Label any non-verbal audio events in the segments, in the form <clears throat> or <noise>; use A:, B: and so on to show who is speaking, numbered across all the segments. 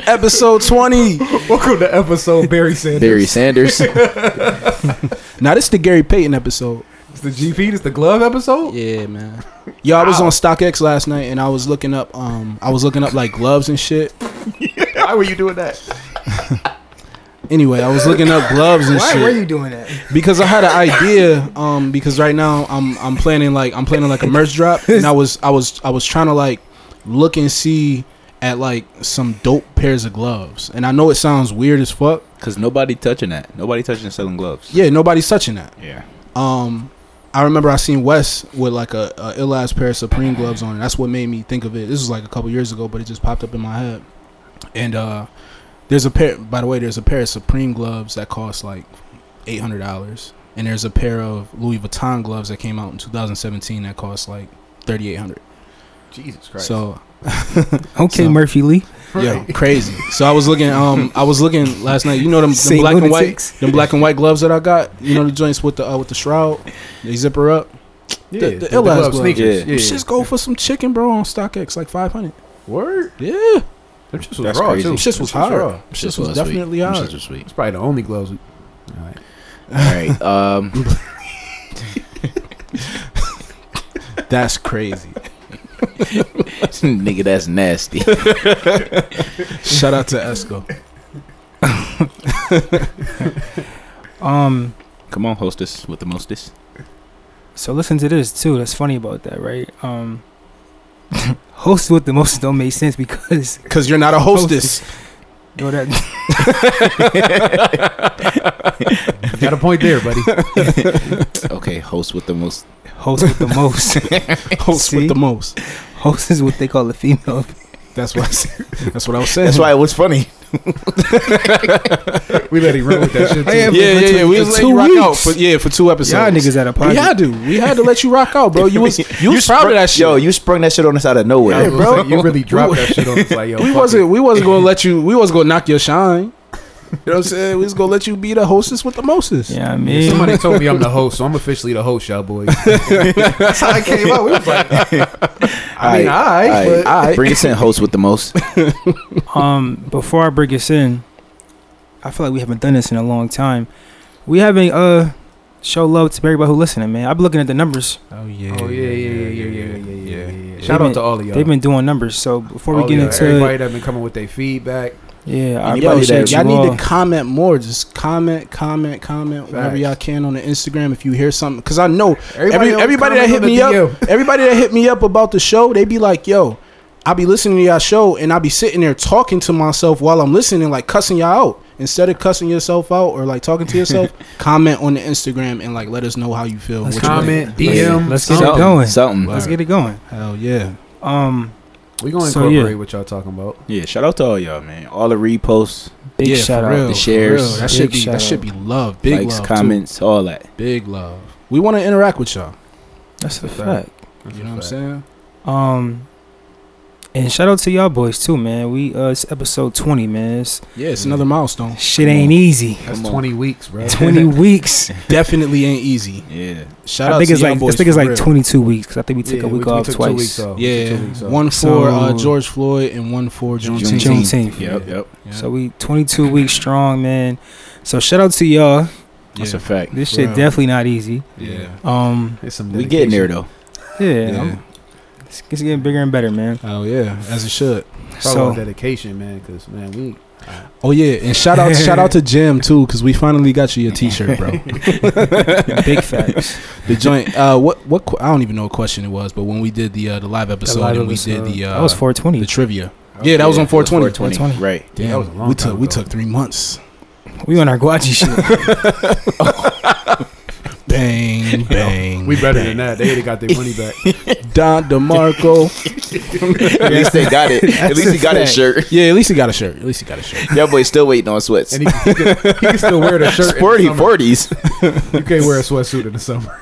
A: Episode 20.
B: Welcome to episode Barry Sanders.
C: Barry
A: <laughs>
C: Sanders.
A: Now, this is the Gary Payton episode.
B: It's the GP. It's the glove episode.
A: Yeah, man. Yo, I was on StockX last night and I was looking up, um, I was looking up like gloves and shit.
B: Why were you doing that?
A: Anyway, I was looking up gloves and
D: Why
A: shit.
D: were you doing that?
A: because I had an idea. Um, because right now I'm I'm planning like I'm planning like a merch drop, and I was I was I was trying to like look and see at like some dope pairs of gloves, and I know it sounds weird as fuck.
C: Because nobody touching that. Nobody touching selling gloves.
A: Yeah, nobody's touching that.
C: Yeah.
A: Um, I remember I seen Wes with like a, a ill ass pair of Supreme gloves on, and that's what made me think of it. This was like a couple years ago, but it just popped up in my head. And uh, there's a pair. By the way, there's a pair of Supreme gloves that cost like eight hundred dollars, and there's a pair of Louis Vuitton gloves that came out in 2017 that cost like thirty eight hundred.
B: Jesus Christ.
A: So
D: Okay,
A: So-
D: Murphy Lee.
A: yeah, crazy. So I was looking. Um, I was looking last night. You know them, them
D: Saint
A: black and white,
D: lunatics.
A: them black and white gloves that I got. You know the joints with the uh, with the shroud, they zipper up.
B: yeah,
A: the ill-ass
B: glove
A: gloves.
C: Yeah.
B: sneakers. Yeah.
A: Them shits go for some chicken, bro, on StockX, like 500.
B: Word.
A: Yeah. Them
B: Them shits was
C: That's
B: raw
C: crazy.
B: too.
C: Them
A: shits was
B: Them
A: hard.
B: raw.
A: Them shits was definitely
C: hard.
A: hard.
C: sweet.
B: It's probably the only gloves. we-
C: <laughs> All right. Um,
A: <laughs> That's crazy.
C: nigga, that's nasty.
A: Shout out to Esco.
D: Um,
C: Come on, hostess with the mostest. <laughs>
D: so listen to this too. That's funny about that, right? Um, <laughs> host with the most don't make sense because <laughs>
A: Because you're not a hostess.
D: yo, that
B: You Got a point there, buddy.
C: Okay, host with the most.
D: host with the
B: <laughs>
D: most
A: <laughs> Host
D: See?
A: with the most.
D: host is what they call a female.
A: That's what I said. That's what I was saying.
C: That's why it was
A: <laughs>
C: funny.
B: we let him run with that shit. Too.
D: Yeah,
A: Yeah, yeah, yeah. We
D: For
A: was
D: two
A: letting you rock out.
D: weeks.
A: For, yeah, for two episodes.
D: Y'all niggas out of
A: We
D: pocket.
A: had to. We had to let you rock out, bro. You <laughs> was you was proud
C: sprung-
A: of that shit.
C: Yo, you sprung that shit on us out of nowhere.
B: Yeah,
A: Yeah,
B: bro.
A: bro.
B: you really dropped that shit on us. Like, yo,
A: we
B: fuck
A: wasn't we wasn't <laughs> gonna let you we wasn't gonna knock your shine. You know <laughs> what I'm saying? We was gonna let you be the hostess with the mostest.
D: Yeah, I
B: it.
D: mean,
B: Somebody told me I'm the host, so I'm officially the host, y'all boys. That's how I came out. We was like, I mean, I,
C: All right,
B: but
A: I-
C: Bring us in, host with the most.
D: um, before I break us in, I feel like we haven't done this in a long time. We haven't uh show love to everybody who listening, man. I'm looking at the numbers.
A: Oh yeah.
B: Oh yeah, yeah, yeah, yeah, yeah, yeah, yeah, yeah, yeah.
D: They've
B: Shout
D: been-
B: out to all of y'all.
D: They've been doing numbers, so before
B: All
D: we get
B: y'all.
D: into
B: Oh, everybody
D: it,
B: that been coming with their feedback.
D: yeah, I
C: Anybody
D: appreciate
C: that-
D: you
A: Y'all
D: all.
A: need to comment more. Just comment, comment, comment whenever
B: Facts.
A: y'all can on the Instagram if you hear something. Because I know
B: Everybody,
A: Every- everybody that hit me
B: up.
A: everybody that hit me up about the show, they be like, "Yo, I be listening to y'all show and I be sitting there talking to myself while I'm listening, like cussing y'all out." Instead of cussing yourself out or like talking to
D: <laughs>
A: yourself, comment on the Instagram and like let us know how you feel.
D: Let's
A: what you
B: Comment,
A: think.
B: DM.
D: Let's get
B: something.
D: it going.
C: Something.
D: Let's get it going.
A: Hell yeah.
D: Um,
B: We gonna
D: So,
B: incorporate
D: yeah.
B: what y'all talking about.
C: Yeah, shout out to all y'all, man. All the reposts,
D: big
A: yeah,
D: shout
A: for
D: out.
A: real,
C: the
A: for
C: shares.
A: real. That
D: Big
A: should be that
D: shout
A: should
D: out.
A: be love. Big
C: likes,
A: love. too.
C: comments, all that.
A: Big love. We want to interact with y'all.
D: That's a fact.
B: Fact.
A: You know what I'm saying?
D: Um, and shout out to y'all boys too, man. We uh, it's episode twenty, man. It's,
A: Yeah, it's another milestone.
D: shit ain't easy.
B: That's
C: Come on.
B: 20 weeks,
D: <laughs>
B: bro.
D: Twenty weeks.
A: Definitely ain't easy.
C: Yeah.
A: Shout
D: I
A: out
D: think
A: to
D: it's
A: y'all
D: like
A: boys
D: I think it's
A: for
D: like
A: real.
D: twenty two weeks. 'cause I think we
B: Yeah,
D: took a week
B: we- we
D: off
B: took two
D: twice.
B: weeks off. We took Oh, two weeks
A: Yeah,
B: off.
A: one
D: So-
A: for uh, George Floyd and one for Juneteenth.
D: Juneteenth.
C: Yep, yep.
A: Yeah.
D: So we twenty two weeks strong, man. So shout out to y'all.
C: That's
A: Yeah.
C: a fact.
D: This shit
A: Wow.
D: definitely not easy.
A: yeah.
D: Um,
B: It's some
C: We getting there
B: dedication.
C: though.
D: yeah,
A: Yeah.
D: I'm- it's, it's getting bigger and better, man.
A: Oh yeah, as it should.
B: It's all about
D: So
B: dedication, man. Because man, we
A: Oh yeah, and shout out shout
D: <laughs>
A: out to Jim too, because we finally got you your T-shirt, bro.
D: <laughs> big
C: <laughs>
D: facts.
A: the joint. Uh, what what? que- I don't even know what question it was, but when we did the uh, the live episode
B: live
A: and we
B: episode.
A: did the uh,
D: That was four twenty.
A: the trivia. Yeah, that was on 420.
D: 420.
C: Right.
B: Yeah,
A: Damn,
B: that was a long
A: we
B: time
A: took we
B: ago.
A: took three months.
D: We on our Guachi
C: <laughs>
D: shit. <laughs>
A: Bang bang.
C: <laughs>
B: we better than that. They already got their money back.
A: Don DeMarco.
C: At least they got
D: <laughs>
C: it. At least he got his shirt.
A: yeah, at least he got a shirt. At least he got a shirt.
C: Y'all boys still waiting on sweats.
B: And
C: <laughs>
B: he, he, can, he can still wear the shirt. in the
C: Sporty
B: summer.
C: forties.
B: You can't wear a sweatsuit in
C: <laughs>
B: the summer.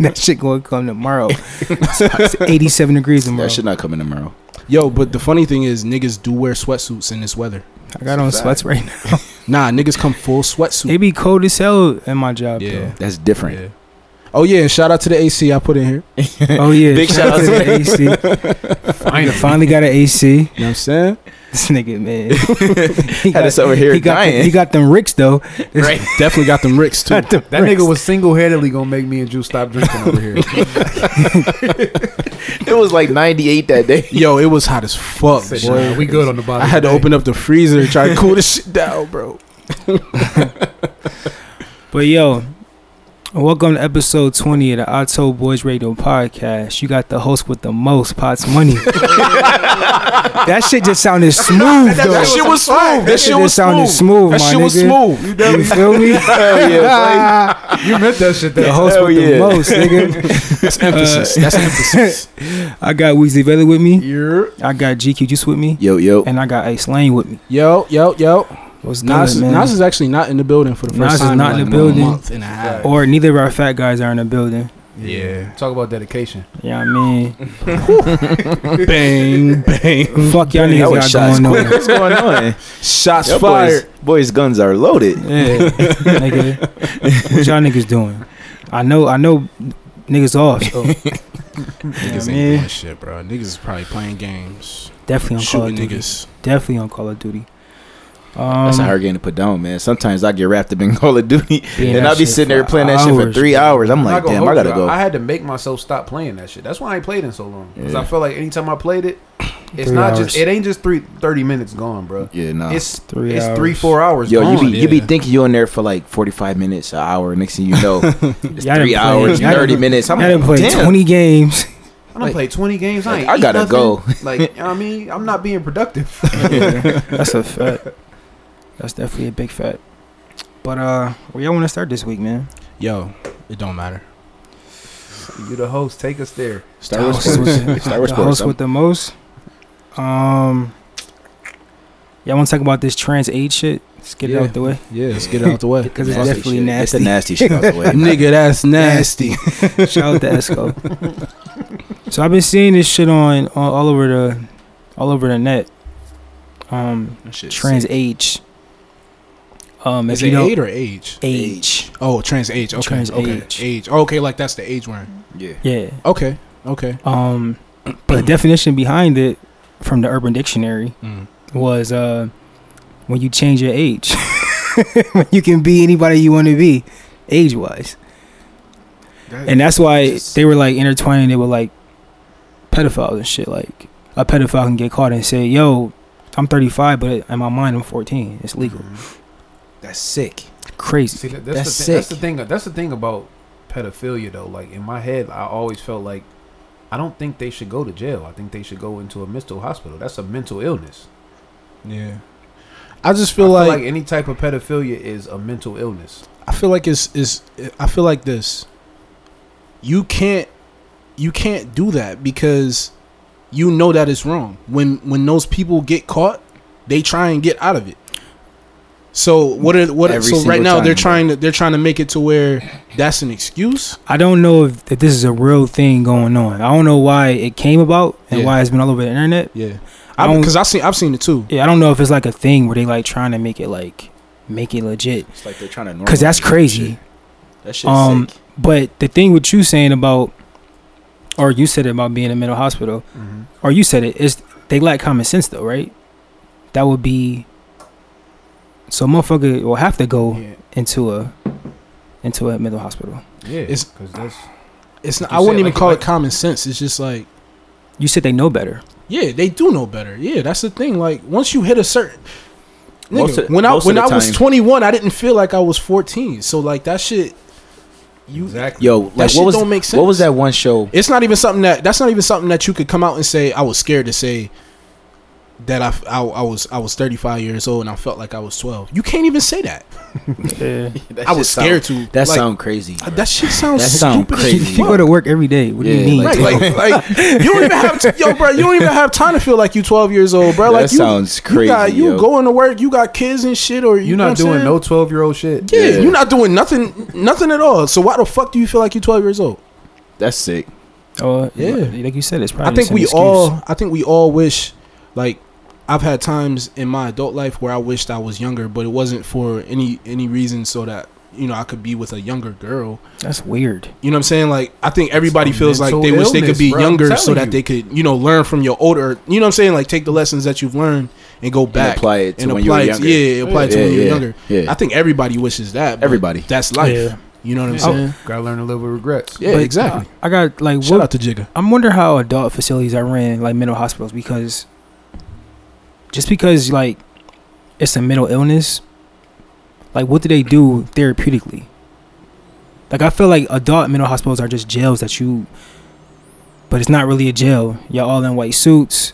D: that shit gonna come tomorrow. It's eighty seven degrees tomorrow.
C: That should not come in tomorrow.
A: Yo, but the funny thing is, niggas do wear sweatsuits in this weather.
D: I got on
C: It's a
D: sweats right now.
A: Nah, niggas come full sweatsuit.
D: It be cold as hell in my job.
A: Yeah.
D: Yeah.
C: That's different.
A: Yeah. Oh yeah, and shout out to the AC I put in here.
D: Oh yeah,
C: <laughs> Big shout out to
D: the AC.
C: <laughs>
D: Finally. finally got an AC.
A: You know what I'm saying?
D: This nigga
C: <laughs>
D: man, he
C: Had us over here
D: he got,
C: dying.
D: he got them ricks
C: <laughs>
D: though. This-
B: Right.
A: Definitely got them ricks
D: <laughs>
A: too.
D: got them
B: That
D: ricks.
B: nigga was single handedly gonna make me and Drew stop drinking
C: <laughs>
B: over here.
C: It was like 98 that day.
A: Yo, it was hot as fuck.
B: Said,
A: boy.
B: "Nah, we good on the bottom.
A: I had to
B: <laughs>
A: open up the freezer to try to cool this <laughs> shit down, bro.
D: But yo, welcome to episode 20 of the Otto Boys Radio Podcast. You got the host with the most pots money. that shit just sounded smooth
B: that-
D: though.
A: That shit was smooth. That
D: That
A: shit
D: just
A: was
D: sounded
A: smooth.
D: smooth,
A: That
D: my
A: shit was
D: nigga.
A: smooth.
D: You feel me?
C: Hell <laughs> <laughs> yeah,
B: You meant that shit.
D: The
B: That
D: host
C: Hell
D: with the
C: yeah.
D: most, nigga.
A: That's
D: Uh,
A: emphasis. That's
D: <laughs>
A: emphasis.
D: I got Weezy Valley with me.
A: You're
D: I got GQ Juice with me.
C: Yo, yo.
D: And I got Ace Lane with me.
A: Yo, yo, yo.
D: What's
A: Nas,
D: good,
A: is,
D: man?
A: Nas is actually not in the building for the first
D: Nas is
A: time.
D: not in
A: like
D: the building.
A: A month and a half.
D: or neither of our fat guys are in the building.
A: Yeah.
B: Talk about dedication.
D: You know what I mean?
A: bang, bang.
D: Fuck y'all
C: That
D: niggas
C: was
D: got
C: shots
D: going
C: quick.
D: on.
C: What's going on?
D: <laughs>
A: Shots
C: Y'all boys,
A: fired.
C: boys' guns are loaded.
D: Yeah, <laughs> nigga. What y'all niggas doing? I know, I know, niggas off.
C: <laughs>
D: So.
A: Niggas
D: Yeah,
A: ain't
D: man.
A: doing shit, bro. Niggas is probably playing games,
D: Definitely on Call of
A: shooting
D: Duty.
A: niggas.
D: Definitely on Call of Duty. Um,
C: That's a hard game to put down, man. Sometimes I get wrapped up in <laughs> Call of Duty,
D: being
C: and
D: that
C: I'll be
D: shit
C: sitting there
D: for
C: playing that shit for
D: hours,
C: three
D: bro.
C: hours. I'm
B: I'm
C: like,
B: not gonna
C: damn, I
B: hold
C: gotta
B: you.
C: go.
B: I had to make myself stop playing that shit. That's why I ain't played in so long. Because
C: Yeah.
B: I feel like anytime I
C: <clears throat>
B: played it, it's
D: Three
B: not
D: hours.
B: just it ain't just three 30 minutes gone, bro.
C: <laughs> Yeah, nah.
B: It's
D: Three
B: it's
D: hours.
B: three four hours.
C: Yo,
B: gone.
C: you be you be
A: yeah.
C: thinking you in there for like 45 minutes, an hour. Next thing you
D: <laughs>
C: know, it's
D: Y'all done
C: three
D: played-
C: hours,
D: y'all done-
C: 30 minutes. I'm
D: I didn't play
C: like, damn.
D: twenty games.
C: <laughs>
B: I done
C: like-
B: played 20 games. I,
C: like,
B: ain't
C: I
B: eat
C: gotta
B: nothing.
C: go.
B: <laughs> like, you know what I mean, I'm not being productive.
D: That's a fact. That's definitely a big fact. But uh, where y'all want to start this week, man?
A: Yo, it don't matter.
B: you the host, take us there.
C: Star
D: The
C: Wars
D: host
C: sports.
D: with-
C: Star Wars
D: the host
C: sports.
D: with the most. Um, y'all want to talk about this trans age shit? Let's get
A: Yeah.
D: it out the way.
A: Yeah, let's get it out the <laughs> way.
D: because it's
C: Nasty
D: definitely
C: shit. It's the nasty shit out the way.
A: Nigga, that's <laughs> nasty.
D: Shout out to Esco. so I've been seeing this shit on, on all over the all over the net. Um, trans age. Um,
A: Is
D: if
A: it
D: you don't
A: age or age?
D: age,
A: Oh, trans age. Okay,
D: Trans
A: okay.
D: age.
A: Okay, like that's the age we're in.
C: Yeah.
D: yeah.
A: Okay, okay.
D: Um, but the definition behind it from the Urban Dictionary
A: Mm.
D: was uh, when you change your age, <laughs> when you can be anybody you want to be, age wise, and that's why
C: Just-
D: they were like intertwining it with like pedophiles and shit. Like a pedophile can get caught and say, "Yo, I'm 35, but in my mind I'm 14. It's legal.
C: That's sick.
D: Crazy."
B: See, that, that's,
C: That's
B: the thing, that's the
C: sick.
B: thing. That's the thing about pedophilia, though. Like in my head, I always felt like I don't think they should go to jail. I think they should go into a mental hospital. That's a mental illness.
A: Yeah. I just
B: I
A: feel,
B: feel
A: like,
B: like any type of pedophilia is a mental illness.
A: I feel like it's is I feel like this. You can't you can't do that because you know that it's wrong. When when those people get caught, they try and get out of it. So what are what? are-
C: Every
A: so right
C: single
A: now they're
C: time.
A: trying to they're trying to make it to where that's an excuse.
D: I don't know if, if this is a real thing going on. I don't know why it came about and
A: Yeah.
D: why it's been all over the internet.
A: Yeah,
D: I don't-
A: because I seen I've seen it too.
D: Yeah, I don't know if it's like a thing where they like trying to make it like make it legit
C: It's like they're trying to.
D: because that's
C: normalize
D: crazy.
C: shit. That shit's
D: Um,
C: sick.
D: But the thing with you saying about, or you said it about being in mental hospital, or you said it is they lack common sense though, right? That would be. So motherfucker will have to go
A: Yeah.
D: into a, into a mental hospital.
B: Yeah,
A: It's-
B: because that's
A: It's not,
B: You
A: I wouldn't
B: said,
A: even
B: like-
A: call
B: like-
A: it common sense. It's just like
D: You said they know better.
A: Yeah, they do know better. Yeah, that's the thing. Like once you hit a certain
C: Most
A: nigga,
C: of-
A: when I
C: most of
A: when
C: the
A: I was
C: time-
A: 21, I didn't feel like I was 14. So like that shit, you
B: exactly.
C: Yo, like
A: shit
C: what was
A: don't make
C: what was
A: sense.
C: that one show?
A: it's not even something that that's not even something that you could come out and say. I was scared to say that I, I, I was I was 35 years old and I felt like I was 12. You can't even say that. <laughs>
D: Yeah.
C: That
A: I
C: shit
A: was
C: sound-
A: scared to.
C: That
A: like,
C: sound crazy. bro.
A: That shit sounds
C: That sound
A: stupid.
C: crazy.
A: As
D: <laughs> You go
A: fuck.
D: to work every day. What do
C: Yeah,
D: you mean?
A: Like,
C: like-
A: like, like, you don't even have to, yo, bro. You don't even have time to feel like you twelve years old, bro.
C: That
A: like, you,
C: sounds
A: You, got,
C: crazy,
A: you
C: yo.
A: going to work. You got kids and shit, or you
B: you're
A: know
B: not
A: what I'm
B: doing
A: saying?
B: no 12 year old shit.
A: Yeah,
C: Yeah.
A: you're not doing nothing, nothing at all. So why the fuck do you feel like you're 12 years old?
C: That's sick.
D: <laughs> oh
A: Yeah.
D: Like you said, it's probably.
A: I think
D: just an
A: we
D: excuse.
A: all, I think we all wish, like, I've had times in my adult life where I wished I was younger, but it wasn't for any any reason so that you know, I could be with a younger girl.
D: That's weird.
A: You know what I'm saying? Like I think everybody
B: a
A: feels like they
B: mental
A: wish they could
B: illness,
A: be
B: bro. I'm
A: younger so
B: telling
A: that
B: you.
A: they could, you know, learn from your older. You know what I'm saying? Like take the lessons that you've learned and go back
C: apply it to when you
A: apply
C: were
A: it
C: younger.
A: To, yeah, apply it to
C: Yeah,
A: when you were
C: yeah,
A: younger.
C: yeah.
A: I think everybody wishes that. but
C: Everybody.
A: That's life.
D: Yeah.
A: You know what I'm
B: Yeah.
A: saying?
B: Gotta learn to live with regrets.
C: Yeah,
D: But,
A: exactly.
D: I got like
A: uh, Shout
D: what
A: out to Jigga.
D: I'm wondering how adult facilities are ran, like mental hospitals, because just because like it's a mental illness, like what do they do therapeutically? Like I feel like adult mental hospitals are just jails that you, but it's not really a jail. Y'all all in white suits.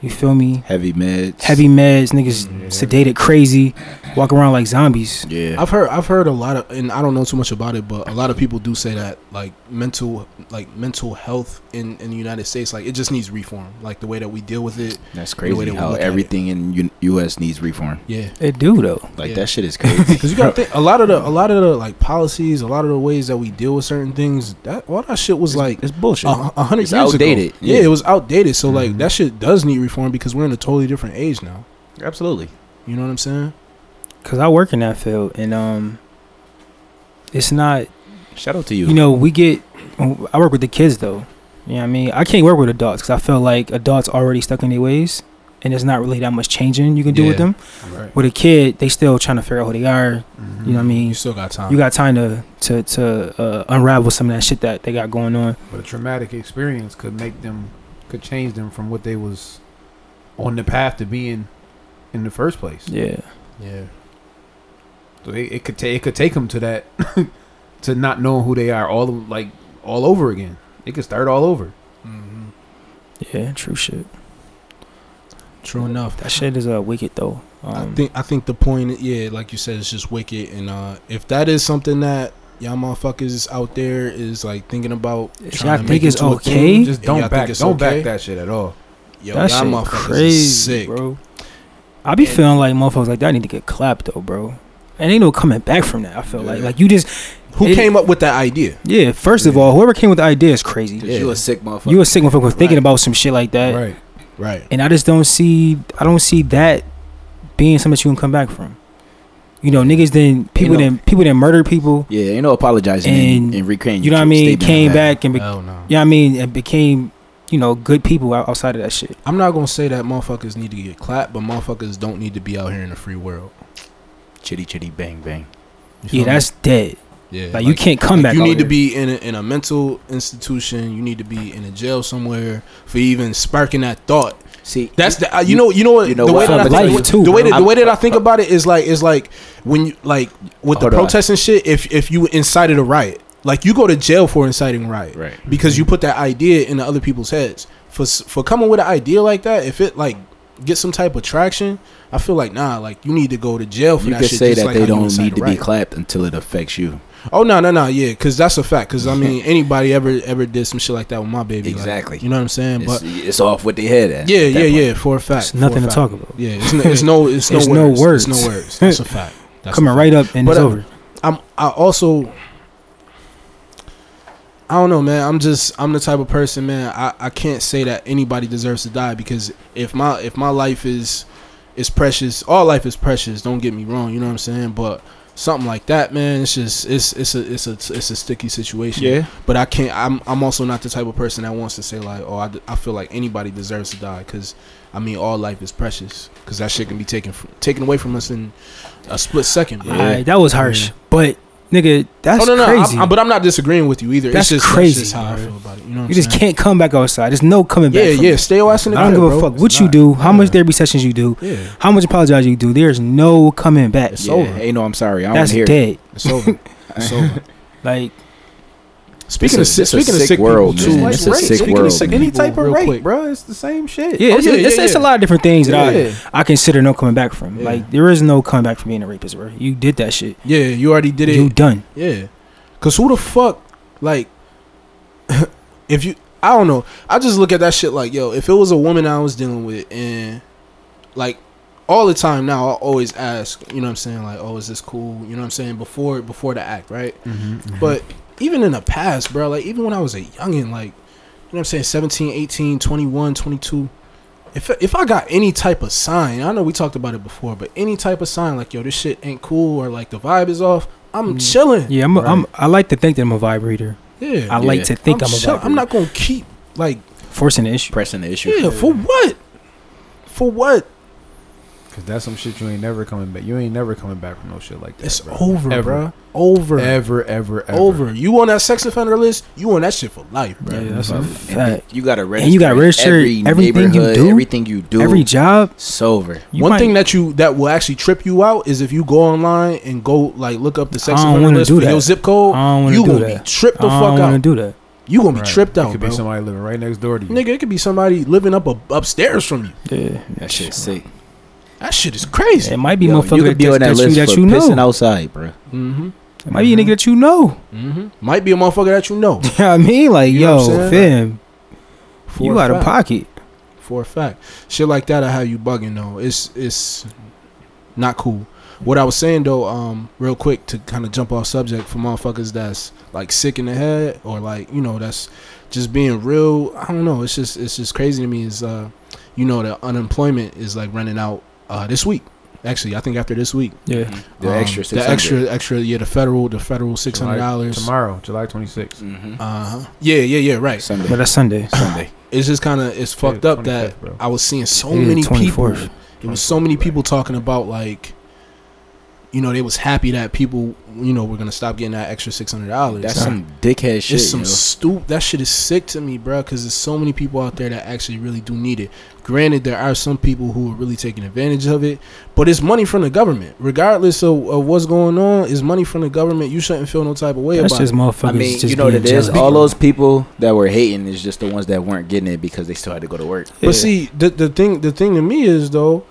D: You feel me?
C: Heavy meds.
D: Heavy meds, niggas
B: Yeah.
D: sedated, crazy, walk around like zombies.
C: Yeah.
A: I've heard I've heard a lot of and I don't know too much about it, but a lot of people do say that like mental like mental health in, in the United States, like it just needs reform. Like the way that we deal with it.
C: That's
A: way
C: crazy
A: that we
C: how
A: look at it.
C: everything in U- U.S. needs reform.
A: Yeah.
D: They do though.
C: Like,
A: Yeah.
C: that shit is crazy.
A: Because you got to think a lot of the a lot of the like policies, a lot of the ways that we deal with certain things, that all that shit was like
C: it's bullshit.
D: Uh,
A: a a hundred
C: It's
A: years ago.
C: outdated,
A: Yeah.
C: yeah.
A: it was outdated. So like
B: Mhm.
A: that shit does need reform because we're in a totally different age now.
C: Absolutely.
A: You know what I'm saying?
D: Cause I work in that field, and um, it's not
C: Shout out to you.
D: You know, we get. I work with the kids though. You know what I mean? I can't work with adults because I feel like adults already stuck in their ways, and there's not really that much changing you can do with
A: Yeah.
D: them.
B: Right.
D: With a kid, they still trying to figure out who they are.
B: Mhm.
D: You know what I
A: You
D: mean?
A: still got time.
D: You got time to to to uh, unravel some of that shit that they got going on.
B: But a traumatic experience could make them, could change them from what they was on the path to being in the first place.
D: Yeah,
A: yeah.
B: So it, it could take it could take them to that, <laughs> to not knowing who they are all o- like all over again. It could start all over.
A: hmm
D: yeah, true shit.
A: True enough.
D: That shit is a uh, wicked though.
A: I
D: Um,
A: think I think the point, yeah, like you said, it's just wicked. And uh, if that is something that y'all motherfuckers out there is like thinking about,
D: If
A: trying
D: y'all
A: to make
D: think it's
A: into a
D: okay,
A: thing,
D: Hey.
B: Just
A: And
B: don't
A: y'all think
B: back
A: it's
B: don't
A: okay?
B: back that shit at all.
A: yo,
D: that
A: y'all
D: shit
A: motherfuckers is
D: crazy,
A: sick.
D: bro. I be
A: And-
D: feeling like motherfuckers like that need to get clapped though, bro. And ain't no coming back from that. I feel like
A: Yeah.
D: like you just
A: Who
D: It-
A: came up with that idea?
D: yeah. First of
A: Yeah.
D: all, whoever came with the idea is crazy.
A: Yeah.
C: You a sick motherfucker.
D: You a sick motherfucker for thinking
A: Right.
D: about some shit like that,
B: Right.
A: Right.
D: and I just don't see. I don't see that being something that you can come back from. You know, niggas then people
C: know-
D: then people then murder people.
C: yeah, ain't no apologizing
D: And
C: and, and recreating
D: You know what I
C: your
D: mean?
C: statement
D: Came
C: on that.
D: back and be, you know
A: Hell no.
D: what I mean, and became you know good people out- outside of that shit.
A: I'm not gonna say that motherfuckers need to get clapped, but motherfuckers don't need to be out here in the free world.
C: Chitty chitty bang bang.
A: You feel
D: Yeah,
A: me?
D: that's dead.
A: yeah.
D: Like, you can't come back.
A: You
D: out
A: need to
D: here.
A: be in a, in a mental institution. You need to be in a jail somewhere for even sparking that thought.
C: See,
A: That's the uh, you know you know what
C: You know
A: the way
C: what?
A: that I
D: For
A: think,
D: life, too,
A: the way
D: bro.
A: that, the way that I think about it is like is like when you like with the
C: Hold on.
A: protests and shit. If if you incited a riot, like you go to jail for inciting riot
C: right.
A: because you put that idea into other people's heads for s- for coming with an idea like that. If it like get some type of traction, I feel like nah, like you need to go to jail for
C: You
A: that
C: could
A: shit.
C: say
A: just
C: that
A: like how
C: they
A: you
C: don't
A: incite
C: need
A: a
C: to be
A: riot.
C: clapped until it affects you.
A: Oh no no no yeah, because that's a fact. Because
C: <laughs>
A: I mean anybody ever ever did some shit like that with my baby. like,
C: Exactly.
A: you know what I'm saying?
C: It's,
A: But
C: it's off with the head. At,
A: yeah
C: at that
A: yeah
C: point.
A: yeah for a fact.
D: It's
A: for a
D: nothing to
A: fact.
D: talk about.
A: Yeah, it's no, it's no, it's no,
D: It's
A: words.
D: no
A: It's
D: words.
A: no words. That's <laughs> a fact. That's
D: Coming
A: a
D: right up and
A: But,
D: it's
A: uh,
D: over.
A: fact. I'm. I also. I don't know, man. I'm just. I'm the type of person, man. I, I can't say that anybody deserves to die because if my if my life is is precious, all life is precious. Don't get me wrong. You know what I'm saying, but. Something like that, man. It's just it's it's a it's a it's a sticky situation. But I can't. I'm I'm also not the type of person that wants to say like, oh, I, d- I feel like anybody deserves to die because I mean all life is precious because that shit can be taken fr- taken away from us in a split second. Bro.
D: All right, that was harsh, but nigga, that's
A: oh no no,
D: crazy.
A: I'm, I'm- but I'm not disagreeing with you either.
D: That's
A: it's just
D: crazy,
A: That's just how I
D: bro.
A: feel about it. You know, what
D: you
A: I'm
D: just
A: saying?
D: can't come back outside. There's no coming back.
A: Yeah
D: from
A: yeah,
D: it.
A: stay your ass in the
D: I don't
A: crib,
D: give
A: bro.
D: a fuck
A: It's
D: what you
A: not-
D: do, how much
A: Yeah.
D: therapy sessions you do,
A: Yeah,
D: how much apologize you do. There's no coming back.
A: It's
C: Yeah,
A: over.
C: Ain't no, I'm sorry. I don't
D: That's
C: hear. it.
D: dead.
A: it's over. It's over.
D: Like
A: <laughs> Speaking
C: a-
A: of si-
C: it's a
A: speaking of
C: sick
A: sick
C: world,
A: people, too,
C: man.
A: like
C: It's a
A: rape,
C: sick
A: speaking of
C: world,
A: sick
C: man.
B: Any
A: people,
B: type of
A: real
B: rape,
A: quick.
B: bro, it's the same shit.
D: Yeah,
A: Oh,
D: it's,
A: yeah,
D: it's,
A: yeah,
D: it's a
A: yeah.
D: lot of different things that
B: Yeah.
D: I, I consider no coming back from.
A: Yeah.
D: Like there is no coming back from being a rapist, bro. You did that shit.
A: Yeah, you already did it.
D: you done.
A: Yeah. Cause who the fuck like <laughs> if you I don't know. I just look at that shit like, yo, if it was a woman I was dealing with and like all the time now I always ask, you know what I'm saying, like, oh, is this cool? You know what I'm saying? Before before the act, right? Mm-hmm. But even in the past, bro, like even when I was a youngin, like, you know what I'm saying, 17, 18, 21, 22, if if I got any type of sign, I know we talked about it before, but any type of sign like, yo, this shit ain't cool or like the vibe is off, I'm
D: Mm.
A: chilling.
D: Yeah, I'm, a- I'm.
B: Right.
D: I like to think that I'm a vibe reader.
A: Yeah,
D: I like to think I'm,
A: I'm,
D: a
A: chill-
D: vibe.
A: I'm not gonna keep like
D: forcing the issue.
E: pressing the issue.
A: yeah for what? For what?
B: Cause that's some shit you ain't never coming back. You ain't never coming back from no shit like that.
A: It's
B: bro.
A: over,
B: Ever.
A: bro. Over,
B: Ever, ever, ever.
A: over. You on that sex offender list? You on that shit for life, bro.
D: Yeah, that's a
B: Right.
D: fact.
E: You got to register.
D: you gotta register
E: every
D: everything you
E: neighborhood,
D: do,
E: Everything you do.
D: Every job,
E: it's over.
D: you
A: One
D: might-
A: thing that you that will actually trip you out is if you go online and go like look up the sex
D: I don't
A: offender
D: wanna
A: list
D: do
A: for
D: that.
A: your zip
D: I
A: code,
D: don't want
A: you
D: to do
A: gonna
D: that.
A: be tripped the
D: I
A: fuck
D: don't want to
A: out.
D: do that.
A: You gonna be tripped
B: It
A: out,
B: could
A: bro.
B: be somebody living right next door to you.
A: Nigga, it could be somebody living up a, upstairs from you.
D: Yeah,
E: That shit's sick.
A: That shit is crazy.
D: it might be
E: Yo,
D: motherfucker that,
E: on
D: that, you, that
E: for
D: you
E: pissing
D: know.
E: outside, bro.
A: Mm-hmm.
D: It might be a nigga that you know. <laughs>
A: Mm-hmm. Might be a motherfucker that you know.
D: You know what I mean, like,
A: You know what
D: yo,
A: I'm
D: fam,
A: For
D: <laughs> you
A: a
D: out of
A: fact.
D: pocket.
A: for a fact. Shit like that, I have you bugging though. It's it's not cool. What I was saying though, um, real quick to kind of jump off subject for motherfuckers that's like sick in the head or like you know that's just being real. I don't know. It's just it's just crazy to me. Is uh, you know, the unemployment is like running out uh this week. Actually, I think after this week,
D: Yeah,
E: The
A: Um,
E: extra
A: the
E: 600.
A: extra, extra, yeah, the federal, the federal six hundred dollars.
B: Tomorrow, July 26th.
E: Mm-hmm.
A: Uh huh. Yeah, yeah, yeah. Right.
D: but
E: Sunday.
D: that's Sunday.
E: Sunday.
A: It's just kind of it's fucked up that
B: 25th, bro.
A: I was seeing so
D: Yeah,
A: many people
D: 24th.
A: It was so many people talking about like, you know, they was happy that people, you know, were gonna stop getting that extra six hundred dollars.
E: That's some dickhead shit.
A: it's some
E: yo.
A: stoop. That shit is sick to me, bro. Because there's so many people out there that actually really do need it. Granted, there are some people who are really taking advantage of it, but it's money from the government, regardless of, of what's going on. It's money from the government. You shouldn't feel no type of way
D: That's
A: about
D: just
A: it.
D: motherfuckers.
E: I mean,
D: just
E: you know what
D: being
E: it is.
D: jealous.
E: All those people that were hating is just the ones that weren't getting it because they still had to go to work.
D: Yeah.
A: But see, the the thing the thing to me is though,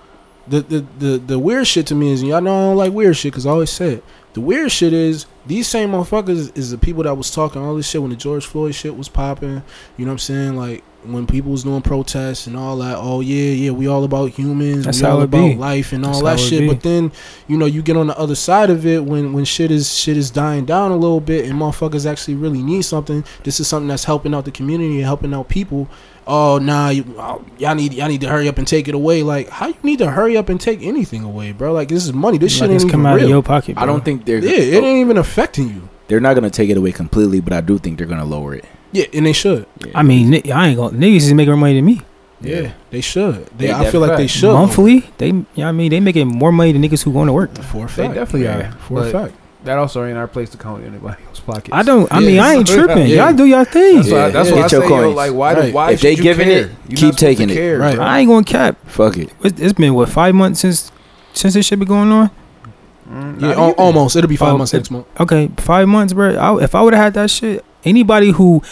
A: the the the, the weird shit to me is and y'all know I don't like weird shit because I always say it. The weird shit is these same motherfuckers is the people that was talking all this shit when the George Floyd shit was popping. You know what I'm saying? Like when people was doing protests and all that. Oh yeah, yeah, we all about humans.
D: That's
A: we
D: how
A: all
D: it
A: about
D: be.
A: life and all
D: That's
A: that
D: how it
A: shit.
D: be.
A: But then you know you get on the other side of it when when shit is shit is dying down a little bit and motherfuckers actually really need something. This is something that's helping out the community and helping out people oh nah you, oh, y'all need y'all need to hurry up and take it away like how you need to hurry up and take anything away bro like this is money this
D: Like,
A: shit
D: it's
A: ain't
D: come
A: even
D: out
A: real
D: of your pocket.
E: I don't think they're.
A: yeah it ain't even affecting you
E: They're not gonna take it away completely, but I do think they're gonna lower it.
A: yeah and they should
D: I mean, ni- I ain't gonna niggas is making more money than me
A: yeah, they should they,
E: They
A: i feel like they
B: definitely-
A: should
D: monthly. They, you know what I mean, they making more money than niggas who going to work.
A: for a
B: They
A: fact
B: definitely
E: Yeah.
B: are.
A: for a
B: but
A: fact
B: That also ain't our place to count anybody <laughs> else's pockets.
D: I don't. I
A: Yeah.
D: mean, I ain't tripping.
A: Yeah.
D: Y'all do y'all thing.
B: That's why. That's
A: Yeah.
B: why I
E: Get
B: say,
E: your
B: yo,
E: coins.
B: like, why?
A: Right.
B: Do, why
E: If they
B: should you
E: giving
B: care?
E: it,
B: You're
E: keep
B: not supposed to
E: taking it.
B: care, Mm,
A: Right.
B: bro.
D: I ain't gonna cap.
E: Fuck it.
D: It's, it's been what five months since since this shit been going on.
B: Mm,
A: yeah
B: not
A: al-
B: even.
A: almost it'll be five
D: Oh,
A: months
D: it-
A: next month
D: Okay, five months, bro. I, if I would have had that shit, anybody who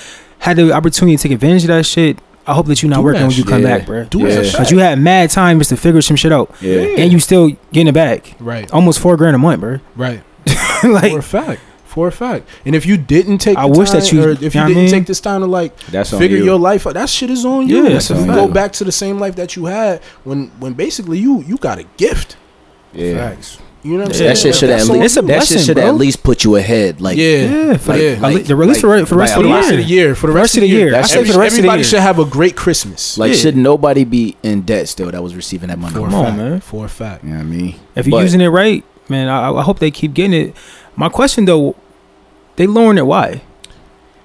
D: had the opportunity to take advantage of that shit, I hope that you're not
A: Do
D: working
A: that
D: when you
A: shit.
D: come
E: Yeah.
D: back, bro.
A: do
E: Yeah.
A: that
D: Cause
A: shit
D: you had mad time just to figure some shit out,
E: Yeah.
D: and you still getting it back.
A: right
D: Almost four grand a month, bro.
A: right for a
D: <laughs> like,
A: fact for a fact and if you didn't take
D: I
A: the
D: wish that
A: time,
D: you-
A: or
D: you
A: if
D: know
A: you
D: what I
A: didn't
D: mean?
A: take this time to like
E: That's on
A: figure
E: you.
A: your life out. That shit is on you.
D: Yeah,
A: if
D: that's
A: you
E: on
A: go
E: you.
A: back to the same life that you had when when basically you you got a gift.
E: yeah.
B: Facts.
A: You know what I'm
D: Yeah.
A: saying?
E: That shit should at
A: That's on
E: least.
D: It's a
A: you.
E: That shit
D: blessing,
E: should
D: bro.
E: at least put you ahead. Like.
A: yeah.
D: yeah, for
E: Like-
D: the,
A: yeah.
E: like-
D: the release
E: like-
D: for the rest
E: like
D: of the
E: a
A: For
E: lot.
A: the
D: year.
A: year, for the rest of the year,
E: That shit-
A: Every-
D: rest of the
A: everybody
D: year.
A: should have a great Christmas.
E: Like,
D: Yeah.
E: should nobody be in debt still that was receiving that money?
A: for a
D: Come on,
A: fact,
D: man.
A: For a fact,
E: You know what I mean?
D: If you're
E: But-
D: using it right, man, I, I hope they keep getting it. My question though, they lowering it why?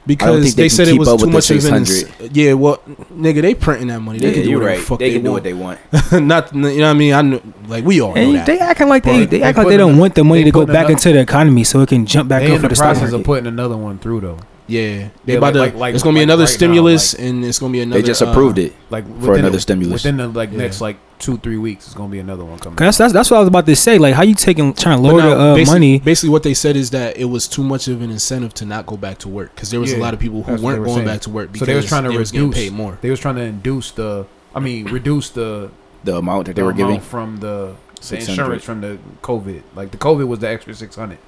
A: because
E: think
A: they,
E: they can
A: said it
E: keep
A: was
E: up
A: too
E: with
A: much
E: the
A: of an.
E: 600.
A: Yeah, well, nigga, they printing that money. They can do whatever the fuck they, want.
E: want.
A: <laughs> Not, you know what I mean? I know, like we all know
D: And
A: that.
D: they acting like they,
B: But
D: they
B: they
D: act like they
B: putting
D: don't
B: a-
D: want the money to
B: they
D: go
B: putting
D: back
B: enough-
D: into the economy so it can jump back
B: They
D: up
B: in
D: for
B: the
D: the stock
B: process of
D: market.
B: putting another one through though.
A: yeah, they
B: Yeah,
A: about
B: like-
A: to.
B: like- like-
A: it's gonna be
B: like
A: another
B: right now,
A: stimulus, and it's gonna be another. uh,
E: They just approved it.
B: Like within
E: another
B: the,
E: stimulus.
B: within the like
A: Yeah.
B: next like two three weeks, it's gonna be another one coming.
D: 'Cause That's, that's that's what I was about to say. Like how you taking trying to
A: But
D: lower
A: now,
D: the uh,
A: basic-
D: money?
A: Basically, what they said is that it was too much of an incentive to not go back to work because there was a
B: Yeah,
A: lot of people who
B: that's what
A: weren't
B: they were
A: going
B: saying.
A: back to work because
B: So they was trying to
A: getting
B: reduce-
A: paid more.
B: They was trying to induce the, I mean, reduce the,
E: The amount that they
B: the
E: were
B: amount
E: giving.
B: from the, the
E: 600.
B: insurance from the COVID. Like the COVID was the extra six hundred.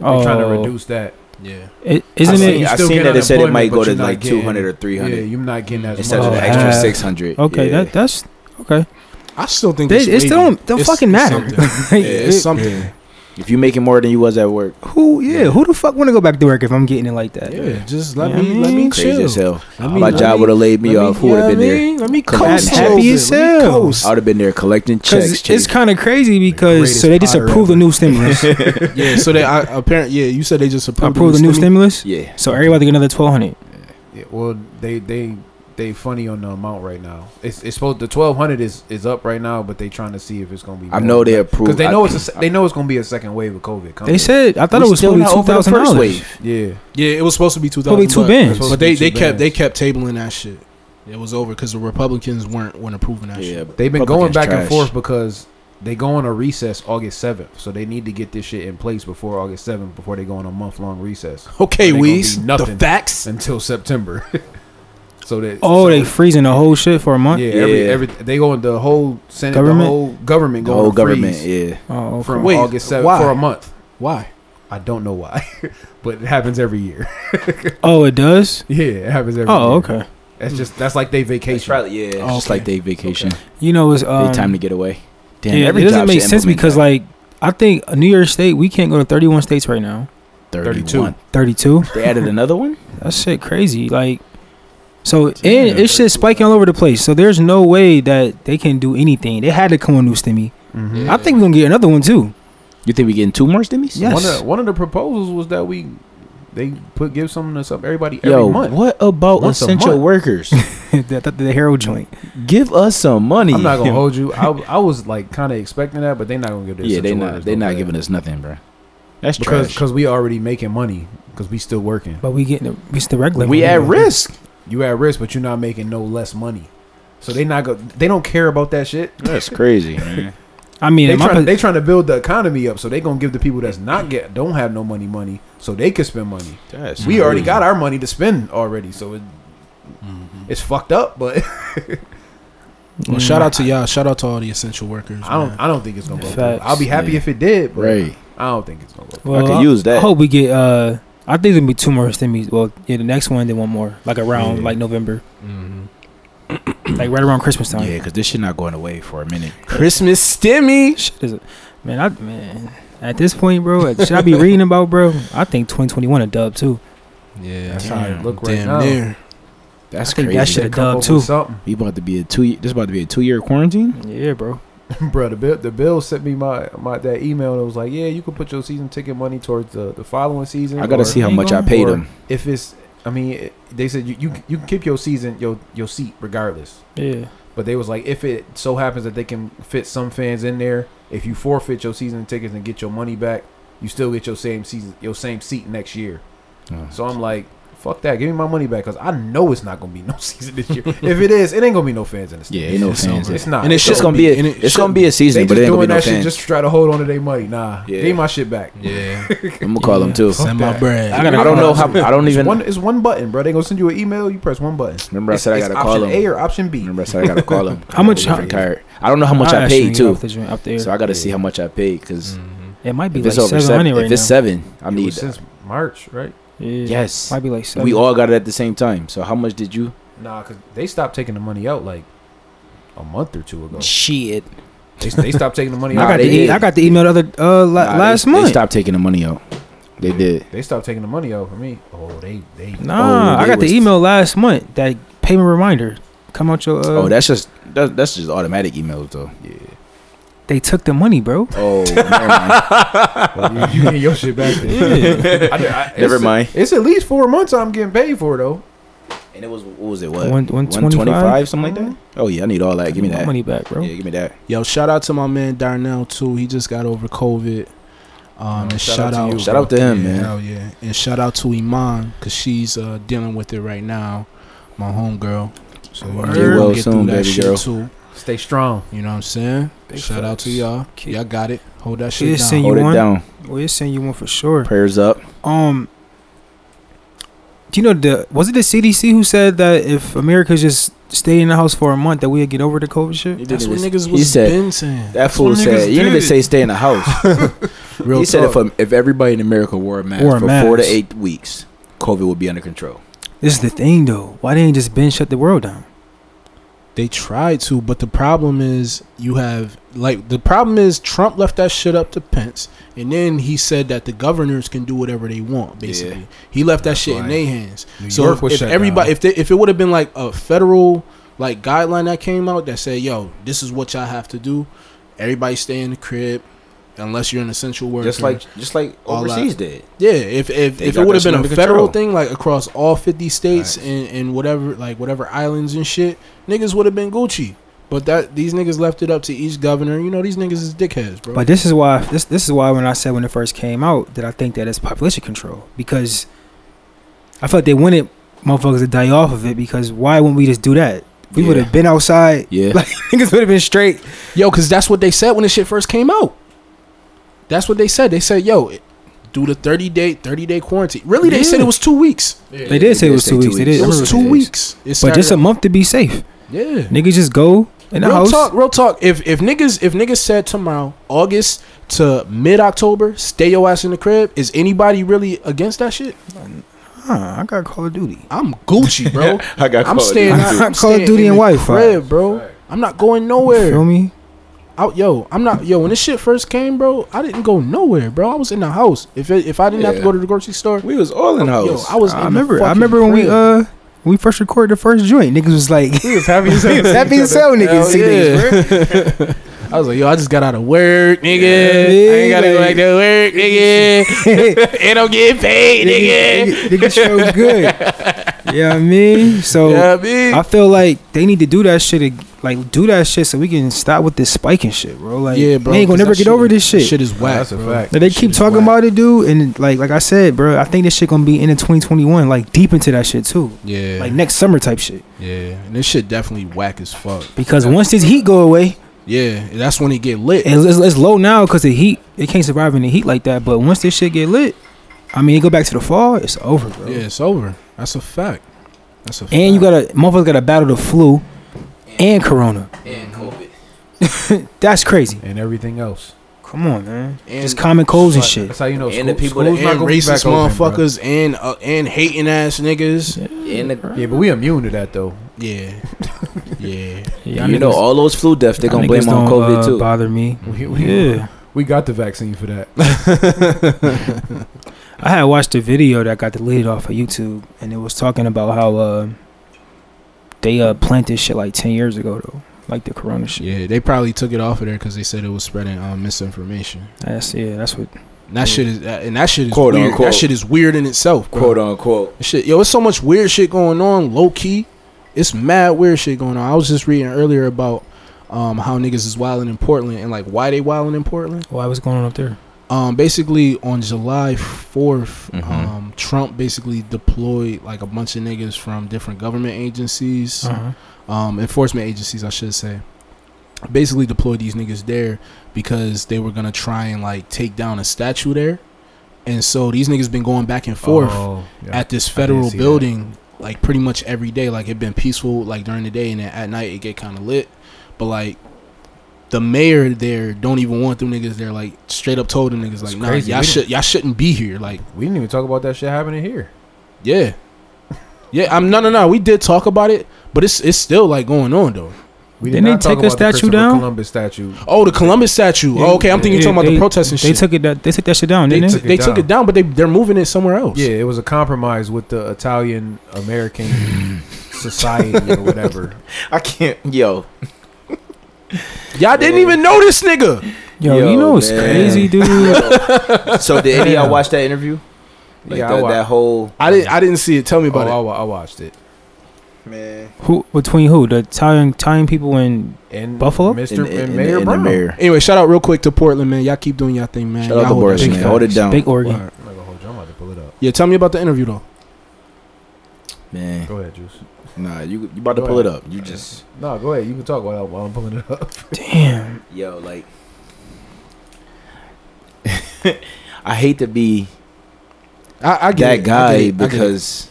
B: They're trying to
D: Oh,
B: reduce that.
A: Yeah,
D: it,
E: I
D: isn't
B: see.
E: seen,
D: it?
B: You
E: I
B: still
E: seen
B: get
E: that it said it might
B: unemployment,
E: go
B: but
E: to
B: you're not
E: like
B: getting-
E: 200 or 300
B: Yeah, you're not getting as
E: instead
B: much.
E: of
D: Oh,
E: the extra
D: half.
E: 600.
D: Okay,
E: yeah.
D: that that's <laughs> okay.
A: I still think
D: They,
A: it's
D: it's
A: wavy.
D: don't don't
A: It's- it's
D: fucking matter. <laughs>
A: something.
D: Like,
A: Yeah, it's
D: it-
A: something.
E: If you making more than you was at work,
D: Who? Yeah. Who the fuck want to go back to work if I'm getting it like that?
A: Yeah, just let me
D: Yeah, I mean,
A: let me
E: crazy
A: chill.
E: as hell.
A: Let
E: My
A: let
E: job would have laid me
A: let
E: off.
A: you
E: Who would
A: know
E: have been
A: what I
E: there?
A: mean? Let me
E: Come
A: coast
E: on,
A: a little
D: happy
A: bit.
D: as
A: Let me
D: hell.
A: coast.
E: I would have been there collecting checks.
D: Because it's
E: Chase.
D: kind of crazy because
B: greatest
D: so they just
B: potter
D: approved the new stimulus.
A: yeah, so they I, apparently yeah, you said they just approved,
D: approved the new
A: stimulus.
D: stimulus.
E: yeah,
D: So everybody get another twelve hundred.
B: Yeah, well, they they they funny on the amount right now. It's it's supposed the twelve hundred is is up right now, but they trying to see if it's gonna be.
E: I know they approved.
B: because they
E: I-
B: know it's a, se- they know it's gonna be a second wave of COVID. Coming.
D: They said I thought
E: Oh. We
D: it was
E: still
D: probably
E: not
D: two
E: over the
D: thousand
E: first
D: dollars.
E: wave.
B: yeah,
A: Yeah, it was supposed to be two thousand.
D: Probably two bands.
A: but they they
B: Supposed to be two
A: kept they
B: bands.
A: kept tabling that shit. It was over because the Republicans weren't weren't approving that
E: Yeah,
A: shit.
B: they've been
E: Republicans
B: going back and
E: trash.
B: forth because they go on a recess August seventh, so they need to get this shit in place before August seventh, before they go on a month long recess
A: Okay,
B: They gonna
A: Weez,
B: be
A: the
B: nothing.
A: facts.
B: until <laughs> September. so that
D: Oh,
B: so-
D: they freezing the whole shit for a month.
B: yeah, Every,
E: Yeah.
B: every they go in the whole Senate,
D: Government?
B: the whole government,
E: the
B: go
E: whole
B: on a freeze
E: government. Yeah,
D: Oh, okay.
B: from
A: Wait,
B: August seventh
A: why?
B: for a month.
A: Why?
B: I don't know why, <laughs> but it happens every year. <laughs>
D: oh, it does.
B: yeah, it happens every year.
D: Oh, okay.
B: That's just that's like they
E: it's
B: vacation.
E: probably yeah. It's
A: Oh,
E: just
A: okay.
E: like they vacation.
D: You know, it's
E: They
D: um,
E: time to get away. Damn,
D: yeah,
E: every
D: it doesn't
E: job
D: make
E: should
D: sense
E: implement
D: because
E: that.
D: like I think New York State we can't go to thirty one states right now.
E: 31.
D: Thirty-two.
E: They added another one.
D: That shit crazy. Like, so and
B: Yeah,
D: it's just spiking all over the place. So there's no way that they can do anything. They had to come on new stimmy.
B: Mhm.
D: I think we're gonna get another one too. <laughs>
E: You think we getting two more stimmies?
D: Yeah.
B: One
D: Yes.
B: of one of the proposals was that we they put give something to some everybody every
E: Yo,
B: month.
E: what about
B: Once a
E: essential
B: month.
E: <laughs> workers?
D: the, the, the Herald joint.
E: Give us some money.
B: I'm not gonna hold you. I, I was like kind of expecting that, but they're not gonna give this.
E: Yeah, they not they not giving us nothing, bro. That's
B: because
E: trash.
B: because we already making money because we still working.
D: But we getting the- it's the regular.
E: we
D: one.
E: at risk.
B: You at risk, but you're not making no less money. So they not go. They don't care about that shit.
E: <laughs> That's crazy. man.
D: I mean,
B: They
D: in my
B: trying,
D: pos-
B: they trying to build the economy up, so they gonna give the people that's not get don't have no money money, so they can spend money.
E: That's
B: We already
E: crazy.
B: got our money to spend already, so it,
A: Mm-hmm.
B: it's fucked up. But <laughs>
A: Well,
D: Mm.
A: shout out to y'all. Shout out to all the essential workers.
B: I don't.
A: man.
B: I don't think it's gonna go. Through.
D: Facts.
B: I'll be happy
E: Yeah.
B: if it did, but
E: right.
B: I don't think it's gonna go. Through.
E: I
D: Well,
E: could use
D: I
E: that.
D: hope we get. uh I think there'll be two more stimmies. Well, yeah, the next one, then one more, like around
B: Yeah.
D: like November,
A: Mm-hmm.
D: like right around Christmas time.
E: Yeah, because this shit not going away for a minute.
A: Christmas stimmy.
D: Shit is, man, I man. At this point, bro, should I be reading about, bro? I think 2021 a dub too.
A: Yeah,
B: That's
E: Damn.
B: how it look right
A: damn
B: now.
A: near.
E: That's
D: I think
E: crazy.
D: that shit-
B: They
D: Should've
B: come
D: done
B: up with
D: too.
B: Something,
E: we about to be a two. This about to be a two year quarantine.
D: Yeah, bro.
B: <laughs> bro. The bill, the bill sent me my, my that email and it was like, yeah, you can put your season ticket money towards the, the following season.
E: I gotta
B: or
E: see how much I
D: Or-
E: paid them.
B: if it's. I mean, it- they said you, you you can keep your season your your seat regardless.
D: Yeah.
B: But they was like, if it so happens that they can fit some fans in there, if you forfeit your season tickets and get your money back, you still get your same season, your same seat next year.
E: Oh.
B: So I'm like, fuck that, give me my money back because I know it's not gonna be no <laughs> season this year. if it is, it ain't gonna be no fans in the
E: Yeah,
B: stadium.
E: ain't no
A: It's
E: fans.
A: over.
B: it's not.
E: And it's
A: It's
E: just
A: gonna
E: gonna
A: be,
E: be.
A: and
E: A,
A: it
E: it's gonna
A: should
E: be a season,
B: they
E: but
B: just
E: it ain't gonna be
B: doing
E: no
B: that shit
E: fans.
B: just to try to hold on to their money. Nah,
E: Yeah.
B: give me my shit back.
A: Yeah,
E: I'm gonna call them too.
A: send my
B: that.
A: bread.
D: I gotta-
E: I don't know how. I don't
B: It's
E: even.
B: one, it's one button, bro. They gonna send you an email. You press one button.
E: Remember I
B: It's-
E: said I
B: it's
E: gotta
B: option
E: call them.
B: A or option B.
E: Remember I said I gotta call them.
D: How much-
E: I'm tired. I don't know how much I,
D: actually
E: paid
D: ain't
E: too.
D: off the joint- off the air.
E: So I gotta see how much I paid
A: Mm.
E: because
D: it might be
E: if
D: like
E: it's over
D: 700
E: seven,
D: right
E: if it's
D: now.
E: seven, I
B: It was
E: need.
B: since March, right?
D: yeah.
E: Yes,
D: Might be like seven.
E: we all got it at the same time. So how much did you?
B: Nah, cause they stopped taking the money out like a month or two ago.
E: Shit.
B: They, they stopped taking the money
E: <laughs> Nah,
D: I
B: out.
D: got the
E: they
D: e-
E: did.
D: I got the email the other uh la-
E: Nah, they-
D: last
E: they,
D: month.
E: stopped taking the money out. They did.
B: They stopped taking the money out for me. Oh, they
E: <laughs>
B: they.
D: Nah,
E: Oh,
D: I
E: they
D: got the
E: was-
D: email last month. That payment reminder. Come out your. Uh,
E: Oh, that's just that, that's just automatic emails though.
B: Yeah,
D: they took the money, bro.
E: Oh, never mind.
B: you, you get your shit back. Then. I, I- it's-
E: Never mind.
B: It's at least four months I'm getting paid for though.
E: And it was what was it? What
D: One- 125?
E: something like that.
B: Mm-hmm.
E: Oh yeah, I need all that. Give me
D: my
E: that.
D: money back, bro.
E: Yeah, give me that.
A: Yo, shout out to my man Darnell too. He just got over COVID. Um, and shout,
B: shout out
A: out,
B: to you.
E: Shout out to him,
A: yeah,
E: man.
A: hell yeah, and shout out to Iman because she's uh, dealing with it right now. My homegirl. So you know,
D: Word.
A: we'll
D: Get
E: well
A: get
E: soon,
A: through that
E: baby
A: shit
E: girl.
A: too.
B: Stay strong.
A: You know what I'm saying?
D: Big
A: shout out to
D: facts.
A: y'all.
D: Keep-
A: Y'all got it. Hold that
D: Yeah,
A: shit down.
D: send you
E: Hold it
D: one?
E: down.
D: Well, it's send you one for sure.
E: Prayers up.
D: Um, do you know the was it the CDC who said that if America just stayed in the house for a month that we'd get over the COVID shit?
A: That's what niggas
E: he
A: was
E: said.
A: been saying.
E: That fool
A: what niggas
E: said. You didn't even
A: did.
E: say stay in the house.
A: Real
E: he said
A: talk.
E: if um, if everybody in America wore a mask
D: Wore a
E: for four to
D: mask.
E: eight weeks, COVID would be under control.
D: This is the thing though. Why they ain't just been shut the world down?
A: They tried to, but the problem is you have like the problem is Trump left that shit up to Pence, and then he said that the governors can do whatever they want. Basically, he left that shit in
B: right.
A: their hands.
B: New
A: so
B: York
A: if,
B: was
A: if
B: shut
A: everybody,
B: down.
A: if they, if it would have been like a federal like guideline that came out that said, "Yo, this is what y'all have to do. Everybody stay in the crib." Unless you're an essential worker,
E: Just like just like
A: All that.
E: overseas did.
A: yeah, if if,
E: They
A: if
E: got
A: it would have
E: that
A: been a
E: shit under
A: federal
E: control.
A: thing, like across all fifty states
B: Facts.
A: and, and whatever like whatever islands and shit, niggas would have been Gucci. But that these niggas left it up to each governor. You know these niggas is dickheads, bro.
D: But this is why this this is why when I said when it first came out that I think that it's population control because I felt they wanted motherfuckers to die off of it because why wouldn't we just do that? We would
E: Yeah.
D: have been outside. <laughs>
E: Yeah.
D: Like niggas would have been straight.
A: yo, because that's what they said when this shit first came out. That's what they said. They said, yo, it- do the thirty day thirty day quarantine. Really, they said
D: Yeah.
A: it was two weeks.
D: They did say it
E: did
D: was
E: say
D: two
E: two
D: weeks. They
E: weeks.
D: did.
A: It
D: I
A: was
D: remember
A: two
D: they did.
A: weeks. It
D: But
A: started-
D: just a month to be safe.
A: yeah.
D: Niggas just go in the
A: real
D: house.
A: talk, real talk. If if niggas if niggas said tomorrow, August to mid October, stay your ass in the crib. Is anybody really against that shit?
D: Huh, I got Call of Duty.
A: I'm Gucci,
D: <laughs>
A: bro.
C: I got
A: I'm
C: called.
A: staying.
D: Duty.
A: I'm
D: Call of
A: staying
D: Duty
A: in
D: and
A: the
D: Wi-Fi.
A: crib, bro. I'm not going
D: You feel
A: nowhere.
D: me?
A: Out, yo. I'm not, yo. When this shit first came, bro, I didn't go nowhere, bro. I was in the house. If it, if I didn't have to
C: Yeah.
A: go to the grocery store,
E: We was all in the
A: yo,
E: house.
A: I was. in
D: I
A: the
D: remember. I
A: fucking
D: remember when we
A: crib.
D: uh when we first recorded the first joint. Niggas was like,
B: He was happy
D: <laughs>
B: as hell.
D: we was happy as hell, niggas.
A: Hell
D: sick niggas,
A: <laughs> yeah.
D: bro. <laughs>
A: I was like, yo, I just got out of work, nigga. I ain't
D: Yeah,
A: gotta go
D: like-
A: back to work, nigga. and I'm getting paid, nigga.
D: Niggas, niggas feel good. Yeah, I mean, so
A: Yeah, I mean?
D: I feel like they need to do that shit, ag- like do that shit, so we can stop with this spiking shit, bro. Like,
A: yeah, bro.
D: we ain't gonna
A: 'cause
D: never
A: that
D: get over this
A: that
D: shit.
A: Shit is whack.
B: That's a
A: bro.
B: fact.
D: Like, they
A: shit
D: keep
A: is
D: talking
A: whack.
D: about it, dude, and like, like I said, bro, I think this shit gonna be into 2021, like deep into that shit too,
A: Yeah,
D: like next summer type shit.
A: yeah. And this shit definitely whack as fuck.
D: Because once this heat go away,
A: Yeah, that's when it get lit.
D: it's, it's, it's low now because the heat, it can't survive in the heat like that. But once this shit get lit, I mean, it go back to the fall, it's over, bro.
A: Yeah, it's over. That's a fact. That's a fact.
D: And you gotta, motherfuckers gotta battle the flu and corona.
E: And COVID.
D: <laughs> That's crazy.
B: and everything else.
D: Come on, man.
A: and,
D: Just common colds and
B: Like,
D: shit.
B: That's how you know.
E: And the people
B: school's
E: that-
B: not
A: and
B: gonna be
A: racist
B: back open, bro.
A: motherfuckers and uh, and hating ass niggas.
E: In the,
B: Yeah, but we immune to that though.
A: Yeah,
D: <laughs>
A: yeah.
D: Yeah,
E: you know, all those flu deaths they gonna blame on COVID too.
D: uh, Bother me.
B: We, we,
D: Yeah,
B: we got the vaccine for that.
D: <laughs> I had watched a video that got deleted off of YouTube, and it was talking about how uh, they uh, planted shit like ten years ago though, like the corona shit.
A: Yeah, they probably took it off of there because they said it was spreading um, misinformation.
D: That's yeah, that's what.
A: And that shit is, and that shit is
E: Quote,
A: weird. That
E: unquote.
A: shit is weird in itself, bro.
E: Quote unquote.
A: Shit, yo, it's so much weird shit going on, low key. It's mad weird shit going on. I was just reading earlier about um, how niggas is wilding in Portland and like why they wilding in Portland.
D: Why was going on up there?
A: Um, basically on July 4th
E: Mhm.
A: um, Trump basically deployed like a bunch of niggas from different government agencies,
D: Uh-huh.
A: um, enforcement agencies, I should say. Basically deployed these niggas there because they were gonna try and like take down a statue there, and so these niggas been going back and forth
B: Oh, yeah.
A: at this federal
B: see that.
A: building like pretty much every day like it been peaceful like during the day and then at night it get kind of lit but like the mayor there don't even want them niggas there like straight up told them niggas
B: That's
A: like nah
B: crazy.
A: y'all
B: We
A: should y'all shouldn't be here like
B: we didn't even talk about that shit happening here.
A: yeah yeah i'm no no no we did talk about it but it's it's still like going on though
B: We
D: Didn't they take a
B: the
D: statue
B: Christopher
D: down?
B: Columbus statue.
A: oh the columbus statue oh, okay i'm thinking you're talking about the protests and
D: they
A: shit
D: took it. That, they took that shit down,
A: they,
D: didn't
A: took, they
D: they?
A: took it down but they, they're moving it somewhere else
B: Yeah, it was a compromise with the Italian American society or whatever.
E: I can't. <laughs> Yo,
A: y'all didn't even know this nigga
D: Yo, you
E: Yo,
D: know it's
E: man.
D: crazy, dude.
E: so did any of y'all watch that interview? Like
B: yeah, I,
E: that,
B: wa-
E: that whole
A: i didn't i didn't see it tell me
B: oh,
A: about
B: I,
A: it
B: wa- I watched it.
E: man
D: who between who? The Italian Italian people and
B: And
D: Buffalo?
B: Mr. and
E: in
B: Mayor
E: the
B: Brown.
E: mayor.
A: Anyway, shout out real quick to Portland, man. Y'all keep doing y'all thing, man.
E: Shout
A: y'all
E: out to
A: hold that
E: Boris,
A: shit
E: man.
A: down.
E: Hold it down,
D: Big Oregon.
A: Word.
B: I'm not gonna hold you. I'm about to pull it up.
A: Yeah, tell me about the interview though.
E: man.
B: Go ahead, Juice.
E: Nah, you you about to
B: Go
E: pull it
B: ahead.
E: up. You just
B: No, go ahead. You can talk while, while I'm pulling it up.
D: Damn.
E: yo like. <laughs> I hate to be
A: I, I get
E: that
A: it. I
E: guy
A: get it. I get it.
E: because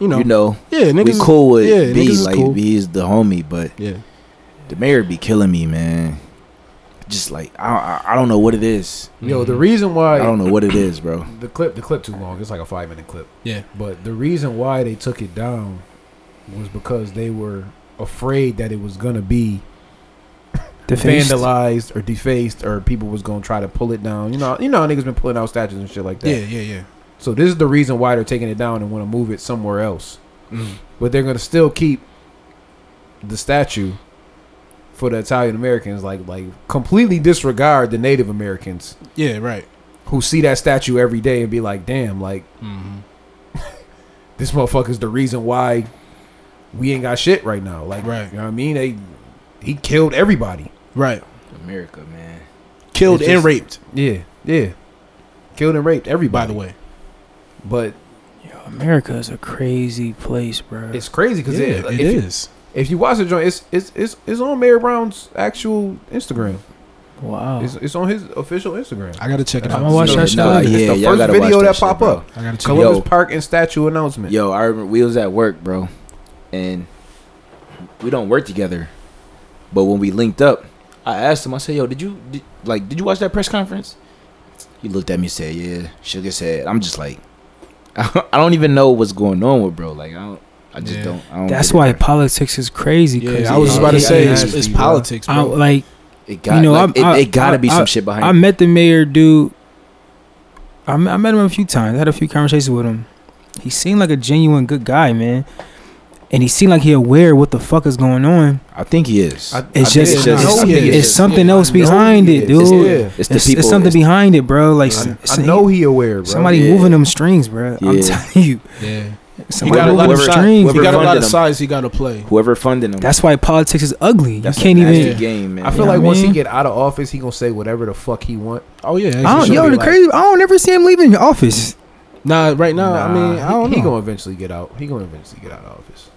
A: you know,
E: you know
A: yeah,
E: we
A: niggas.
E: cool with
A: yeah, niggas
E: B
A: is
E: like
A: cool.
E: B is the homie, but
A: yeah,
E: the mayor be killing me, man. Just like I I, I don't know what it is.
B: Yo, the reason why
E: I don't know what it is, bro.
B: the clip the clip too long. It's like a five minute clip.
A: Yeah.
B: But the reason why they took it down was because they were afraid that it was gonna be
D: Defaced.
B: vandalized or defaced or people was gonna try to pull it down. You know, you know, how niggas been pulling out statues and shit like that.
A: Yeah, yeah, yeah.
B: So this is the reason why they're taking it down and want to move it somewhere else.
A: Mm.
B: But they're gonna still keep the statue for the Italian Americans, like like completely disregard the Native Americans
A: Yeah, right.
B: who see that statue every day and be like, damn, like
A: hmm
B: this motherfucker's the reason why we ain't got shit right now. Like,
A: Right.
B: you know what I mean? They he killed everybody.
A: Right.
E: America, man.
A: Killed
B: It's
A: and
B: just-
A: raped,
B: Yeah, yeah, killed and raped
A: by
B: everybody.
A: the way.
B: but
D: Yo, America is a crazy place, bro.
B: it's crazy because
A: Yeah,
B: if,
A: it
B: you-
A: is.
B: if you watch the joint, it's it's it's it's on Mary Brown's actual Instagram.
D: wow.
B: It's it's on his official Instagram.
A: I gotta check it
D: I'ma
A: out.
D: Oh. watch that
E: Yeah,
D: shit
E: no,
D: out.
E: yeah,
B: it's the
E: y'all
B: first
E: gotta watch
B: video that,
E: shit,
B: pop
E: bro.
B: up.
A: I gotta check it out.
B: Columbus
E: Yo.
B: Park and statue announcement.
E: Yo, I remember we was at work, bro, and we don't work together. But when we linked up, I asked him. I said, "Yo, did you did, like did you watch that press conference?" He looked at me, and said, "Yeah." Shook his head. I'm just like, <laughs> I don't even know what's going on with bro. Like I don't, I just
A: Yeah.
E: don't. I don't
D: That's
E: get it,
D: why
E: bro.
D: politics is crazy.
A: Yeah,
D: 'cause
A: I was
D: it-
A: just about to
D: it-
A: say
D: it-
A: it's,
B: nasty,
A: it's
B: bro.
A: politics,
D: I,
A: bro.
D: like
E: it got.
D: you know,
E: like,
D: I'm-
E: it,
D: I-
E: it gotta
D: I-
E: be some shit behind.
D: I met the mayor dude. I met, I met him a few times. I had a few conversations with him. He seemed like a genuine good guy, man. And he seemed like he aware what the fuck is going on.
E: I think he is.
B: I-
D: It's just,
E: I
D: it's,
E: think it's just- I think
A: it's
D: something
A: yeah,
D: else
B: I know
D: behind
B: he
D: it,
B: is.
D: dude.
B: Yeah.
E: it's the
D: It's,
E: people.
D: it's something
E: it's-
D: behind it, bro. Like
B: I,
D: s-
B: I
D: s-
B: know he aware, bro.
D: somebody
E: yeah.
D: moving them strings, bro. I'm
E: Yeah.
D: telling <laughs> you,
A: Yeah. He
D: somebody
A: got a lot
D: moving
A: of
D: them strings.
E: whoever-
A: size. He got
E: whoever
A: a lot
E: funded
A: of
E: him.
A: size. He got to play.
E: Whoever funding him.
D: That's why politics is ugly.
E: That's
D: you can't
E: a nasty
D: even.
E: game, man.
B: I feel
D: Yeah,
B: like
D: I
B: once he
D: mean-
B: get out of office, he gonna say whatever the fuck he want.
A: Oh yeah.
D: I don't,
B: should
D: yo,
B: be
D: the
B: like-
D: crazy. I don't ever see him leaving your office.
A: Nah, right now. I mean, I don't
B: he, He
A: know.
B: gonna eventually get out. He gonna eventually get out of office.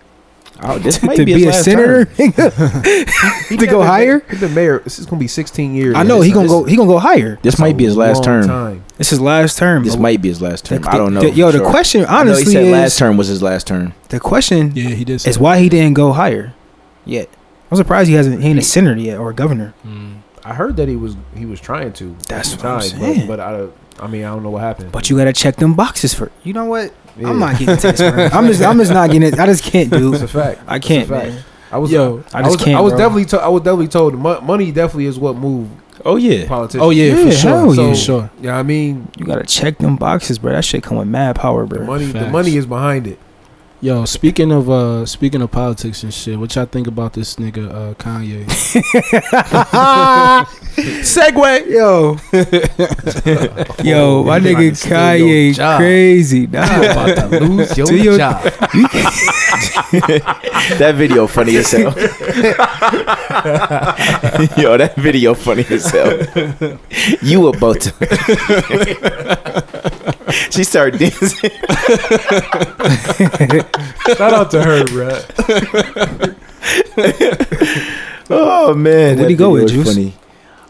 E: oh, this
D: <laughs>
E: might
D: to
E: be,
D: be a
E: his last term.
D: senator,
B: He
D: To
B: been
D: go
B: the ma-
D: higher?
B: he been mayor. This is gonna be 16
D: <laughs>
B: years.
D: I know
B: This
D: he
B: is-
D: gonna
B: this
D: go.
B: is
D: He gonna go higher.
E: This might be his
B: a
E: last
B: long
E: term.
B: time.
D: It's his last term.
E: This
D: but
E: might be his last term.
D: The-
E: I don't know.
D: the- yo,
E: for
D: the
E: sure.
D: question
E: I know he
D: honestly
E: said
D: is
E: last term was his last term.
D: the question
A: Yeah, he did. say
D: is
A: that.
D: why he didn't go higher.
E: Yeah,
D: I'm surprised he hasn't he ain't a senator yet or a governor.
A: Mm.
B: I heard that he was he was trying to.
D: That's
B: at the
D: what I'm
B: but-
D: saying.
B: But, I, I mean, I don't know what happened.
D: But you gotta check them boxes for. You know what?
B: Yeah.
D: I'm not getting into this. bro. I'm just I'm just not getting it. I just can't,
B: It's a
D: dude.
B: fact.
D: I can't,
B: fact.
D: man.
B: I was.
A: Yo,
D: I just
B: was,
D: can't.
B: I was
D: bro.
B: definitely. To, I was definitely told. Mo- money definitely is what moved
E: Oh yeah.
B: politicians.
A: Oh yeah,
D: Yeah,
A: for sure.
D: hell
A: for
B: yeah.
A: sure.
B: Yeah, I mean,
D: You gotta check them boxes, bro. That shit come with mad power,
B: the
D: bro.
B: money. The
A: Facts.
B: money is behind it.
A: Yo, speaking of uh speaking of politics and shit, what y'all think about this nigga uh
E: <laughs>
A: Kanye?
D: Segway, yo, yo, my
B: You
D: nigga
B: trying to steal your
D: Kanye,
B: job.
D: crazy. Nah,
B: <laughs> about to lose
D: Do your-
B: job.
E: That video funny as hell. Yo, that video funny as hell. You were both. she started dancing.
B: Shout out to her, bro.
E: Oh man,
D: Where'd
E: that
D: he go
E: video
D: with,
E: was
D: Juice?
E: Funny.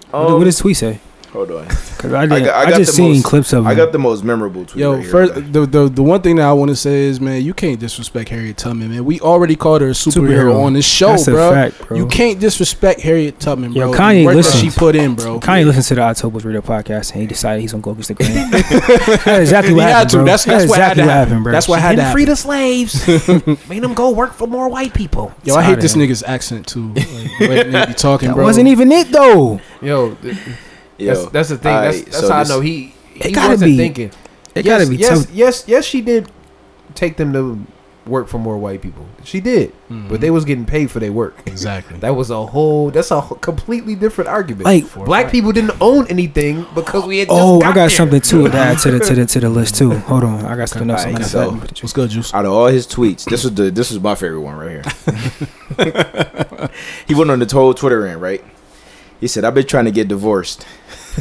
D: what, what does tweet say?
E: Um, hold on.
D: 'Cause I, didn't-
E: got- I
D: I
E: got
D: just
E: the
D: seen
E: most-
D: clips of him.
E: I got the most memorable tweet.
A: Yo,
E: right here,
A: first
E: bro.
A: the, the the one thing that I want to say is, man, you can't disrespect Harriet Tubman, man. We already called her a superhero,
D: Superhero.
A: on this show,
D: That's a
A: bro.
D: fact, bro.
A: You can't disrespect Harriet Tubman,
D: Yo,
A: bro.
D: Kanye
A: the work that
D: listens.
A: she put in, bro.
D: Kanye listened to the October's Radio podcast and he decided he's gonna go against the
A: <laughs>
D: grain. that's exactly
A: He
D: what
A: had
D: happened,
A: to.
D: bro.
A: That's- that's what had
D: exactly
A: to
D: what
A: happen.
D: happened, bro.
A: That's what had to happen.
F: the slaves. Made them go work for more white people.
A: Yo, I hate
D: Tired
A: this
D: of him.
A: nigga's accent too. Like, the way they
D: <laughs>
A: be talking,
D: That
A: bro.
D: wasn't even it though.
B: Yo, th-
E: Yo,
B: that's, that's the thing. that's
E: alright,
B: that's
E: so
B: how
E: this-
B: I know he.
D: It
B: He
D: gotta
B: wasn't
D: be-
B: thinking.
D: It
B: yes,
D: gotta be
B: yes,
D: tough.
B: yes, yes. She did take them to work for more white people. She did,
A: Mhm.
B: but they was getting paid for their work.
A: exactly.
B: That was a whole. That's a whole- completely different argument.
D: Like-
A: For a
B: black
A: fact.
B: people didn't own anything because we had. Just
D: Oh,
B: got
D: I got
B: there.
A: <laughs>
D: something too to add to the to the to the list too. Hold on, I got something else. I'm
E: Alright,
D: gonna
E: so-
D: add.
A: What's good, Juice?
E: out of all his tweets, this was the this was my favorite one right here. he went on the whole Twitter end, right? He said, "I've been trying to get divorced."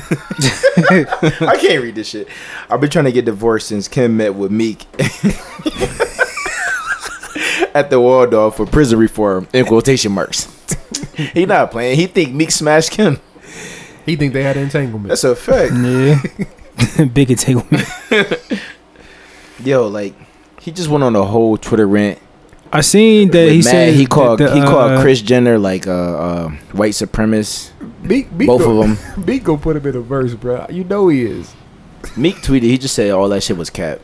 E: I can't read this shit. I've been trying to get divorced since Kim met with Meek <laughs> at the Waldorf for prison reform in quotation marks. <laughs> he not playing. He think Meek smashed Kim.
B: He think they had entanglement.
E: That's a fact.
D: Yeah, <laughs> big entanglement.
E: Yo, like he just went on the whole Twitter rant
D: I seen that
E: with
D: he
E: Matt,
D: said
E: he called
D: that the,
E: he called
D: uh,
E: Chris Jenner like a uh, white supremacist.
B: Meek, Meek
E: Both
B: go, <laughs>
E: of them.
B: Meek go put him in a verse, bro. You know he is.
E: Meek tweeted he just said all that shit was cap.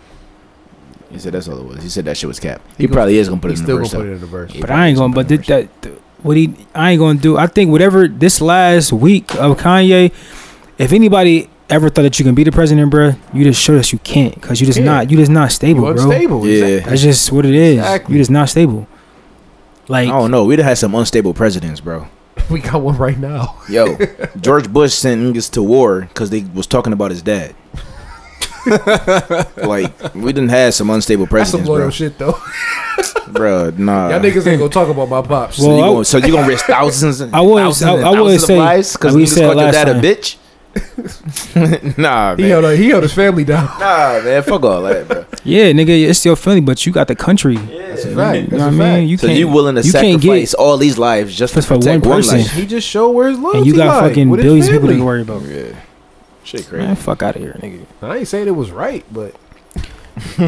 E: He said that's all it was. He said that shit was cap. He, probably is gonna put it
B: He's
E: in the
B: still
E: verse.
B: gonna put
E: though.
B: it in the verse.
E: He
D: But
E: probably
D: I ain't
E: is
D: gonna.
E: put
D: But
E: it in
D: did
E: the verse.
D: that th- what he I ain't gonna do. I think whatever this last week of Kanye, if anybody ever thought that you can be the president, bro, you just showed us you can't, cause you just
B: Yeah.
D: not you just not stable,
B: You
D: bro.
B: unstable.
E: Yeah.
D: That's just what it is.
B: Exactly.
D: You just not stable. Like
E: I don't know. We'd have had some unstable presidents, bro.
B: <laughs> We got one right now. <laughs>
E: Yo, George Bush sent niggas to war because they was talking about his
B: <laughs>
E: dad. like we didn't have some unstable
B: That's some
E: presidents,
B: loyal
E: bro.
B: shit though.
E: Bro,
D: Uh,
E: nah.
B: Y'all niggas ain't gonna talk about my pops.
E: so,
D: Well,
E: you
D: I-
E: gonna, so you gonna risk <laughs> thousands? And
D: I wouldn't-
E: thousands and
D: I- I wouldn't
E: thousands of
D: say-
E: lives because
D: like we
E: niggas
D: said
E: called your
D: last
E: dad
D: time.
E: a bitch. <laughs> nah,
B: he
E: man.
B: held he held his family down.
E: Nah, man. Fuck all that, bro.
D: yeah, nigga, it's your feeling, but you got the country.
B: That's a fact.
D: You
B: That's
D: know
B: a
D: what I mean?
B: fact.
D: You
E: so
D: can't.
E: you willing to
D: you can't get-
E: sacrifice all these lives just to
D: Just for
E: protect
D: one
E: one,
D: person.
E: life?
B: He just showed where his loyalty
D: and you got
B: lied
D: fucking
B: with his
D: billions of people
B: family.
D: to worry about.
E: Shit, crazy.
D: Man, fuck out of
B: <laughs>
D: here, nigga.
B: I ain't saying it was right, but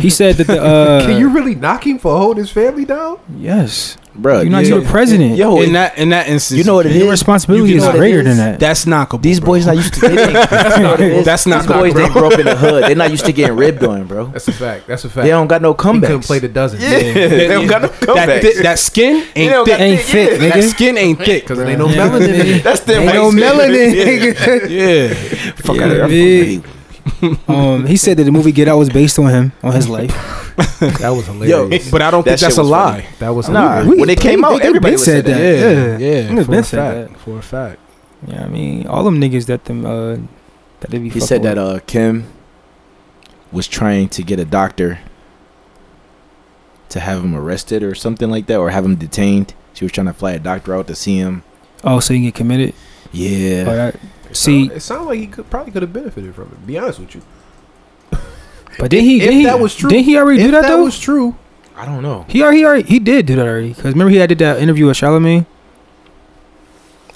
D: He said that the uh,
B: can you really knock him for holding his family down?
D: yes,
E: bro.
D: you know you're the president.
E: yo,
A: in that in that instance,
E: you know what it
D: Your
E: is.
D: responsibility
A: you
D: is
A: know what it
D: greater
E: is?
D: than that.
A: That's knockable.
E: These
A: bro. <laughs>
E: boys <laughs> not used to. They didn't- you know what it is?
A: That's
E: These
A: not knockable,
E: boys.
A: bro.
E: They grew up in the hood. They not used to getting ribbed on, bro.
B: That's a <laughs> fact. That's a fact.
E: They don't got no
B: he
E: comebacks.
B: couldn't play the dozen.
E: they don't got no
A: that, thi- that skin ain't
E: don't
A: thick.
E: got
D: Ain't
A: <laughs>
D: thick,
A: That
D: nigga.
A: skin ain't thick.
B: Because
A: bruh.
B: they
D: <laughs>
B: know melanin. in it.
E: That's them.
D: Ain't
E: <laughs>
D: no melanin, <laughs> nigga.
A: Yeah,
E: Fuck
D: Yeah,
E: out of
D: big.
E: here.
D: Um, he said that the movie Get Out was based on him, on his life.
B: That was hilarious.
A: but I don't
E: That
A: think that's
E: shit
A: a
E: was
A: lie.
B: that was
E: Nah,
B: hilarious.
E: when it came out, everybody was
D: said
E: said
D: that.
E: that.
D: Yeah,
A: yeah,
D: Niggas
A: for
D: been
A: a
D: said
A: fact, for a fact.
D: Yeah, I mean, all them niggas that them uh, that they be.
E: He said that uh, Kim was trying to get a doctor to have him arrested or something like that, or have him detained. She was trying to fly a doctor out to see him.
D: Oh, so you get committed? Oh,
E: Yeah,
D: All right.
B: It
D: See-
B: sound- it sounded like he could, probably could have benefited from it. Be honest with you.
D: But did he?
B: If
D: Did he?
B: that was true-
D: Did he already do
B: if
D: that, though?
B: was true,
E: I don't know.
D: He already, he already he did do that already. Cause remember he had did that interview with Charlemagne,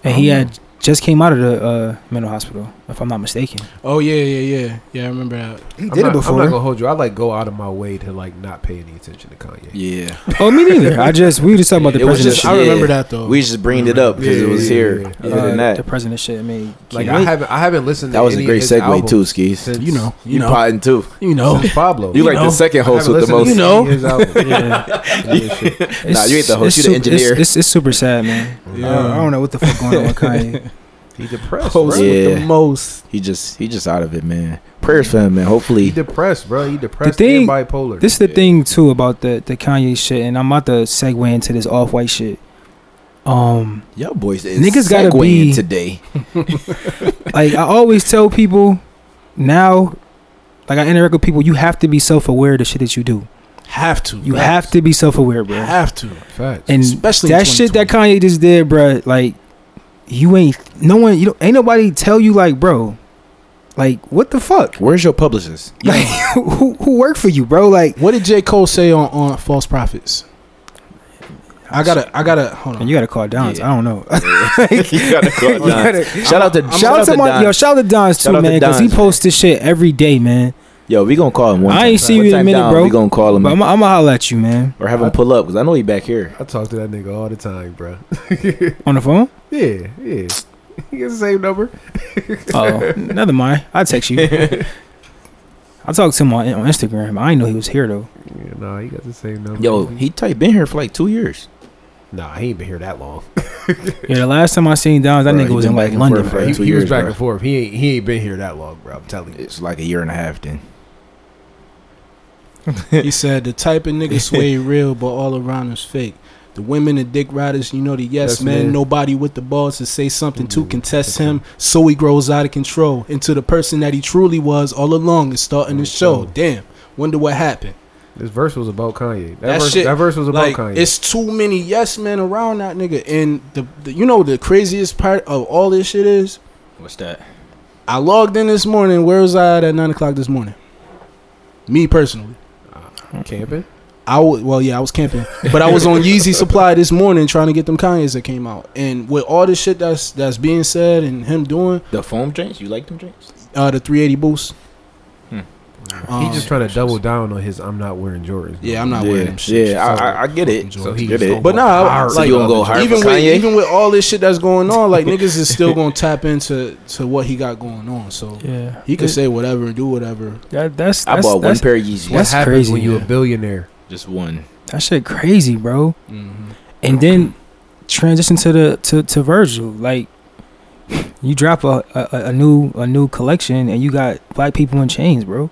D: and he had just came out of the uh, mental hospital, if I'm not mistaken.
A: Oh yeah, yeah, yeah, yeah. I remember that.
D: He
B: I'm not, I'm not gonna hold you. I like go out of my way to like not pay any attention to Kanye.
E: Yeah,
D: oh, me neither. I just we just talking about the
E: It was
D: president.
E: just-
D: shit.
A: I remember
E: yeah.
A: that though.
E: we just bringing it up because
B: Yeah,
E: it was
B: yeah,
E: here.
B: yeah, yeah.
E: Other than
D: Uh,
E: that,
D: The president shit. I mean,
B: Like
D: Kim-
B: I haven't, I haven't listened.
E: that
B: to
E: was a
B: any
E: great
B: of his
E: segue
B: albums
E: too, skis.
B: Since,
A: you know, you
E: You
A: know,
E: potting too.
A: you know.
B: since Pablo.
E: You like
A: know.
E: the second host with the most.
A: You know.
B: know.
E: Nah, you ain't the
D: it's-
E: host,
D: it's
E: you the
D: super-
E: engineer.
D: It's, it's, it's super sad, man. I
A: Uh,
D: don't- I don't know what the fuck going on with Kanye.
B: He depressed, bro.
A: Post
E: Yeah.
A: with the most.
E: He just he just out of it, man. Prayers for him, man. Hopefully,
B: He depressed, bro. He depressed
D: thing-
B: and bipolar.
D: This is the
E: Yeah.
D: thing too about the the Kanye shit, and I'm about to segue into this off white shit. Um.
E: y'all boys is
D: Niggas gotta
E: segueing
D: be-
E: today.
D: like I always tell people now, like I interact with people, you have to be self aware of the shit that you do.
A: Have to.
D: You
A: bruh.
D: have to be self aware, bro.
A: Have to.
B: Facts. <laughs>
D: And
A: Especially in
D: that shit that Kanye just did, bro. Like you ain't no one. You don't, ain't nobody tell you like, bro. Like what the fuck?
E: Where's your publicist?
D: Like <laughs> who who worked for you, bro? Like
A: What did J Cole say on on False Prophets? I gotta. I gotta. Hold
D: And
A: on.
D: you gotta call Don's.
E: Yeah.
D: I don't know.
E: you gotta call <laughs>
D: You
E: Don.
D: gotta-
E: Shout out to
D: <laughs> shout out to my yo, shout out to Don's
E: Shout
D: too,
E: out to
D: man, because he
E: Don's, man.
D: posts this shit every day, man.
E: Yo, we gonna call him one.
D: I
E: time.
D: ain't seen you
E: One
D: in a
E: time
D: minute, bro.
E: We gonna call him
D: But I'm gonna holler at you, man.
E: or have him pull up because I know he back here.
B: I talk to that nigga all the time, bro. <laughs>
D: On the phone?
B: Yeah, yeah. He gets the same number.
D: Oh, <laughs> never mind. I text
E: <laughs>
D: you. I talked to him on, on Instagram. I didn't know he was here though.
B: Yeah, nah, he got the same number.
E: Yo, he type been here for like two years.
B: nah, he ain't been here that long.
D: Yeah, the last time I seen Dons, that
E: Bro,
D: nigga
E: he
D: was in
E: been
D: like
E: back and
D: London.
E: forth, bro.
D: bro.
B: he
E: two
B: he
E: years,
B: was back
E: bro.
B: and forth. He ain't he ain't been here that long, bro. I'm telling you.
E: It's like a year and a half then.
A: he said the type of nigga sway real, but all around is fake. The women and dick riders, you know the yes,
B: Yes,
A: man.
B: man.
A: Nobody with the balls to say something to
B: Mhm.
A: contest him, so he grows out of control into the person that he truly was all along. Is starting to
B: Mhm.
A: show. Damn, wonder what happened.
B: This verse was about Kanye. That,
A: That
B: verse,
A: shit,
B: that verse was about
A: Like
B: Kanye.
A: it's too many yes men around that nigga. And the, the you know the craziest part of all this shit is
E: What's that?
A: I logged in this morning. Where was I at at nine o'clock this morning? Me personally.
B: camping.
A: I was well, yeah, I was camping, but I was on Yeezy Supply this morning trying to get them Kanyes that came out, and with all this shit that's that's being said and him doing
E: The foam drinks? You like them drinks?
A: uh, the 380 boost,
E: Hmm.
A: Um,
B: he just trying to double down on his. I'm not wearing Jordans.
A: yeah, I'm not
E: yeah,
A: wearing them shit.
E: yeah, I, I, I get it.
B: So he
E: Get
B: just
E: it.
B: gonna
A: But
B: go
A: nah, I-
B: hard.
A: like,
E: you gonna go hard
A: even
E: for
A: with
E: Kanye?
A: even with all this shit that's going on,
E: <laughs>
A: like niggas is still gonna tap into to what he got going on. So
D: Yeah,
A: he could say whatever and do whatever.
D: that, that's, that's
E: I bought one
D: that's-
E: pair of Yeezys.
D: Yeah.
B: what
D: That's
B: happens
D: crazy,
B: when you
D: yeah.
B: a billionaire?
E: Just one.
D: That shit crazy, bro.
A: hmm
D: And then transition to the to, to Virgil. Like you drop a, a a new a new collection and you got black people in chains, bro.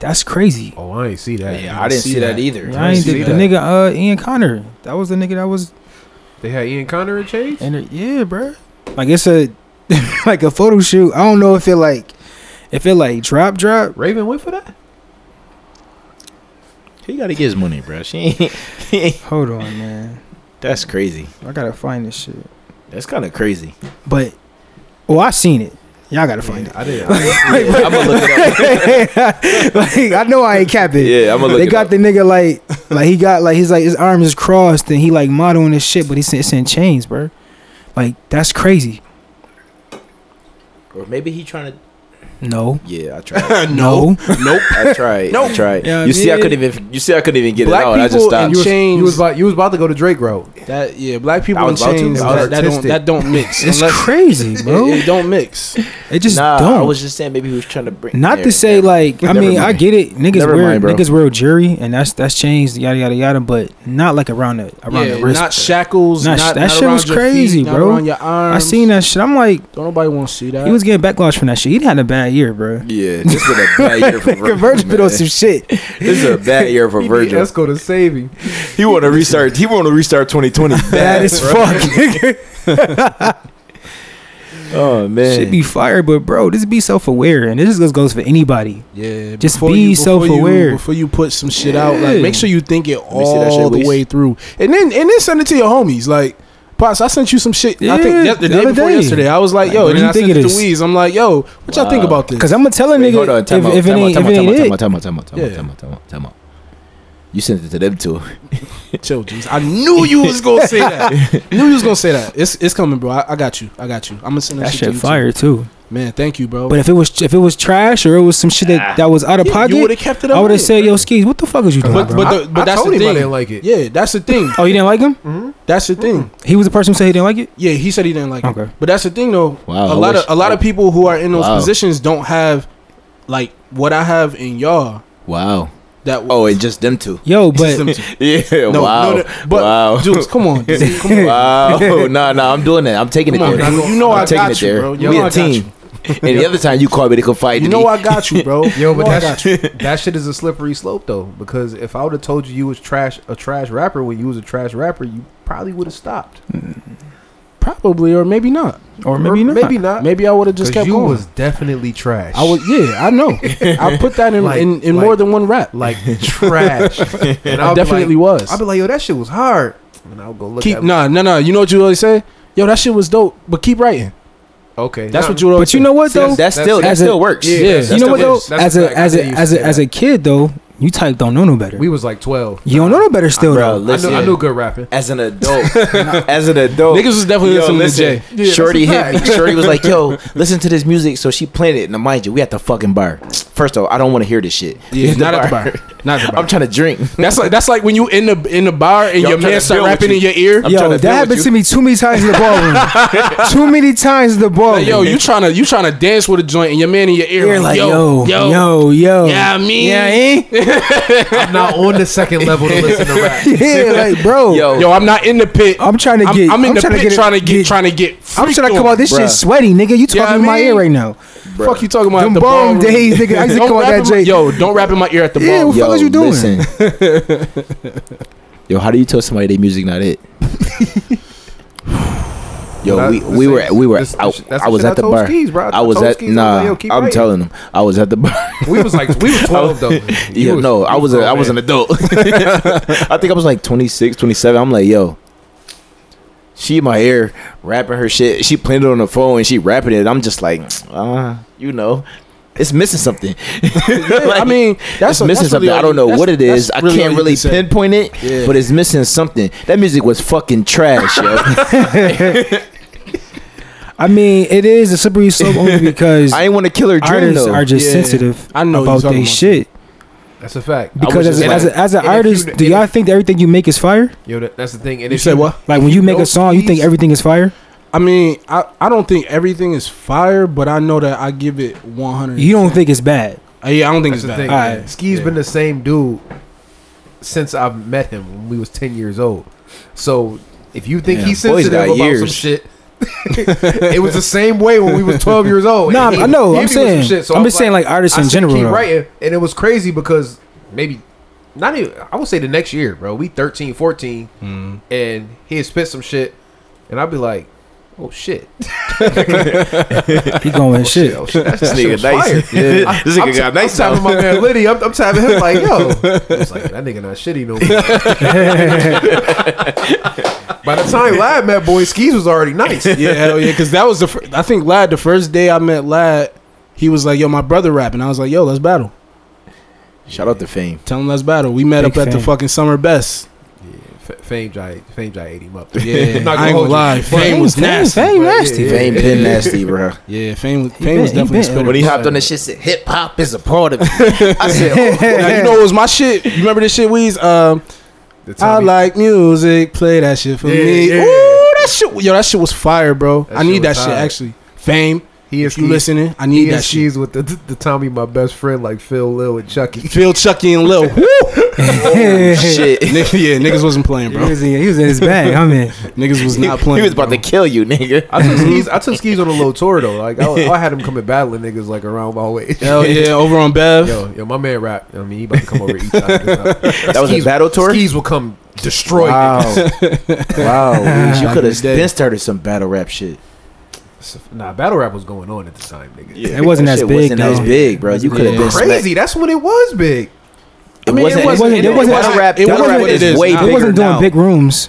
D: That's crazy.
B: Oh, I ain't see that.
E: Yeah, I didn't see that either.
D: I ain't the, the nigga uh Ian Connor. That was the nigga that was
B: They had Ian Connor in chains.
D: in it. Yeah, bro. Like it's a <laughs> like a photo shoot. I don't know if it like if it like drop drop.
B: Raven went for that.
E: He gotta get his money, bro. She <laughs> ain't.
D: Hold on, man.
E: That's crazy.
D: I gotta find this shit.
E: That's kind of <laughs> crazy.
D: But well, I seen it. Y'all gotta find it.
B: I didn't. I
E: I'm gonna look <laughs> it
D: <laughs>
E: up.
D: like I know I ain't capping.
C: Yeah, I'm gonna look.
D: they
C: it
D: got
C: up.
D: the nigga like like he got like his like his arms is crossed and he like modeling his shit, but he's it's in chains, bro. Like that's crazy.
E: Or maybe he trying to.
D: No,
E: Yeah, I tried.
D: no.
A: Nope.
E: I tried. I tried.
D: Yeah,
E: you see, I
D: man.
E: couldn't even. You see, I couldn't even get
A: Black
E: it out. I just
A: people
E: stopped.
A: and
B: you, was,
A: Chains.
B: you was about you was about to go to Drake route.
A: That yeah, black
E: I
A: people in
E: was about to.
A: chains
E: I
A: that, that
E: was
A: don't
B: artistic.
A: that don't
E: <laughs>
A: mix. <laughs>
D: It's
A: Unless-
D: crazy,
A: it- <laughs>
D: bro.
A: It, don't mix.
D: It just
E: nah,
D: don't.
E: I was just saying maybe he was trying to bring.
D: Not
E: Never-
D: to say
E: never-
D: like I
E: Never
D: mean I
E: mind.
D: get it niggas
E: Never
D: wear
E: mind, bro.
D: niggas wear jury and that's that's changed yada yada yada but not like around the around
A: Yeah,
D: the wrist.
A: not shackles.
D: Nah,
A: Not,
D: sh-
A: not
D: that shit
A: around
D: was
A: your feet,
D: crazy,
A: not
D: bro.
A: Around your
D: I
A: arms.
D: seen that shit. I'm like
A: Don't nobody want to see that.
D: he was getting backlash from that shit. He had a bad year, bro.
E: Yeah, this was a bad
D: <laughs>
E: year for Virgil.
D: Virgil been on
E: man.
D: some shit.
E: This is a bad
D: <laughs>
E: year
B: <laughs>
E: for Virgil.
B: Let's go to save him.
E: He want to restart. He want to restart 2020.
D: <laughs> Bad as fuck, nigga.
E: Oh man.
D: Should be fired, but bro, just be self aware, and this just goes for anybody.
A: yeah,
D: Just
A: before
D: be
A: you- before you-
D: self-aware.
A: before you put some shit out. Like
D: Yeah.
A: make sure you think it
E: me see that shit,
A: all the
E: Luis.
A: way through, and then and then send it to your homies. Like, pops, I sent you some shit. I
D: Yeah,
A: think yes- the
D: the
A: day
D: other
A: before
D: day.
A: yesterday, I was like,
D: Like,
A: yo,
D: what
A: and
D: do
A: then
D: you
A: I
D: think
A: sent it
D: it
A: to
D: is?
A: Weez. I'm like, yo, what y'all think
E: Wow.
A: about this?
D: Cause I'm gonna tell a
E: Wait,
D: nigga
E: hold on. Time
D: if,
E: out.
D: if it
E: time out.
D: ain't, if
E: Time
D: it
E: out.
D: ain't
E: Time out.
D: it.
E: Time out. Time out. Time out. Time out.
A: Yeah.
E: Time out. Time out. Time out. You sent it to them too.
A: Chill, Juice. I knew you was gonna say
D: <laughs>
A: that. knew you was gonna say that. It's it's coming, bro. I, I got you. I got you. I'm gonna send that,
D: That
A: shit to
D: shit
A: you,
D: fire too.
A: too. man. Thank you, bro.
D: But if it was if it was trash or it was some shit that, that was out of
A: Yeah, you would
D: pocket,
A: have kept it.
D: I
A: up,
D: would have
A: bro.
D: said, "Yo, skis, what the fuck was you doing?"
A: But
D: bro?
A: but the, but
B: I
A: that's
B: told
A: the
B: him I
A: thing.
B: didn't like it.
A: Yeah, that's the thing.
D: oh, you didn't like him?
B: Mhm.
A: That's the thing.
D: He was the person who said he didn't like it.
A: Yeah, he said he didn't like it.
D: Okay.
A: But that's the thing though.
E: Wow.
A: a lot of a lot of people who are in those
E: Wow.
A: positions don't have like what I have in y'all.
E: Wow.
A: That
E: Oh, and just them two.
D: Yo, but
A: no,
E: <laughs> Yeah. wow.
A: no, but
E: wow.
A: <laughs>
D: <laughs>
E: <laughs>
A: Juice, come on, dude. come on.
E: wow. <laughs> No, no, I'm doing it. I'm taking
A: Come
E: it
A: on,
E: there.
A: bro. you know
E: I'm
A: Oh, i
E: taking
A: got
E: it
A: you,
E: there.
A: bro. You
E: we
A: know I
E: a
A: got
E: team. <laughs> And the other time you called me to come fight.
A: You You know
E: me.
A: I got you, <laughs> bro.
B: <laughs> Yo, but
A: You know I
B: that,
A: got
B: sh- <laughs> that shit is a slippery slope though, because if I would have told you you was trash, a trash rapper when you was a trash rapper, you probably would have stopped.
A: probably or maybe not.
D: <laughs> or maybe not.
B: Maybe not.
A: Maybe I would have just
B: 'Cause
A: kept
B: you
A: going.
B: was definitely trash.
A: I was yeah, I
B: <laughs>
A: know. I put that in
B: Like-
A: in, in
B: like-
A: more than one rap.
B: like
D: <laughs>
B: trash, and
A: I
B: I'll be
A: definitely
B: like,
A: was.
B: I'd be like, yo, that shit was hard, and I'll go look.
A: keep
B: at
A: nah, nah, nah. You know what you always say? Yo, that shit was dope, but keep writing.
B: Okay,
A: That's
B: nah,
A: what you always.
D: But you know what
E: That's,
D: though?
E: that's still that
D: As a-
E: still works.
A: Yeah.
E: That's
D: you know
E: still
D: what though?
E: works.
D: As
B: That's a
D: a
B: fact. I
D: as
B: dare
D: a
B: you
D: as
B: say
D: a as
B: that.
D: a kid though, you type don't know no better.
B: We was like twelve.
D: You don't know no better still
E: Bro,
D: though.
E: listen.
B: I knew I knew good rapping.
E: as an adult, as an adult,
A: Niggas was definitely listening to Jay.
E: to Shorty
B: that's a
E: hit me. Shorty was like, "Yo,
B: <laughs>
E: listen to this music." So she played it. Now, mind you, we at the fucking bar. First off, I don't want to hear this shit.
A: Yeah, not at the bar. Not at the bar.
E: I'm trying to drink.
A: That's like that's like when you in the in the bar and
E: Yo,
A: your
E: I'm trying
A: man
E: to
A: start
E: build with
A: rapping
E: you.
A: in your ear.
E: I'm
D: Yo,
E: trying to
D: that
E: build
D: happened
E: with you.
D: to me too many times in the ballroom.
E: <laughs>
D: too many times in the ballroom.
A: Like, yo, you trying to you trying to dance with a joint and your man in your ear.
D: You're like, yo, yo, yo,
A: Yeah, I mean.
D: yeah, eh?
B: I'm not on the second
E: <laughs>
B: level to listen to
D: <laughs>
B: rap.
D: yeah, like, bro,
E: Yo,
A: Yo, I'm not in the pit.
D: I'm trying to
A: I'm,
D: get,
A: I'm in the
D: trying
A: pit
D: to get, it-
A: trying to get,
D: get-
A: trying to get.
D: I'm trying to come out. This
E: bruh.
D: shit sweaty, nigga. You talking
A: Yeah, I
D: in my
A: mean-
D: ear right now?
E: bruh.
A: Fuck you talking about
D: Them
A: at the
D: ballroom
A: ballroom?
D: days, nigga. I used to
A: Don't
D: call
A: rap
D: that
A: in my-
D: Jay.
A: Yo, don't rap in my ear at the
D: Yeah,
A: ballroom.
D: what the fuck is you doing?
E: Listen. yo, how do you tell somebody their music not it? Yo,
B: That-
E: we,
B: this
E: we were
B: ain't-
E: we were
B: this-
E: out.
B: that's
E: I was
B: shit
E: at the
B: told
E: bar.
B: Skeez, bro.
E: I was
B: told
E: at
B: Skeez, I was like,
E: nah.
B: yo, keep
E: I'm
B: writing.
E: telling them. I was at the bar. <laughs>
B: We was like we was twelve though.
E: Yeah, no, I was a, I was an <laughs> adult. I think I was like 26, 27. I'm like, yo, she in my ear rapping her shit. She playing it on the phone and she rapping it. I'm just like, ah, you know, it's missing something. <laughs>
A: I mean, that's
E: it's missing something. I don't know what it is. I can't really
A: pin.
E: pinpoint it,
A: Yeah.
E: but it's missing something. That music was fucking trash, yo.
D: I mean, it is a
A: <laughs>
D: slippery slope only because
E: I ain't want to kill her dream
D: artists
E: though.
D: are just
A: Yeah.
D: sensitive
A: I know
D: about
A: they
D: their shit.
B: That's a fact.
C: was
D: Because as,
C: just
D: as,
C: like-
D: a, as an
B: and if you-
D: artist, do
B: and
D: y'all
B: if-
D: think that everything you make is fire?
B: Yo, that, that's the thing. And
A: You
B: if
A: said
B: you-
A: what?
D: Like
B: If
D: when
B: you
D: you make
B: know
D: a song, you think
B: these-
D: everything is fire?
A: I mean, I, I don't think everything is fire, but I know that I give it one hundred.
D: You don't think it's bad.
A: yeah, I don't think it's
B: That's the
A: bad.
B: thing.
D: Alright.
B: Ski's
A: Yeah.
B: been the same dude since I met him when we was ten years old. So if you think
E: Yeah,
B: he's
E: boys
B: sensitive
E: got
B: about some
E: years.
B: shit, <laughs> it was the same way when we was twelve years old.
D: Nah,
B: And he-
D: I know.
B: he
D: I'm
B: be with some
D: saying.
B: shit. So I
D: I'm
B: was
D: just saying, like artists
B: I
D: in
B: see you
D: general.
B: Keep
D: though.
B: writing, and it was crazy because maybe not even. I would say the next year, bro. We 13, 14,
D: Mm-hmm.
B: and he had spit some shit, and I'd be like, "Oh shit,
D: He going
B: oh shit,
D: shit.
B: <laughs> oh shit,
C: This
B: that, that shit
C: nigga
B: was fire."
C: nice. Yeah. This
B: I'm
C: nigga
B: t-
C: got nice
B: I'm tapping
C: now.
B: my man Liddy. I'm, I'm tapping him
A: <laughs>
B: like, yo. I was like, that nigga not shitty no more. <laughs> By the time Lad met boy, Skis was already
A: <laughs>
B: nice.
A: yeah, hell yeah, because that was the. Fir- I think Lad, the first day I met Lad, he was like, "Yo, my brother rapping." I was like, "Yo, let's battle."
E: Shout out to Fame.
A: Tell him let's battle. We met
D: Big
A: up at the
D: fan.
A: fucking summer best.
B: F- Fame Jai, Fame Jai ate him up.
A: Yeah,
B: I'm <laughs> not gonna
A: I ain't
B: hold
A: gonna
B: you.
A: lie. <laughs> Fame was nasty.
D: Fame
B: Yeah,
D: nasty.
B: yeah,
E: Fame been nasty, bro.
A: Yeah, Fame was
D: been-
A: Fame was
D: he
A: definitely
D: been-
A: spitting.
E: When he hopped
B: hopped
E: on
B: on
E: that shit, said hip hop is a part of it. I said,
A: Oh, Now, you
D: <laughs>
A: know it was my shit. You remember this shit, Weez? Um,
B: The
A: I
B: time he-
A: like music. Play that shit for
B: Yeah,
A: me.
B: yeah.
A: Ooh, that shit. Yo, that shit was fire, bro.
B: That
A: I
B: shit
A: need that
B: was
A: shit
B: hot.
A: actually. Fame,
B: He
A: if
B: is
A: you
B: Keys-
A: listening, I need
B: He
A: that
B: and
A: shit.
B: she's with the, the Tommy, my best friend, like Phil, Lil, and
A: <laughs>
B: Chucky.
A: Phil, Chucky, and Lil. Woo!
E: shit.
A: Nigga, yeah, niggas wasn't playing,
D: He
A: bro.
D: was, in, he was in his bag. I mean,
A: Niggas was not playing.
E: He was about
A: bro.
E: to kill you, nigga.
B: I took skis. I took skis on a little tour though. Like I, I had him coming battling niggas like around my way. <laughs>
A: Hell yeah, over on Bev.
B: Yo, yo, my man rap. I mean, he about to come over each time.
A: <laughs>
E: That was a battle tour.
B: Skis will come destroy
E: Wow,
B: niggas.
E: wow. You
A: Back in
E: could have
A: the day.
E: then started some battle rap shit.
B: Nah, battle rap was going on at the time, nigga.
D: It wasn't
E: That
D: as
E: shit
D: big,
E: Wasn't as
D: though.
E: big, bro. You could have
A: Yeah.
E: been smacked.
B: Crazy. That's when it was big.
E: I mean,
D: it wasn't- it wasn't-
E: battle rap.
A: it
E: battle
A: wasn't
E: rap
A: what it is
E: Way
A: now. It
D: they
E: bigger
D: wasn't doing
E: now.
D: big rooms.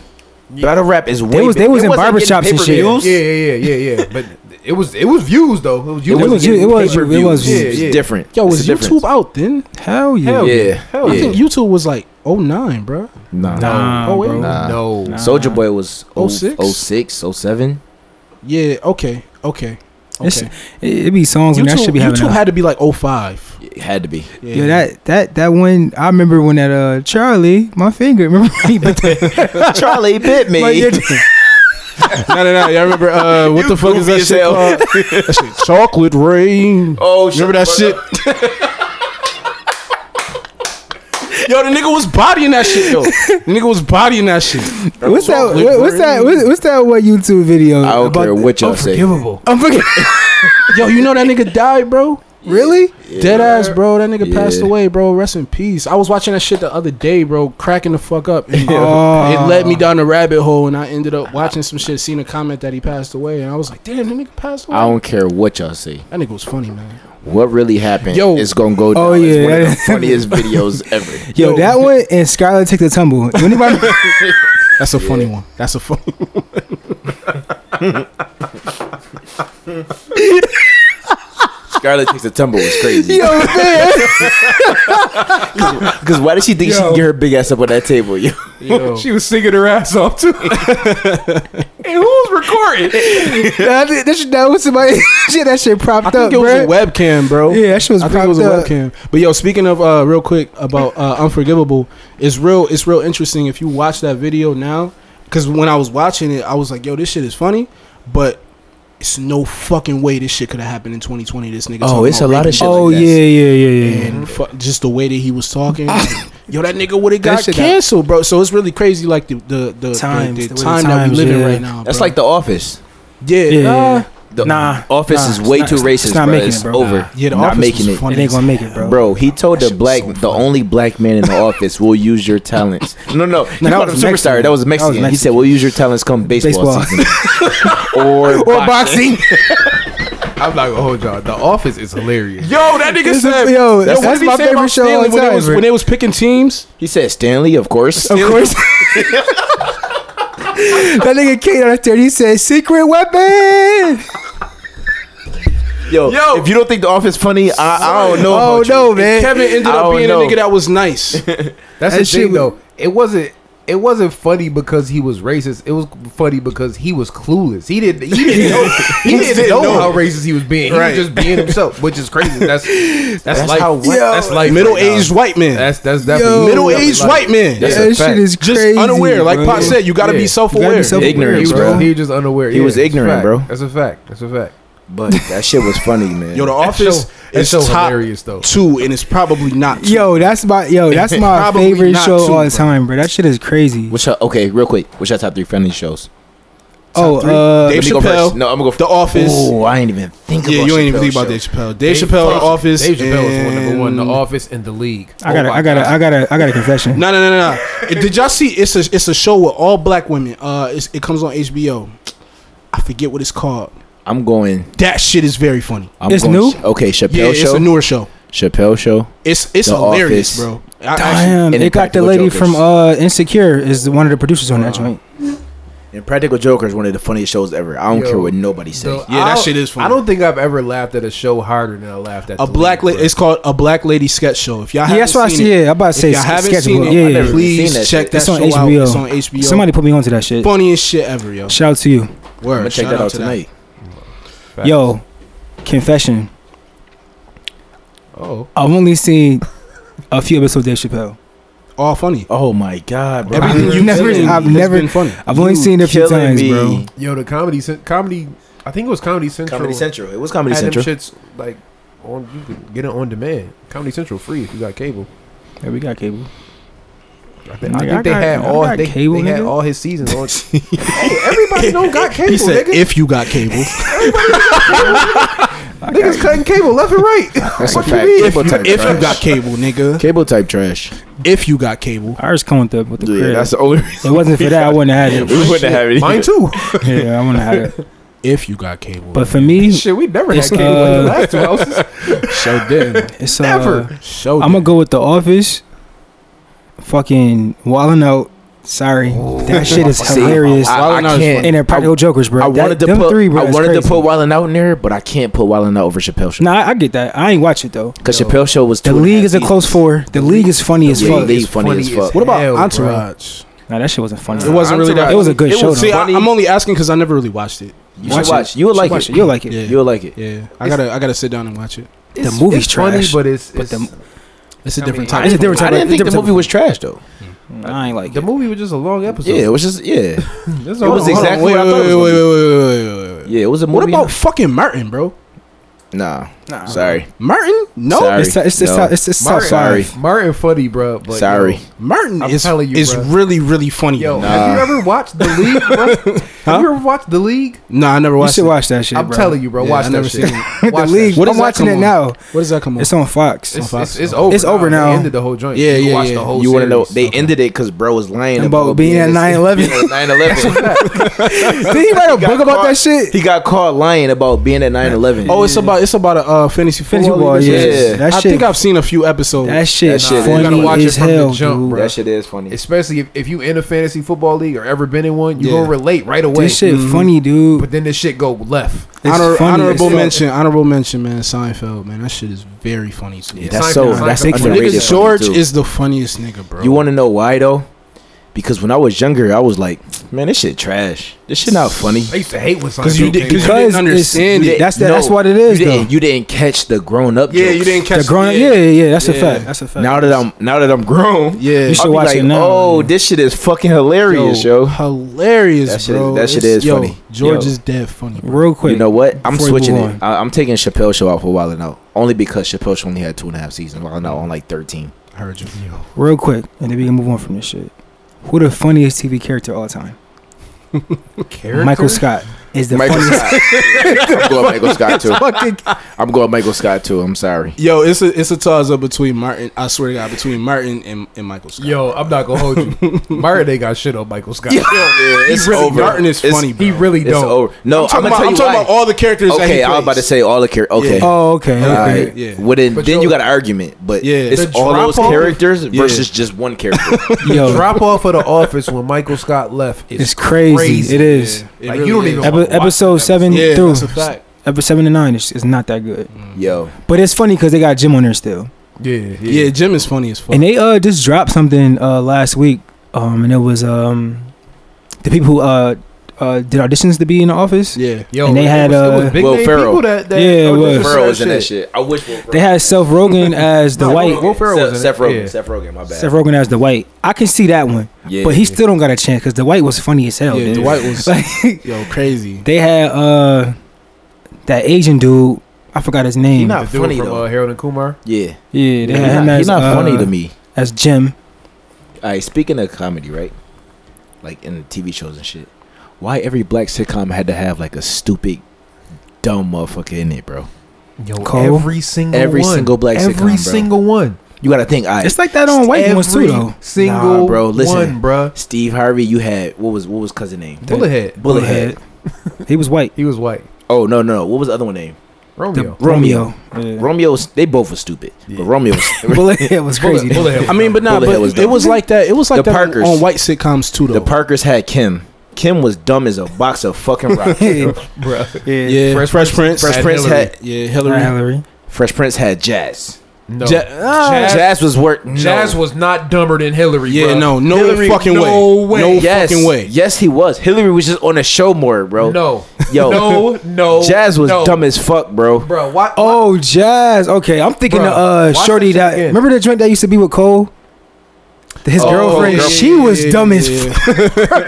E: Battle rap is way.
D: They was- they
E: big-
D: was
E: it
D: in
E: wasn't
D: barbershops
E: getting
D: and shit.
E: pay-per-views.
B: Yeah, yeah, yeah, yeah, yeah. But it was it was views though. It was
D: It
B: views.
D: was- it was- it
E: Pay-per-views.
D: was-
B: Yeah,
E: It's
B: yeah.
E: different.
A: Yo,
E: It's
A: was
E: a difference.
A: YouTube out then?
D: Hell yeah.
B: Hell
E: Yeah,
B: Hell
A: I
E: yeah.
A: think YouTube was like 09, bro.
E: Nah.
D: Nah,
A: Oh, wait.
D: bro.
E: Nah.
B: no.
D: Nah.
E: Soldier Boy was
A: 06?
E: 06? 06, 07.
A: Yeah, okay, okay.
D: It's-
A: okay.
D: It, it be songs and that
A: YouTube,
D: should be having.
A: YouTube
D: a-
A: had to be like 05.
E: It had to be.
A: Yeah,
D: Yeah, that that that one. I remember when that uh Charlie, my finger. Remember he bit the,
E: Charlie bit me.
D: like, yeah,
A: <laughs> no, no, no. Y'all remember <laughs> uh, what the fuck is that
E: goofy as
A: shit
E: hell.
A: called? <laughs> that shit, chocolate rain.
E: oh, shit.
A: remember that shit? <laughs> Yo, the nigga was bodying that shit,
D: <laughs>
A: yo. The nigga was bodying that shit.
D: what's that?
A: Chocolate
D: What, what's that? What,
A: rain.
D: what's that? What YouTube video?
E: I don't
D: about
E: care
D: the-
E: what y'all say.
B: Unforgivable.
D: I'm forget-
A: <laughs> Yo, you know that nigga died, bro?
D: really?
A: Dead ass, bro. That nigga
E: Yeah.
A: passed away, bro. Rest in peace. I was watching that shit the other day, bro. Cracking the fuck up.
E: <laughs>
A: And
D: Oh.
A: It led me down a rabbit hole, and I ended up watching some shit, seeing a comment that he passed away, and I was like, "Damn, the nigga passed away."
E: I don't care what y'all say.
A: that nigga was funny, man.
E: What really happened
A: Yo.
E: is going to go down.
D: Oh,
E: as
D: yeah.
E: one of the
D: <laughs>
E: funniest videos ever.
D: Yo,
A: Yo.
D: that one and Skylar take the tumble. Anybody? <laughs>
A: That's a funny one. That's a funny. One.
E: Scarlett takes a tumble was crazy.
D: Yo, man.
E: Because why did she think she
D: Yo.
E: can get her big ass up on that table? Yo.
B: Yo.
A: she was singing her ass off too.
D: <laughs> Nah, that, that, shit- that was somebody. <laughs> shit, that shit propped
A: I think
D: up,
A: it was
D: bro.
A: a webcam, bro.
D: yeah, that shit was
A: I
D: propped
A: think it was a
D: up.
A: webcam. But yo, speaking of uh, real quick about uh, Unforgivable, it's real. It's real interesting if you watch that video now. Because when I was watching it, I was like, "Yo, this shit is funny," but it's no fucking way this shit could have happened in 2020. This nigga.
E: Oh,
A: talking
E: it's
A: about
E: a lot of
A: raping
E: shit
D: Oh
E: like that.
D: yeah, yeah, Oh, yeah, yeah.
A: and fu- just the way that he was
D: <laughs>
A: talking. yo, that nigga would have got
D: shit got-
A: canceled, bro. So it's really crazy, like the the the,
D: Times,
A: the,
D: the
A: the
D: way
A: time
D: the
A: that we
D: times,
A: live in
D: yeah.
A: right now.
E: That's
A: bro.
E: like The Office.
A: yeah,
D: Yeah,
A: nah.
D: yeah.
E: The
D: Nah.
E: Office
D: Nah,
E: is
D: it's
E: way
D: not-
E: too
D: it's
E: racist,
D: not
E: bro.
D: making
E: It's
D: it, bro.
E: over.
D: Nah.
A: yeah. The
E: not
A: office
E: making
A: was
E: it.
A: funny.
D: It ain't gonna make it, bro.
E: Bro, he told the black, the only black man in
D: <laughs>
E: the office, "We'll use your talents." No, no, he
D: that
E: called him
D: was
E: superstar.
D: Mexican.
E: That was
D: That was
E: Mexican. He said,
D: Mexican.
E: "We'll use your talents come baseball,
D: Baseball. <laughs>
E: season, or
D: Or
E: boxing."
D: boxing.
B: I'm not gonna hold y'all. The Office is hilarious.
A: Yo, that nigga
D: It's a-
A: said, yo,
D: yo, that's-
A: what
D: that's
A: did he
D: my
A: say about
D: favorite show
A: Stanley
D: all
A: when,
D: time,
A: it was,
D: bro.
A: when it was picking teams.
E: He said, "Stanley, of course."
D: Of course. <laughs> that nigga came out there. He said, "Secret
A: Oh,
D: weapon."
E: Yo,
B: Yo.
E: if you don't think the office funny, I, I don't know.
D: Oh
E: about you.
D: no, man!
A: Kevin ended
E: I
A: up
E: don't
A: being
E: know.
A: a nigga that was nice.
B: That's
D: That
B: the
D: shit
B: thing
D: was-
B: though. It wasn't. it wasn't funny because he was racist. It was funny because he was clueless. He didn't. He didn't <laughs> know. He didn't, know, how racist he was being. He
A: Right.
B: was just being himself, which is crazy. <laughs> That's that's, life.
E: how-
B: that's life.
A: Middle
B: right now.
A: aged white man.
B: That's that's definitely
A: Middle aged
B: Like,
A: white man.
C: That's
A: That's
C: a
D: that
C: fact.
D: shit is
A: just
D: crazy,
A: unaware. Like
D: bro.
A: Pop said, you gotta
B: Yeah.
A: be self
D: You gotta
A: aware.
D: be self-aware.
C: Ignorance,
B: He was,
C: bro.
B: he was just unaware.
C: He
B: Yeah,
C: was
B: it's a
C: ignorant,
B: fact.
C: bro.
B: That's a fact. That's a fact.
E: But that shit was funny, man.
A: Yo, the
B: That
A: office
B: show- that
A: is
B: show
A: top
B: hilarious though.
A: two, and it's probably not. Two.
D: Yo, that's
A: <laughs>
D: my yo, that's my
A: Probably
D: favorite
A: not
D: show
A: too,
D: all
A: bro.
D: the time, bro. That shit is crazy.
E: What's your okay? Real quick, what's your top three friendly shows?
D: Oh, uh,
A: Dave
E: Let me go
A: Chappelle,
E: first. No, I'm gonna go.
A: The Office.
E: Oh, I ain't even think
A: yeah,
E: about.
A: you ain't even think
E: Chappelle's
A: about
E: show.
A: Dave Chappelle. Dave Chappelle,
B: Chappelle-
A: Office.
B: Dave Chappelle is one number one. The
A: and-
B: office and the league.
D: I got
B: Oh
D: a,
B: my
D: I got a,
B: God.
D: I got a, I got a confession.
A: No, no, no, no, no. Did y'all see? It's a it's a show with all black women. Uh, it's, it comes on HBO. I forget what it's called.
E: I'm going.
A: That shit is very funny.
E: I'm
D: It's
E: going,
D: new?
E: Okay, Chappelle
A: yeah, it's
E: show.
A: a newer show.
E: Chappelle show.
A: It's it's
E: The
A: hilarious,
E: Office.
A: bro. I, actually-
D: Damn,
E: and
D: they got the
E: Impractical
D: lady
E: Jokers.
D: from uh Insecure is the- one of the producers
A: Uh,
D: on that joint.
E: And Practical Joker is one of the funniest shows ever. I don't
B: Yo,
E: care what nobody says.
B: The-
A: Yeah, that
B: I'll-
A: shit is funny.
B: I don't think I've ever laughed at a show harder than I laughed at
A: a
B: The
A: black
B: League,
A: lady. It's called a black lady sketch show. If y'all
D: Yeah,
A: haven't
D: that's what I
A: seen
D: see.
A: it,
D: Yeah, I'm about to
A: if
D: say
A: y'all haven't seen
D: sketchbook.
A: it,
D: Yeah, yeah.
E: I never-
A: please
E: seen that
A: check
E: shit.
A: that
D: It's
A: show
D: on
A: out.
D: HBO.
A: It's on HBO.
D: Somebody put me onto that shit.
A: funniest shit ever, yo.
D: Shout out to you,
A: Word.
E: I'm gonna check
A: Shout
E: that out
A: to
E: tonight.
B: Facts.
D: yo. Confession:
B: Oh,
D: I've only seen a few episodes of Dave Chappelle.
A: All funny.
E: Oh my god, bro!
D: Everything
A: Everything
D: I've
A: you've
D: never-
A: seen
D: I've
A: has
D: never-
A: been funny.
D: I've only
E: You
D: seen it a few
E: killing
D: times,
E: me.
D: bro.
B: yo, the comedy, Cen- comedy. I think it was Comedy Central.
E: Comedy Central. It was Comedy
B: had
E: Central.
B: them shits like on. You could get it on demand. Comedy Central free if you got cable.
D: Yeah, we got cable.
B: I, thi- I
D: Nigga,
B: think
D: I
B: they
D: got-
B: had
D: I
B: all
D: got
B: they,
D: cable,
B: they had
D: nigga.
B: all his seasons <laughs> on. hey, everybody don't got cable,
A: He said,
B: nigga.
A: "If you got cable,
B: Niggas cutting cable left and right.
E: That's
B: what
E: a
B: you
E: fact.
B: mean?
E: Cable type
A: if
E: trash.
A: you got cable, nigga,
E: cable type trash.
A: if you got cable."
D: Ours come with the with the
E: Yeah,
D: crib.
E: that's the only.
D: It
E: Reason.
D: wasn't for that, I wouldn't have had
E: we <laughs> wouldn't have it.
B: Mine
E: either.
B: too.
D: it. <laughs> Yeah, I wouldn't have had it.
A: If you got cable,
D: But for me,
B: <laughs> Shit, we never
D: It's,
B: had cable in
D: uh,
B: the last two <laughs> houses.
A: show did.
D: it's uh,
B: Never.
A: Show
D: I'm gonna go with The Office. Fucking Wallin' Out. Sorry, that shit is
E: Oh. <laughs> See,
D: hilarious.
E: I, I
A: Wallin' Out is
E: can't.
D: and they're practical jokers, bro.
E: I
D: That-
E: wanted to
D: them
E: put.
D: three, bro.
E: I
D: is
E: wanted to
D: crazy.
E: put Wildin' out in there, but I can't put Wildin' out over Chappelle show
D: Nah, I, I get that. I ain't watch it though.
E: because Chappelle show was.
D: The
E: two and
D: league
E: half
D: is a close
E: seasons.
D: four. The league is funny as
E: The
D: fuck.
E: league funny as fuck.
A: What about
B: hell, bro.
A: Entourage?
D: Nah, that shit wasn't funny.
A: It wasn't really that.
D: It was a good
E: It
D: show.
E: was-
D: though.
A: See, I,
E: funny.
A: I'm only asking because I never really watched it.
E: You should watch. You will like
D: Watch
E: it.
D: it. You'll like it.
A: Yeah,
E: You'll like it.
A: yeah. I gotta, I gotta sit down and watch it.
D: The movie's
B: it's
D: trash,
B: funny, but it's,
D: but
B: it's
D: the-
A: It's a
B: I
A: different
B: mean,
A: type.
D: It's a
A: of
D: different
A: movie.
D: type
E: I didn't think the movie was trash though.
D: I ain't like
B: the
D: it.
B: movie was just a long episode.
E: Yeah, it was just yeah, it
B: That's all.
E: was
B: Hold on,
E: exactly
A: Wait,
E: what I thought it
A: wait, wait, wait,
E: was gonna
A: wait, wait, wait, wait, wait.
E: yeah. It was a
A: What
E: movie.
A: about fucking Martin, bro?
E: nah?
D: Nah.
E: Sorry,
A: Martin? No,
E: Sorry.
D: It's it's it's
E: No.
D: it's, it's
B: Martin,
D: top
E: Sorry.
D: five.
B: Martin funny, bro. But
E: sorry.
A: Martin
B: I'm
A: is
B: telling you,
A: is
B: bro.
A: really really funny.
B: Yo,
A: Yo,
B: yo
E: Nah.
B: have you ever watched The League, bro? Have you ever watched The League?
A: nah, I never
D: You
A: watched.
D: should
A: it.
D: watch that shit.
B: I'm
D: bro.
B: telling you, bro.
A: Yeah,
B: watch
A: I
B: that
A: never
B: shit.
A: seen it.
B: Watch
D: the
B: that
D: league.
B: shit.
A: What does
D: I'm
A: that
D: watching
A: come
D: it
A: on?
D: now.
A: What does that come on?
D: It's on Fox.
B: It's,
A: Fox,
B: it's, it's
A: on
B: over.
D: It's over
B: They
D: now.
B: ended the whole joint.
A: Yeah,
B: you
A: yeah,
B: Watch
A: yeah.
B: the whole
E: you want to
B: series.
E: know? They ended it because bro was lying
D: About being at 9/11.
E: 9/11.
D: Did he write a
E: got
D: book about
E: caught-
D: that shit?
E: He got caught lying about being at 9/11.
A: Oh, it's about it's about a uh, fantasy
D: Fantasy
A: football.
D: football,
A: league or
D: yeah.
A: something.
D: That
A: I
D: shit-
A: think I've seen a few episodes.
D: That shit,
E: That shit is-
D: funny
E: you gotta
B: watch it
D: as
B: from the
D: hell,
B: jump,
D: dude.
B: bro.
E: that shit is funny.
B: especially if, if you in a fantasy football league or ever been in one, you
A: Yeah.
B: are gonna relate right away.
D: This shit funny, dude.
B: But then this shit go left.
D: It's
A: Honor-
D: funny as
A: honorable
D: fuck.
A: mention, honorable mention, man. Seinfeld, man. That shit is very funny too.
E: that's
B: Seinfeld-
E: so.
B: Seinfeld-
E: That's
D: Nigga,
E: underrated.
A: Nigga, George
E: too.
A: is the funniest nigga, bro.
E: You want to know why though? Because when I was younger, I was like, man, this shit trash. This shit not funny.
B: I used to hate when
A: because you,
B: Seinfeld
A: did,
B: came
A: because you
D: Because
A: didn't
D: it's-
A: understand
D: you
A: it.
D: didn't- that's the- that's what it is,
E: You
D: though.
E: didn't, you didn't catch the grown up.
A: yeah, you didn't catch
D: The grown up, yeah, yeah, yeah. That's a
A: Yeah.
D: fact. That's a fact.
E: Now that I'm now that I'm grown,
A: Yeah. You
E: I'll
D: should
E: be
D: watch
E: like,
D: it now,
E: Oh,
D: man.
E: this shit is fucking hilarious, yo.
A: hilarious,
E: That shit is-
A: bro.
E: that shit
A: It's-
E: is
A: yo,
E: funny.
A: George
E: Yo.
A: is dead funny. Bro.
D: real quick,
E: You know what? I'm
D: before we
E: switching
D: move
E: it. I, I'm taking Chappelle show out for a while now, only because Chappelle show only had two and a half seasons. While now on like 13.
A: I heard you.
D: real quick, and then we can move on from this shit. Who the funniest TV character of all time?
B: character.
D: Michael Scott is the
E: Michael
D: funniest. <laughs>
E: Scott. I'm going Michael Scott too. I'm going Michael Scott too. I'm sorry.
A: Yo, it's a it's a toss up between Martin. I swear to God, between Martin and, and Michael Scott.
B: Yo, I'm not gonna hold you. Myra, they got shit on Michael <laughs> Scott.
E: it's
A: really-
E: over.
A: Martin is
E: It's-
A: funny, bro.
B: He really
E: It's
B: don't.
E: over. No,
A: I'm talking,
E: I'm,
A: about, I'm
E: gonna
A: talking
E: tell you
A: about
E: why.
A: all the characters. that
E: Okay,
A: he
E: I was about to
A: plays.
E: say all the characters. Okay.
A: Yeah.
D: <laughs> Oh, okay.
E: All
D: okay.
E: right.
A: Yeah.
E: Well, then,
B: But
E: then you
B: yo-
E: got an argument, but
A: Yeah.
E: it's
B: The
E: all those
B: drop-off-
E: characters versus just one character.
D: Yo,
B: Drop off of the office when Michael Scott left is
D: it's crazy. It is.
A: It
B: Like,
A: really
B: you don't
A: is.
B: even-
D: Epi-
B: Watch
D: episode
B: that
D: seven
A: Yeah,
D: through
A: that's a fact.
D: episode seven to nine is, is not that good,
E: Mm. Yo,
D: but it's funny because they got Jim on there still,
B: Yeah, yeah.
A: Yeah, Jim is funny as fuck.
D: and they uh just dropped something uh last week um, and it was um, the people who uh, uh, did auditions to be in the office.
A: Yeah.
B: Yo,
D: And they
B: it
D: had,
B: was- it was
D: uh,
B: big
C: Will
B: name
C: Ferrell.
B: people that, that
D: Yeah,
B: oh,
D: Will
B: just
C: Ferrell
B: said
C: was in that shit. I wish Will Ferrell.
D: They had Seth Rogen as the
B: No,
D: white.
B: Will Ferrell was in it.
C: Seth, Seth Rogen.
B: Yeah.
C: Seth Rogen. My bad.
D: Seth Rogen as the white. I can see that one,
C: Yeah.
D: but he still don't got a chance because the white was funny as hell.
A: yeah,
D: dude.
A: Dwight was
D: <laughs> Like,
A: yo
D: <laughs>
A: crazy.
D: they had uh, that Asian dude. I forgot his name.
E: He
B: The
E: not
B: dude
E: funny
B: from
E: though.
B: uh, Harold and Kumar.
E: yeah,
D: yeah, they
E: he's
D: had him
E: not,
D: as
E: he not
D: uh,
E: funny to me.
D: as Jim.
E: All right, speaking of comedy, right? Like in TV shows and shit. Why every black sitcom had to have like a stupid, dumb motherfucker in it, bro?
B: Yo,
D: Cole.
B: every single
E: Every
B: one.
E: single black
B: every
E: sitcom, bro.
B: single one.
E: You gotta think. I
D: It's like that on white
B: every
D: ones too, though.
B: Single
E: Nah, bro, listen.
B: one, bro.
E: Steve Harvey. You had what was what was cousin name?
B: Bullethead.
E: Bullethead.
D: he was white.
B: He was white.
E: Oh no no. What was the other one name?
B: Romeo.
D: Romeo.
E: Romeo. They both were stupid.
A: <laughs>
E: But Romeo. Was,
D: Bullethead was
B: Bullet-
D: crazy.
B: Bullethead.
A: I mean, but nah,
E: Bullethead
A: but
E: was
A: it
E: dumb.
A: was like that. It was like
E: The
A: that on-
E: Parkers.
A: on white sitcoms too, though.
E: the Parkers had Kim. Kim was dumb as a box
A: <laughs>
E: of fucking rocks. bro.
B: bro.
D: <laughs> yeah.
A: yeah, Fresh, Prince,
E: Fresh
A: Fresh
E: Prince
A: Prince
E: Hillary.
A: had yeah Hillary.
D: Hillary.
E: Fresh Prince had Jazz. ah,
B: No.
A: Ja-
E: Jazz,
B: Jazz-
E: was work. no.
B: Jazz was not dumber than Hillary.
A: yeah,
B: bruh.
A: no, no fucking
B: no
A: way.
B: way.
A: no
E: yes,
A: fucking way.
E: Yes, he was. Hillary was just on a show more, bro.
B: No.
E: Yo.
B: No. No.
E: Jazz was
B: no.
E: dumb as fuck, bro.
B: Bro, why? why-
D: Oh, Jazz. Okay, I'm thinking
B: Bruh,
D: of uh,
B: watch
D: Shorty.
B: that shit
D: That
B: again.
D: remember the joint that used to be with Cole. His
B: Oh,
D: girlfriend,
B: girl-
D: she was dumb as
A: yeah.
D: fuck.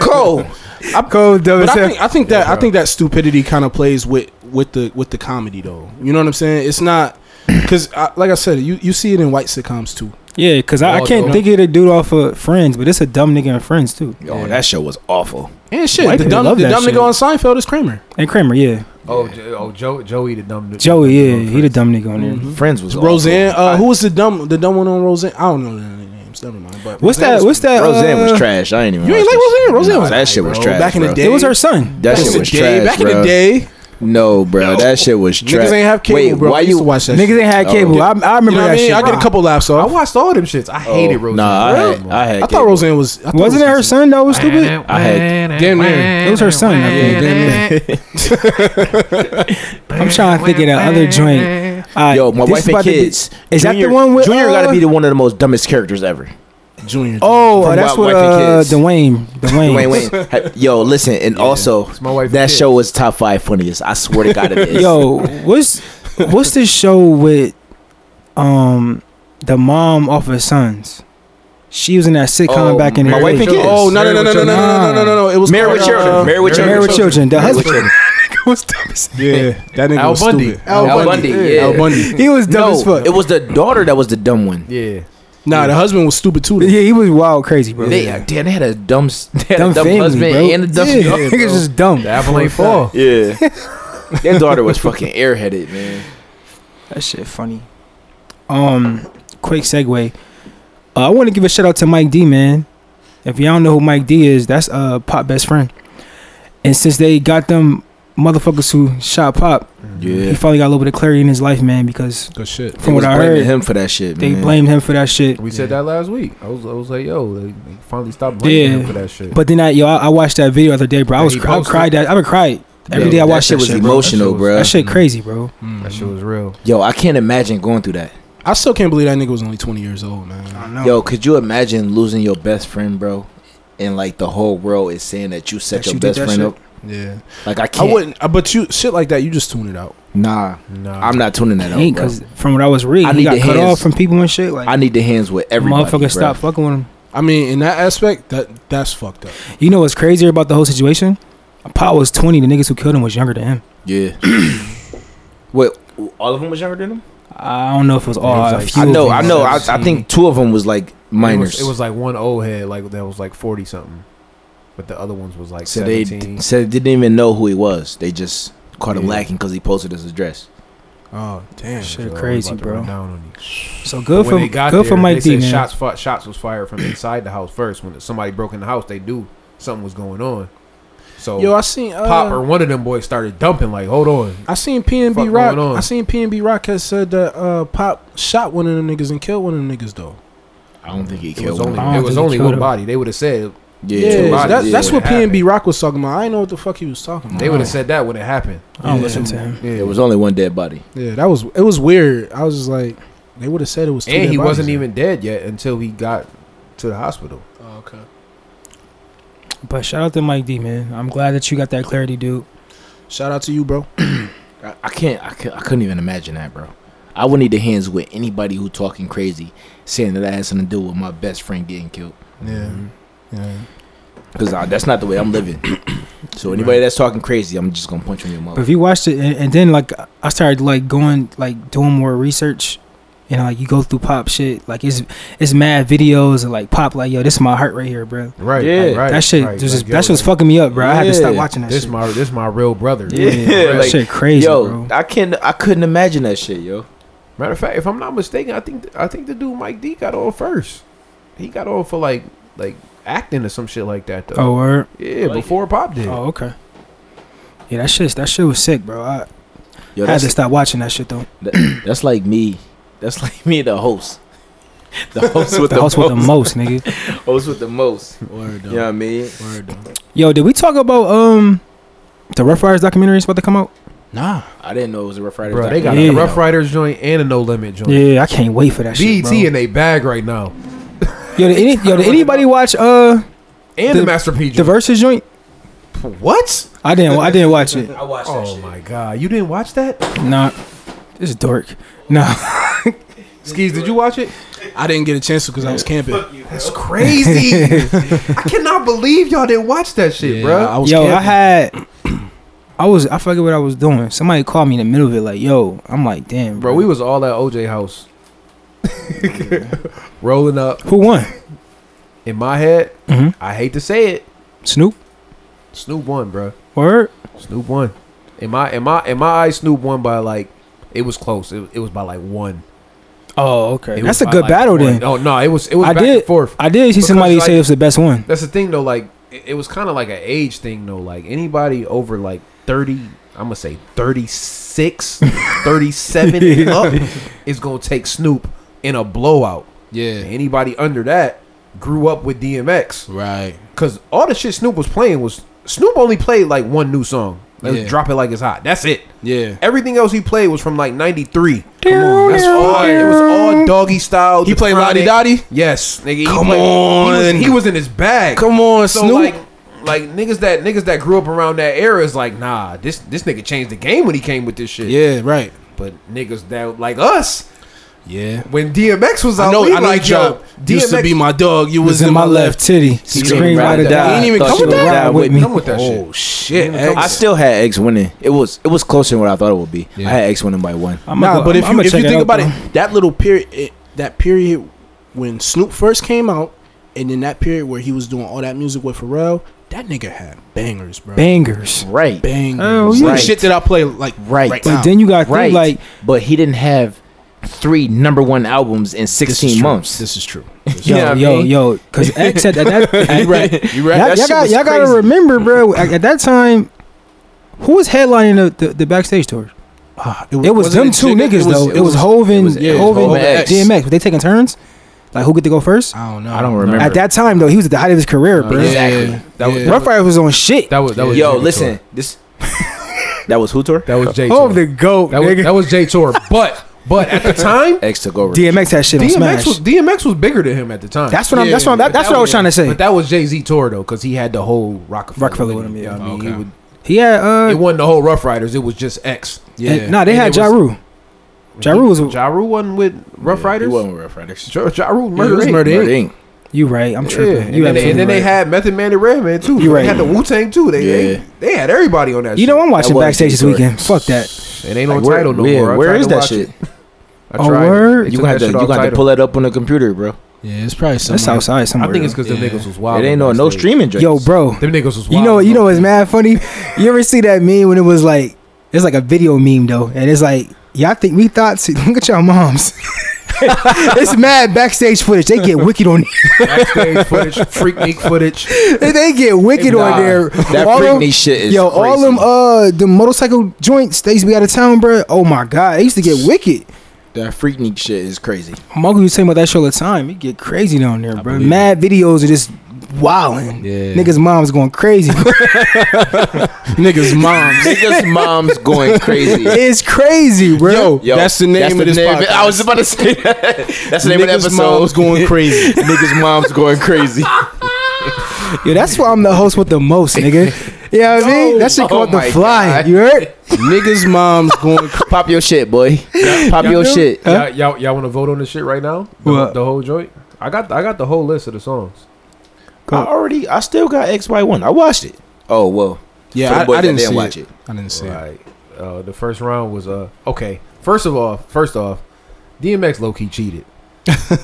A: <laughs>
E: <laughs> Cole.
D: <laughs> Cole, dumb
A: But
D: as
A: I
D: hell.
A: think I think that I think that stupidity kind of plays with with the with the comedy though. You know what I'm saying? It's not because I, like I said, you you see it in white sitcoms too.
D: yeah, because I, I
B: Oh,
D: can't
B: dumb.
D: think of the dude off of Friends, but it's a dumb nigga in Friends too.
E: Oh, that show was awful.
A: And shit,
D: White
A: the
D: people
A: dumb
D: love
A: the
D: that
A: dumb
D: shit.
A: nigga on Seinfeld is Kramer.
D: And Kramer, yeah.
B: Oh, Jo- oh, Joe, Joey the dumb.
D: Joey, yeah, he the dumb nigga on there.
E: Friends was
A: Roseanne,
E: awful.
A: uh, who was the dumb the dumb one on Roseanne? I don't know the names. Never mind. But
D: What's that?
A: Roseanne
D: What's that?
E: Roseanne
D: uh,
E: was trash. I ain't even.
A: You ain't
E: watch
A: like
E: that
A: Roseanne?
E: shit.
A: Roseanne
E: No,
A: was
E: that shit
B: alright,
E: was
B: bro.
E: trash.
A: Back in the
E: bro.
A: day,
D: It was her son.
E: that
A: back in
E: shit
A: the
E: was
A: day,
E: trash.
A: Back in the
E: bro.
A: day,
E: no, bro, that shit was trash.
A: niggas ain't have cable,
E: Wait,
A: bro.
E: Why
A: I used
E: you?
A: to watch that?
D: Niggas
A: shit.
D: ain't had
E: Oh.
D: cable. I, I remember
A: You know what I
D: that
A: mean?
D: shit.
A: I get a couple laughs
B: I
A: off.
B: watched all them shits. I hated Roseanne.
E: Oh, Nah, I
B: Bro.
E: had, I had.
A: I thought
E: cable.
A: Roseanne was. I thought
D: <laughs> Wasn't it her son that was stupid?
E: I had-
A: Damn near.
D: It was her son. I think. Damn near. I'm trying to think of that other joint. Uh,
E: Yo, my
D: this
E: wife
D: is
E: and
D: about to be-
E: kids.
D: is that the one with
E: Junior?
D: uh,
E: gotta be the one of the most dumbest characters ever.
A: <laughs> Junior?
D: Oh,
E: From
D: that's
E: Wi-
D: what
E: Wife and
D: uh,
E: Kids.
D: Dwayne. Dwayne.
E: Wayne, Wayne. Hey, Yo, listen, and also
B: my wife and
E: that
B: kids.
E: show was top five funniest. I swear to God, it is.
D: Yo,
E: <laughs>
D: what's what's this show with um the mom off her sons? She was in that sitcom
E: Oh,
D: back in the
E: My
D: day.
E: Wife and Kids.
A: Oh no no no no no no no no no no! no. It was called,
E: Married with Children.
A: uh,
E: Married with
D: Married
E: Children.
D: with Children. The
E: <laughs> Married with
D: husband
E: Children.
D: was dumb as
A: Yeah, that nigga
B: Al
A: was
B: Bundy.
A: stupid.
B: Al
E: Al Bundy, yeah.
A: Al Bundy.
D: He was dumb as
E: No,
D: fuck.
E: it was the daughter that was the dumb one.
B: Yeah.
A: Nah, the husband was stupid too. though.
D: yeah, he was wild crazy, bro.
E: They, damn, they had a
D: <laughs>
E: dumb, s- they had
D: dumb
E: a dumb
D: family,
E: husband
D: bro.
E: and a dumb
D: yeah, <laughs>
E: daughter.
D: niggas just dumb.
B: The apple ain't fall.
E: <laughs> Yeah. <laughs> Their daughter was fucking airheaded, man.
D: That shit funny. Um, quick segue. Uh, I want to give a shout out to Mike D, man. If y'all don't know who Mike D is, that's uh Pop best friend. And since they got them motherfuckers who shot Pop, he
E: Yeah.
D: finally got a little bit of clarity in his life, man. Because
A: <laughs> Good shit.
D: from what I heard,
E: him for that shit,
D: they
E: man.
D: blamed him for that shit.
B: We said that last week. I was, I was like, yo, they, they finally stopped
D: Yeah.
B: blaming him for that shit.
D: But then I yo, I, I watched that video the other day, bro. I
B: That
D: was
B: he
D: cr- I
B: posted?
D: cried that I would cried every
E: Yo,
D: day I
E: that
D: watched
E: shit
D: it.
E: was
D: Was
E: emotional, bro.
D: that shit crazy, bro.
B: that shit was real.
E: Yo, I can't imagine going through that.
A: Mm. I still can't believe that nigga was only twenty years old, man.
D: know.
E: Yo, could you imagine losing your best friend, bro? And like the whole world is saying that you set
D: That
E: your
D: you did
E: best
D: that
E: friend
D: shit?
E: up.
A: Yeah,
E: Like I
A: I
E: can't.
A: wouldn't. uh, But you shit like that, you just tune it out.
E: Nah,
B: Nah.
E: I'm not tuning that out,
D: ain't
E: bro.
D: because from what I was reading,
E: I
D: he
E: need
D: got
E: the
D: cut
E: hands.
D: off from people and shit. Like
E: I need the hands with everybody.
D: motherfucker, stop fucking with him.
A: I mean, in that aspect, that that's fucked up.
D: You know what's crazier about the whole situation? Pop was 20. The niggas who killed him was younger than him. <clears throat>
E: Yeah. Wait, all of them was younger than him.
D: I don't know if it was all.
B: was
D: a
B: like-
D: few
E: I
D: of
E: know,
D: them.
E: I know. I,
B: I've
E: I
B: seen.
E: think two of them was like
B: It
E: minors.
B: was, it was like one old head like that was like 40 something. But the other ones was like
E: so they
B: 17.
E: d- said they didn't even know who he was. They just caught him
B: Yeah.
E: lacking because he posted his address.
A: Oh damn.
D: Shit.
B: So I was
D: crazy,
B: about to
D: bro.
B: run down on you.
D: So good
B: But
D: for
B: when they
D: good
B: got
D: for
B: there,
D: Mike
B: they
D: D,
B: said
D: man.
B: Shots, fi- shots was fired from inside the house first. When somebody broke in the house, they knew something was going on. So
A: Yo, I seen uh,
B: Pop or one of them boys started dumping. Like, hold on,
A: I seen PNB
B: Fuck
A: Rock.
B: going on?
A: I seen PNB Rock has said that uh, Pop shot one of them niggas and killed one of them niggas though.
E: I don't think he
B: it was
E: killed
B: only
E: him.
D: I
B: it
D: don't
B: was
D: think
B: only
D: he killed
B: one
D: him.
B: body. They would have said
A: Yeah,
E: two
B: bodies,
A: that's,
E: yeah.
A: that's what
B: It
A: PNB
B: happened.
A: Rock was talking about. I didn't know what the fuck he was talking about.
B: they would have said that when it happened.
D: I don't listen to him.
B: Yeah,
E: It was only one dead body.
A: Yeah, that was it was weird. I was just like, they would have said it was. two
B: and
A: dead
B: he wasn't
A: bodies.
B: even dead yet until he got to the hospital.
A: Oh, okay.
D: But shout out to Mike D, man. I'm glad that you got that clarity, dude.
A: Shout out to you, bro.
E: I, I can't. I, cou- I couldn't even imagine that, bro. I wouldn't need the hands with anybody who talking crazy, saying that that has something to do with my best friend getting killed.
A: Yeah. Mm-hmm. Yeah.
E: Because that's not the way I'm <coughs> living. So anybody that's talking crazy, I'm just gonna punch you in your
D: But
E: mother.
D: if you watched it, and, and then like I started like going like doing more research, and like you go through pop shit, like it's it's mad videos and like pop like yo, this is my heart right here, bro.
B: Right.
E: Yeah.
B: right,
D: that shit
B: right,
D: just
B: like, yo,
D: that shit was
B: like,
D: fucking me up, bro. I had to stop
E: Yeah.
D: watching that
B: This
D: shit.
B: my this my real brother.
E: Yeah,
D: that
E: like,
D: shit crazy,
E: yo,
D: bro.
E: I can't. I couldn't imagine that shit, yo.
B: Matter of fact, if I'm not mistaken, I think I think the dude Mike D got on first. He got on for like like acting or some shit like that though.
D: Oh, word.
B: yeah,
E: Like-
B: before Pop did.
D: Oh, okay. Yeah, that shit that shit was sick, bro. I
E: Yo,
D: had
E: that's
D: to stop watching that shit though.
E: that- that's like me. That's <laughs> like me, the host. The host with
D: The
E: the,
D: house with
E: most.
D: the most, nigga.
E: Host with the most.
A: Word,
E: You know what I mean?
A: Word, though.
D: Yo, did we talk about um the Rough Riders documentary is about to come out?
A: Nah.
E: I didn't know it was a Rough Riders.
B: Bro, they got
D: Yeah.
B: a Rough Riders joint and a No Limit joint.
D: Yeah, I can't wait for that shit.
B: BET
D: Bro.
B: in a bag right now.
D: Yo, did any, yo, did anybody watch uh
B: And the,
D: The-
B: Master P
D: the
B: joint.
D: Versus joint?
B: what?
D: I didn't. I didn't watch it.
E: I watched
B: Oh my god. You didn't watch that?
D: Nah, this is dork. Nah,
B: Skis, did you watch it?
A: I didn't get a chance because I was camping.
B: That's crazy. <laughs> I cannot believe y'all didn't watch that shit,
A: Yeah,
B: bro.
A: I was
D: yo,
A: camping.
D: I had. <clears throat> I was. I forget what I was doing. Somebody called me in the middle of it. Like, yo, I'm like, damn,
B: Bro, we was all at OJ <laughs> house. Rolling up.
D: Who won?
B: In my head,
D: hmm
B: I hate to say it,
D: Snoop.
B: Snoop won, bro.
D: Word.
B: Snoop won. In my in my in my eyes, Snoop won by like it was close. It, it was by like one.
D: Oh, okay.
B: It
D: That's
B: was
D: a
B: by,
D: good
B: like,
D: battle
B: one.
D: then.
B: No, no, it was it was
D: I
B: back
D: did-
B: and forth.
D: I did see
B: Because,
D: somebody
B: like-
D: say it was the best one.
B: That's the thing though. Like it, it was kind of like an age thing though. Like anybody over like thirty, I'm gonna say
A: <laughs>
B: 36, 37 and up is gonna take Snoop in a blowout.
A: Yeah.
B: Anybody under that grew up with DMX
A: Right.
B: because all the shit Snoop was playing was Snoop only played like one new song. Like,
A: Yeah.
B: Drop it like it's hot. That's it.
A: Yeah.
B: Everything else he played was from like '93.
D: Come on,
B: That's all. It was all doggy style.
A: He
B: The
A: played
B: Chronic.
A: Lottie Dottie.
B: Yes, nigga. He
A: Come
B: played- He
A: on.
B: was, he was in his bag.
A: Come on,
B: So
A: Snoop.
B: like, like niggas that niggas that grew up around that era is like, nah, this this nigga changed the game when he came with this shit.
A: yeah. Right.
B: But niggas that like us
A: Yeah.
B: when DMX was out,
A: I know.
B: we
A: I know.
B: like
A: Like,
B: yo,
A: DMX used to be my dog. You
D: It
A: was, in my left.
D: titty. Scream right or
A: He
D: die.
A: didn't even
E: Thought
A: come
E: you
A: with
E: would
A: that?
E: ride
D: with me.
B: Come with that shit.
A: Oh shit.
B: Yeah,
E: I
A: X.
E: still had X winning. It was it was closer than what I thought it would be.
A: Yeah.
E: I had X winning by one.
D: I'ma
A: Nah,
D: go-
A: but if
D: I'ma
A: you, if
D: check
A: you think
D: out,
A: about
D: though.
A: it, that little period, it, that period when Snoop first came out, and then that period where he was doing all that music with Pharrell, that nigga had bangers, bro.
D: bangers.
E: Right.
A: Bangers.
D: Oh, yeah.
A: Like Shit that I play like
E: Right.
A: right,
D: But
A: now.
D: then you got to
E: Right.
D: think like
E: but he didn't have three number one albums in
A: This is
E: 16
A: true.
E: months.
A: This is true.
D: yo,
E: know what I
D: yo,
E: mean?
D: yo, because X at that, at,
E: You right. You right.
D: y'all, y'all
E: That shit
D: got,
E: was
D: y'all gotta
E: crazy.
D: remember, bro. At, at that time, who was headlining the, the, the backstage tours?
A: Ah,
D: It was
A: wasn't
D: them
A: it
D: two
A: Jigga?
D: niggas though. It was Hov
E: it
D: and
E: was- yeah, it was
D: Hov and
E: Hov and X.
D: DMX. Were they taking turns? Like who get to go first?
A: I don't know.
E: I don't remember.
D: At that time though, he was at the height of his career, bro.
E: yeah.
B: That was-
D: Rough Riders was on shit.
B: Uh, That was that was
E: Yo,
B: Jay
E: listen.
B: Tour.
E: <laughs> This that was who tour?
B: that
D: <laughs>
B: was J.
D: Hov the
B: Tour.
D: goat,
B: that was
D: nigga.
B: that was
D: <laughs>
B: J. Tour. But but at the time,
E: X took over.
D: DMX had shit on Smash.
B: DMX was DMX was bigger than him at the time.
D: that's what I'm. That's
A: Yeah,
D: what I'm. That,
A: but
D: that's
A: that
D: what I was
A: was-
D: trying to say.
B: But that was Jay Z tour though, because he had the whole Rockefeller,
D: Rockefeller with him,
B: You
D: yeah.
B: know what I mean,
A: Okay.
B: he would,
D: He had.
B: it
D: Uh,
B: wasn't the whole Rough Riders. It was just X.
A: Yeah.
D: and- nah, they
B: And
D: had
B: it
D: Ja
B: was-
D: Rule. Ja Rule was.
B: Ja Rule wasn't with Rough
E: He
B: Riders.
E: wasn't with Rough Riders.
B: Ja, ja Rule
A: Yeah, it
B: murdered.
A: was Murder,
E: Murder
A: Inc.
E: Inc.
D: You right. I'm tripping. You
B: and, then, and then
D: absolutely
B: they
D: right.
B: had Method Man and Redman too.
D: You
B: they
D: right.
B: had the Wu Tang too. They,
E: Yeah.
B: they they had everybody on that.
D: You know I'm watching
E: That was
D: backstage this
E: Jay Tour.
D: weekend. Fuck that.
B: shit. it ain't on
E: Like, where-
B: title no
E: yeah,
B: more. I
E: Where
B: tried
E: is
B: to
E: that
B: watch
E: shit?
B: it. I
D: Oh,
B: tried.
D: word?
E: You
B: They took
E: gonna have
B: that
E: to
B: shit
E: you
B: off
E: gonna have to
B: title.
E: pull that up on the computer, bro.
A: Yeah, it's probably something.
D: That's outside
B: I
D: somewhere.
B: think it's because them
A: Yeah.
B: niggas was wild.
E: it ain't on no
B: backstage.
E: streaming. Joints.
D: Yo, bro.
B: Them niggas was wild.
D: You know, you know, it's mad funny. You ever see that meme when it was like, it's like a video meme though, and it's like, y'all think we thought? See, <laughs> look at y'all moms. <laughs> it's mad backstage footage. They get wicked on. <laughs>
B: backstage footage, freak meek footage.
D: They get wicked
E: Nah,
D: on there.
E: That
D: All them-
E: Britney shit is
D: yo, all
E: crazy.
D: them uh, the motorcycle joints they used to be out of town, bro. Oh my god, they used to get wicked.
E: That Freaknik shit is crazy.
D: My uncle used to tell me about that show all the time. It get crazy down there, bro.
A: believe
D: Mad videos are just wilding.
A: Yeah.
D: Niggas' mom's going
E: <laughs>
D: crazy. <laughs>
A: niggas moms.
E: Niggas mom's going crazy.
D: <laughs> it's crazy, bro.
A: Yo, that's the name
E: that's
A: of
E: the
A: this
E: name.
A: podcast.
E: I was about to say that. That's the name of the
A: Niggas
E: <laughs> episode.
A: mom's going crazy.
E: Niggas mom's going crazy.
D: Yo, that's why I'm the host with the most, nigga. You know what I mean? That shit
E: Oh
D: called
E: my
D: the fly.
E: God.
D: You heard?
A: Niggas' moms <laughs> going. cra-
E: Pop your shit, boy. Pop your
D: do?
E: shit.
D: Huh?
B: Y'all, y'all, y'all want to vote on this shit right now? The,
D: What?
B: the whole joint? I got, I got the whole list of the songs.
E: I already, I still got XY1. I watched it. Oh, well. For the
A: Yeah, I,
E: boys
A: I
E: that
A: didn't
E: didn't
A: see
E: watch
A: it.
E: it.
A: I didn't see it.
B: Right. Uh, the first round was uh okay. First of all, first off, DMX low key cheated.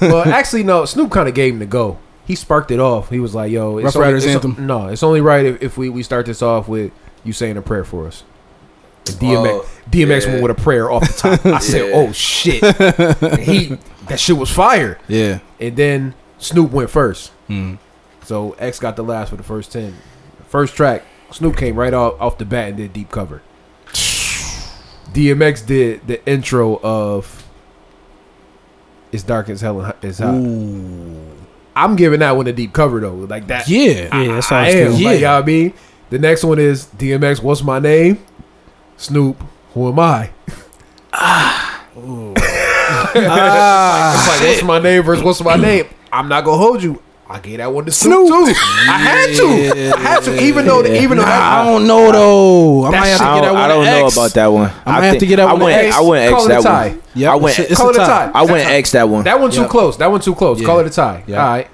B: well, actually, no. Snoop kind of gave him the go. He sparked it off. He was like, "Yo,
A: Rough
B: only-
A: Riders
B: it's-
A: anthem.
B: No, it's only right if, if we, we start this off with you saying a prayer for us." And DMX
E: Oh,
B: DMX
E: yeah.
B: went with a prayer off the top. I said,
E: Yeah.
B: "Oh shit!" he that shit was fire.
A: Yeah.
B: And then Snoop went first.
A: Mm.
B: So X got the last for the first ten. First track, Snoop came right off, off the bat and did deep cover. DMX did the intro of "It's Dark as Hell and Hot- It's Hot." I'm giving that one a deep cover though, like that.
A: Yeah.
D: Yeah, that's what
B: I
D: I was
B: am.
D: doing.
B: Like, you know what I mean? The next one is DMX. What's my name? Snoop. Who am I? <laughs>
E: Ah.
B: It's like, what's my name versus what's my name? I'm not gonna hold you. I gave that one to Snoop. Too. I had to. I had to. Even though, even though,
A: I don't know though. I might have to
E: I
A: get that
E: don't,
A: one.
E: I don't
A: an
E: know
A: X.
E: about that one.
A: I might have to get that
E: I
A: one an
E: went,
A: X.
E: I went X
B: Call it
E: that
B: a tie.
E: one.
A: Yep,
E: I went,
A: it's, it's
B: Call
A: a
B: it a
A: tie.
E: I went X that one.
B: That one too
A: Yeah.
B: close. That one too close.
A: Yeah.
B: Call it a tie.
A: Yeah.
B: All right.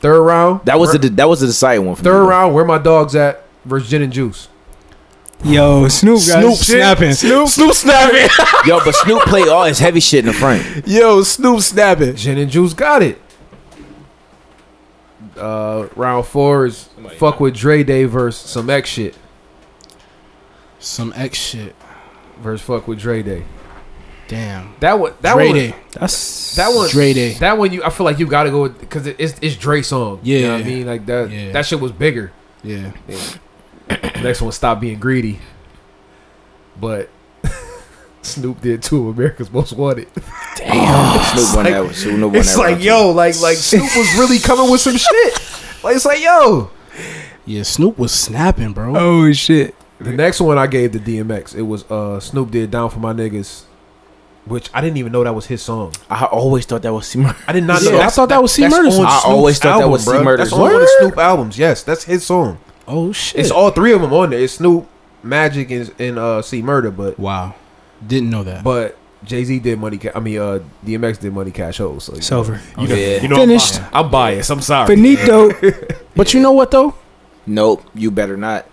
B: Third round.
E: That was
B: Where-
E: the that was the deciding one. For me,
B: third
E: though.
B: round. Where my dogs at? Versus gin and juice.
D: Yo, Snoop got
A: Snoop
D: shit.
A: snapping. Snoop, snapping.
E: Yo, but Snoop played all his heavy shit in the
B: <laughs>
E: front.
A: Yo, Snoop snapping.
B: Gin and juice got it. Uh, round four is fuck with Dre Day versus some X shit
A: Some X shit.
B: versus fuck with Dre Day.
A: Damn.
B: That one. That
A: Dre
B: one.
A: Day.
D: That's
B: That one,
A: Dre Day.
B: That one, you. I feel like you got to go because it, it's it's Dre song. you know what I
A: Yeah.
B: mean, like that.
A: Yeah.
B: That shit was bigger.
A: Yeah.
B: Next one, stop being greedy. But <laughs> Snoop did two of America's Most Wanted.
E: Oh, Snoop won
B: like-
E: that one. Snoop won that
B: It's
E: round,
B: like
E: too.
B: yo, like like Snoop was really coming with
A: <laughs>
B: some shit. Like it's like yo.
A: Yeah, Snoop was snapping, bro.
D: Oh shit.
B: The next one I gave to DMX, it was uh Snoop did down for my niggas, which I didn't even know that was his song.
E: I always thought that was C Murder.
B: I did not
A: Yeah,
B: know.
A: I thought that was C.
B: that's
A: Murder's
B: on
E: I
B: Snoop's
E: always thought that
B: album,
E: was C
B: bruh.
E: Murder's
B: That's on one of Snoop albums. Yes, that's his song.
A: Oh shit.
B: It's all three of them on there. It's Snoop, Magic, and, and uh, C Murder, but
A: wow. Didn't know that.
B: but Jay Z did money. Ca- I mean, uh, DMX did money cash ho. So
D: It's over.
B: You know,
E: Yeah.
B: you know
D: Finished.
B: I'm, bi- I'm biased. I'm sorry.
D: Benito.
A: But you know what though?
E: Nope, you better not.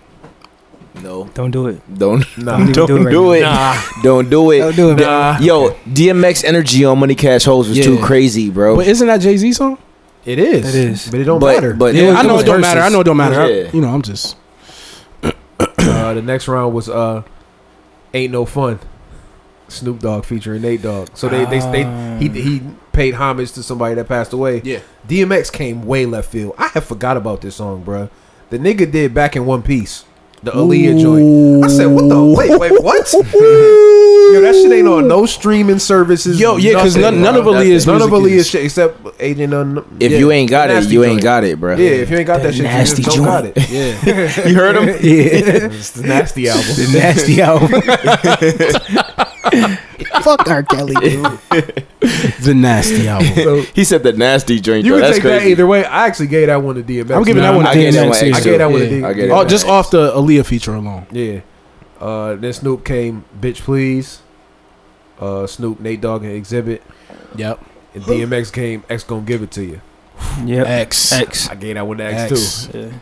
E: No,
D: Don't do it.
E: don't <laughs>
B: Nah.
D: Don't do it. right now.
E: do it. Don't do it.
D: Don't do it.
E: D-
D: Nah.
E: Yo, DMX energy on Money Cash Holes was
A: Yeah.
E: too crazy, bro.
A: But isn't that Jay Z song?
B: It is.
D: It is.
B: But it don't
E: But-
B: matter.
E: But
A: yeah,
E: was-
A: I know
E: was
A: it don't
E: versus.
A: matter. I know it don't matter. I-
E: Yeah.
A: you know, I'm just
B: uh, the next round was uh, ain't no fun. Snoop Dogg featuring Nate Dogg. So they they, they he he paid homage to somebody that passed away.
A: Yeah.
B: DMX came way left field. I have forgot about this song, bruh. The nigga did back in one piece. The Aaliyah joint. I said, what the? Wait, wait, what? Yo, that shit ain't on no streaming services.
A: Yo, yeah, 'cause none- none of
B: bruh.
A: Aaliyah's
B: none of
A: music
B: Aaliyah's
A: is-
B: shit except Agent. Un-
E: If
B: yeah.
E: you ain't got it,
B: Nasty
E: you
B: joint.
E: ain't got it, bro.
B: yeah, if you ain't got that, shit,
D: nasty
B: you just don't got
D: joint.
A: <laughs>
B: it.
A: yeah.
E: you heard him.
D: Yeah.
B: It's <laughs> the nasty album.
D: the nasty album. <laughs> Fuck R. Kelly, dude.
A: the nasty
E: <laughs>
A: album.
B: <laughs> So-
E: He said the nasty drink.
B: You
E: though.
B: can
E: That's
B: take that
E: crazy.
B: either way. I actually gave that one to DMX.
A: I'm giving that one to
E: I gave that
A: DMX.
E: one
A: too.
E: X,
B: I gave that one to
A: Yeah.
B: DMX.
E: I gave that
A: Oh,
E: one
A: just
E: X.
A: off the Aaliyah feature alone.
B: Yeah. Uh, then Snoop came, bitch, please. Uh, Snoop, Nate Dogg, and Exhibit.
A: Yep.
B: And DMX came, X gonna give it to you.
D: Yep.
A: X.
D: X.
B: I gave that one to X,
A: X.
D: Yeah.
B: too.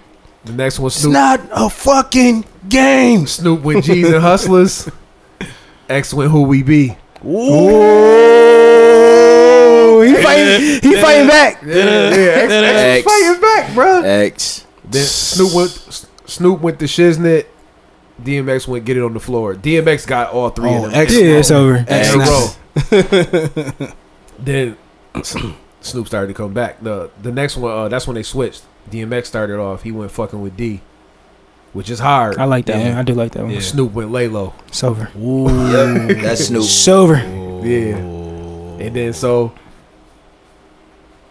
B: The next one,
A: It's
B: Snoop.
A: not a fucking game.
B: Snoop with G's and Hustlers.
A: <laughs>
B: X went Who We Be.
D: Oh, he fighting. He fighting back.
B: Yeah, yeah. X, X was fighting back, bro.
E: X.
B: Then Snoop went, S- Snoop went to Shiznit. DMX went Get It on the Floor. DMX got all three
A: Oh,
B: of them.
A: X.
D: Yeah, it's over.
A: X.
B: in a
A: X.
B: row. <laughs> then <clears throat> Snoop started to come back. The the next one, uh, that's when they switched. DMX started off. He went fucking with D, which is hard.
D: I like that
A: Yeah.
D: one. I do like that one.
A: Yeah.
B: Snoop went lay low.
D: It's over.
A: Ooh.
E: That's Snoop.
D: It's over.
B: Yeah. And then so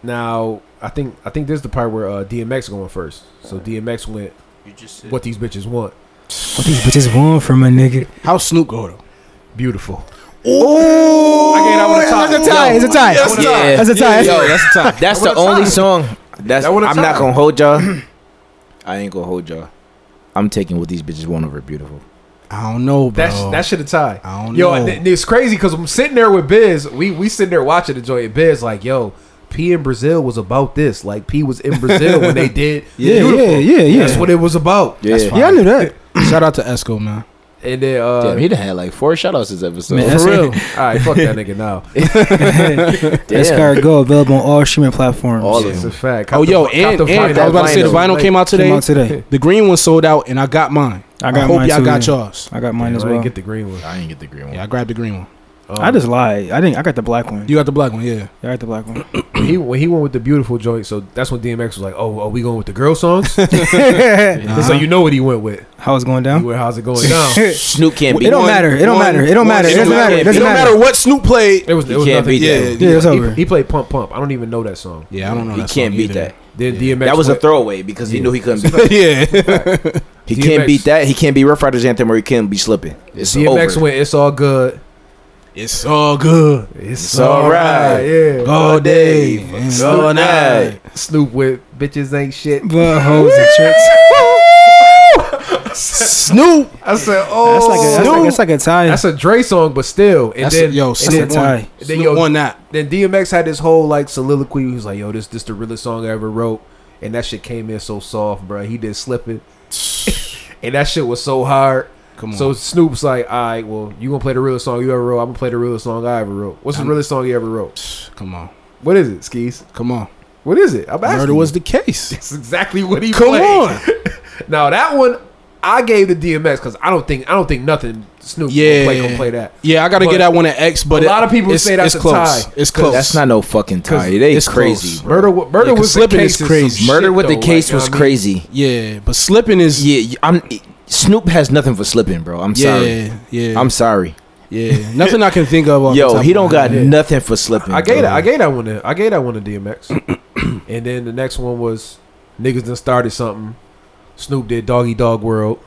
B: now I think I think this is the part where uh, DMX going first. So DMX went. what these bitches want?
D: What these bitches want from a nigga?
A: How Snoop go though?
B: Beautiful.
A: Oh,
B: I gave that one a tie.
D: That's a tie. It's a tie.
B: That's
D: That's a
B: a tie.
D: tie.
E: Yo, that's the
B: That
E: the
B: one a
E: only
B: tie.
E: song. That's
B: That
E: I'm
B: one a
E: not <clears throat>
B: tie.
E: gonna hold y'all. I ain't gonna hold y'all. I'm taking what these bitches want over beautiful.
A: I don't know, bro.
B: That's that should have tied.
A: I don't
B: Yo,
A: know.
B: th- it's crazy because I'm sitting there with Biz. We we sitting there watching the joint. and Biz like, yo, P in Brazil was about this. Like P was in Brazil
A: <laughs>
B: when they did.
A: Yeah, yeah, yeah, yeah.
B: That's what it was about.
E: Yeah,
A: yeah, I knew that. Shout out to Esco,
B: <laughs>
A: man.
B: And then, uh,
E: Damn, he done had like four shoutouts this episode.
D: Man, that's-
B: for real. <laughs> all right, fuck that
A: <laughs>
B: nigga now.
D: Escargot available on all streaming platforms.
E: All
B: It's a fact.
A: oh,
B: Cop the-
A: yo,
B: cop
A: and,
B: the
A: and I was
B: vinyl.
A: about to say the vinyl came out today.
D: Came out today.
A: The green one sold out, and I got mine.
D: I
A: I,
D: got
A: hope
D: mine
A: y'all
D: too,
A: got
D: yeah.
A: yours.
D: I got mine
B: Yeah,
D: as
B: I didn't
D: well.
B: get the green one.
E: I ain't get the green one.
A: Yeah, I grabbed the green one.
D: I just lied. I didn't. I got the black one.
A: You got the black one, yeah.
D: I got the
B: <laughs>
D: black one.
B: he when he went with the beautiful joint. So that's when DMX was like, "Oh, are we going with the girl
A: <laughs>
B: songs?" So you know what he went with.
D: <laughs> How it's going
B: He
D: down?
B: went, "How's
A: <laughs>
B: it going down?"
E: Snoop can't
D: <laughs> It
E: be.
D: don't
E: one.
D: matter. It don't
A: one-
D: matter. It don't
E: one
D: matter. It doesn't
E: Snoop
D: matter. It
E: can't
D: doesn't
A: it don't
D: matter.
A: matter what Snoop played.
B: There was,
E: He
B: there was
E: can't
B: nothing.
E: beat that.
A: Yeah.
B: He-
D: Yeah, it's
B: he-
D: over.
B: He played Pump Pump. I don't even know that song.
A: Yeah, I don't know.
E: He
A: that
E: can't
A: song
E: beat
A: either.
E: that.
B: Then DMX
E: That was a
B: went-
E: throwaway because he knew
A: <laughs>
E: he couldn't beat that.
A: yeah.
E: He
B: DMX.
E: can't beat that. He can't be Rough Riders anthem or he can't be slipping. It's
B: DMX
E: over.
B: went. It's all good.
A: It's all good.
B: It's,
E: all right.
B: Yeah.
A: All day. and All night.
B: Snoop with bitches ain't shit.
D: But hoes and tricks.
A: Snoop.
B: I said, oh,
D: That's like a, that's like,
A: Snoop.
D: that's like a tie.
B: that's a Dre song, but still. And
A: That's
B: then
A: a, yo,
D: a
A: Snoop
D: tie.
A: won.
B: And then,
A: Snoop
B: yo-
A: won <laughs> that.
B: then DMX had this whole like soliloquy. He was like, "Yo, this this the realest song I ever wrote," and that shit came in so soft, bro. He did slipping, and that shit was so hard.
A: Come on.
B: So Snoop's like, "All right, well, you gonna play the realest song you ever wrote? I'm gonna play the realest song I ever wrote. What's the
A: I'm-
B: realest song you ever wrote?
A: come on.
B: What is it, Skis?
A: Come on.
B: What is it? I'm asking.
A: Murder
B: you. <laughs>
A: was the case.
B: That's exactly what he
A: Come
B: played.
A: on.
B: <laughs> now that one, I gave the DMX because I don't think I don't think nothing Snoop
A: Yeah.
B: gonna play gonna play that.
A: Yeah, I gotta
B: But
A: get that one at X, but
B: a
A: it-
B: lot of people
A: it's,
B: say that's
A: it's
B: a
A: close.
B: tie.
A: It's close.
E: That's not no fucking tie. They
A: it's
E: crazy.
A: close.
E: bro.
B: Murder, wa- murder
A: Yeah, 'cause
B: was the
A: Slippin' is
B: case.
A: crazy.
B: Is some
E: Murder
B: shit,
E: with
B: though,
E: the
B: like,
E: case
B: you know
E: was
B: what I mean?
E: crazy.
A: Yeah, but slipping is
E: Yeah, you- I'm. Snoop has nothing for slipping, bro. I'm
A: yeah,
E: sorry.
A: yeah.
E: I'm sorry.
A: yeah. Nothing I can think of. Off the
E: Yo,
A: top
E: he
A: of
E: don't
A: my
E: got
A: head.
E: nothing for slipping.
B: I gave
E: bro.
B: that. I gave that one. To, I gave that one to DMX. <clears throat> and then the next one was niggas done started something. Snoop did Doggy Dog World.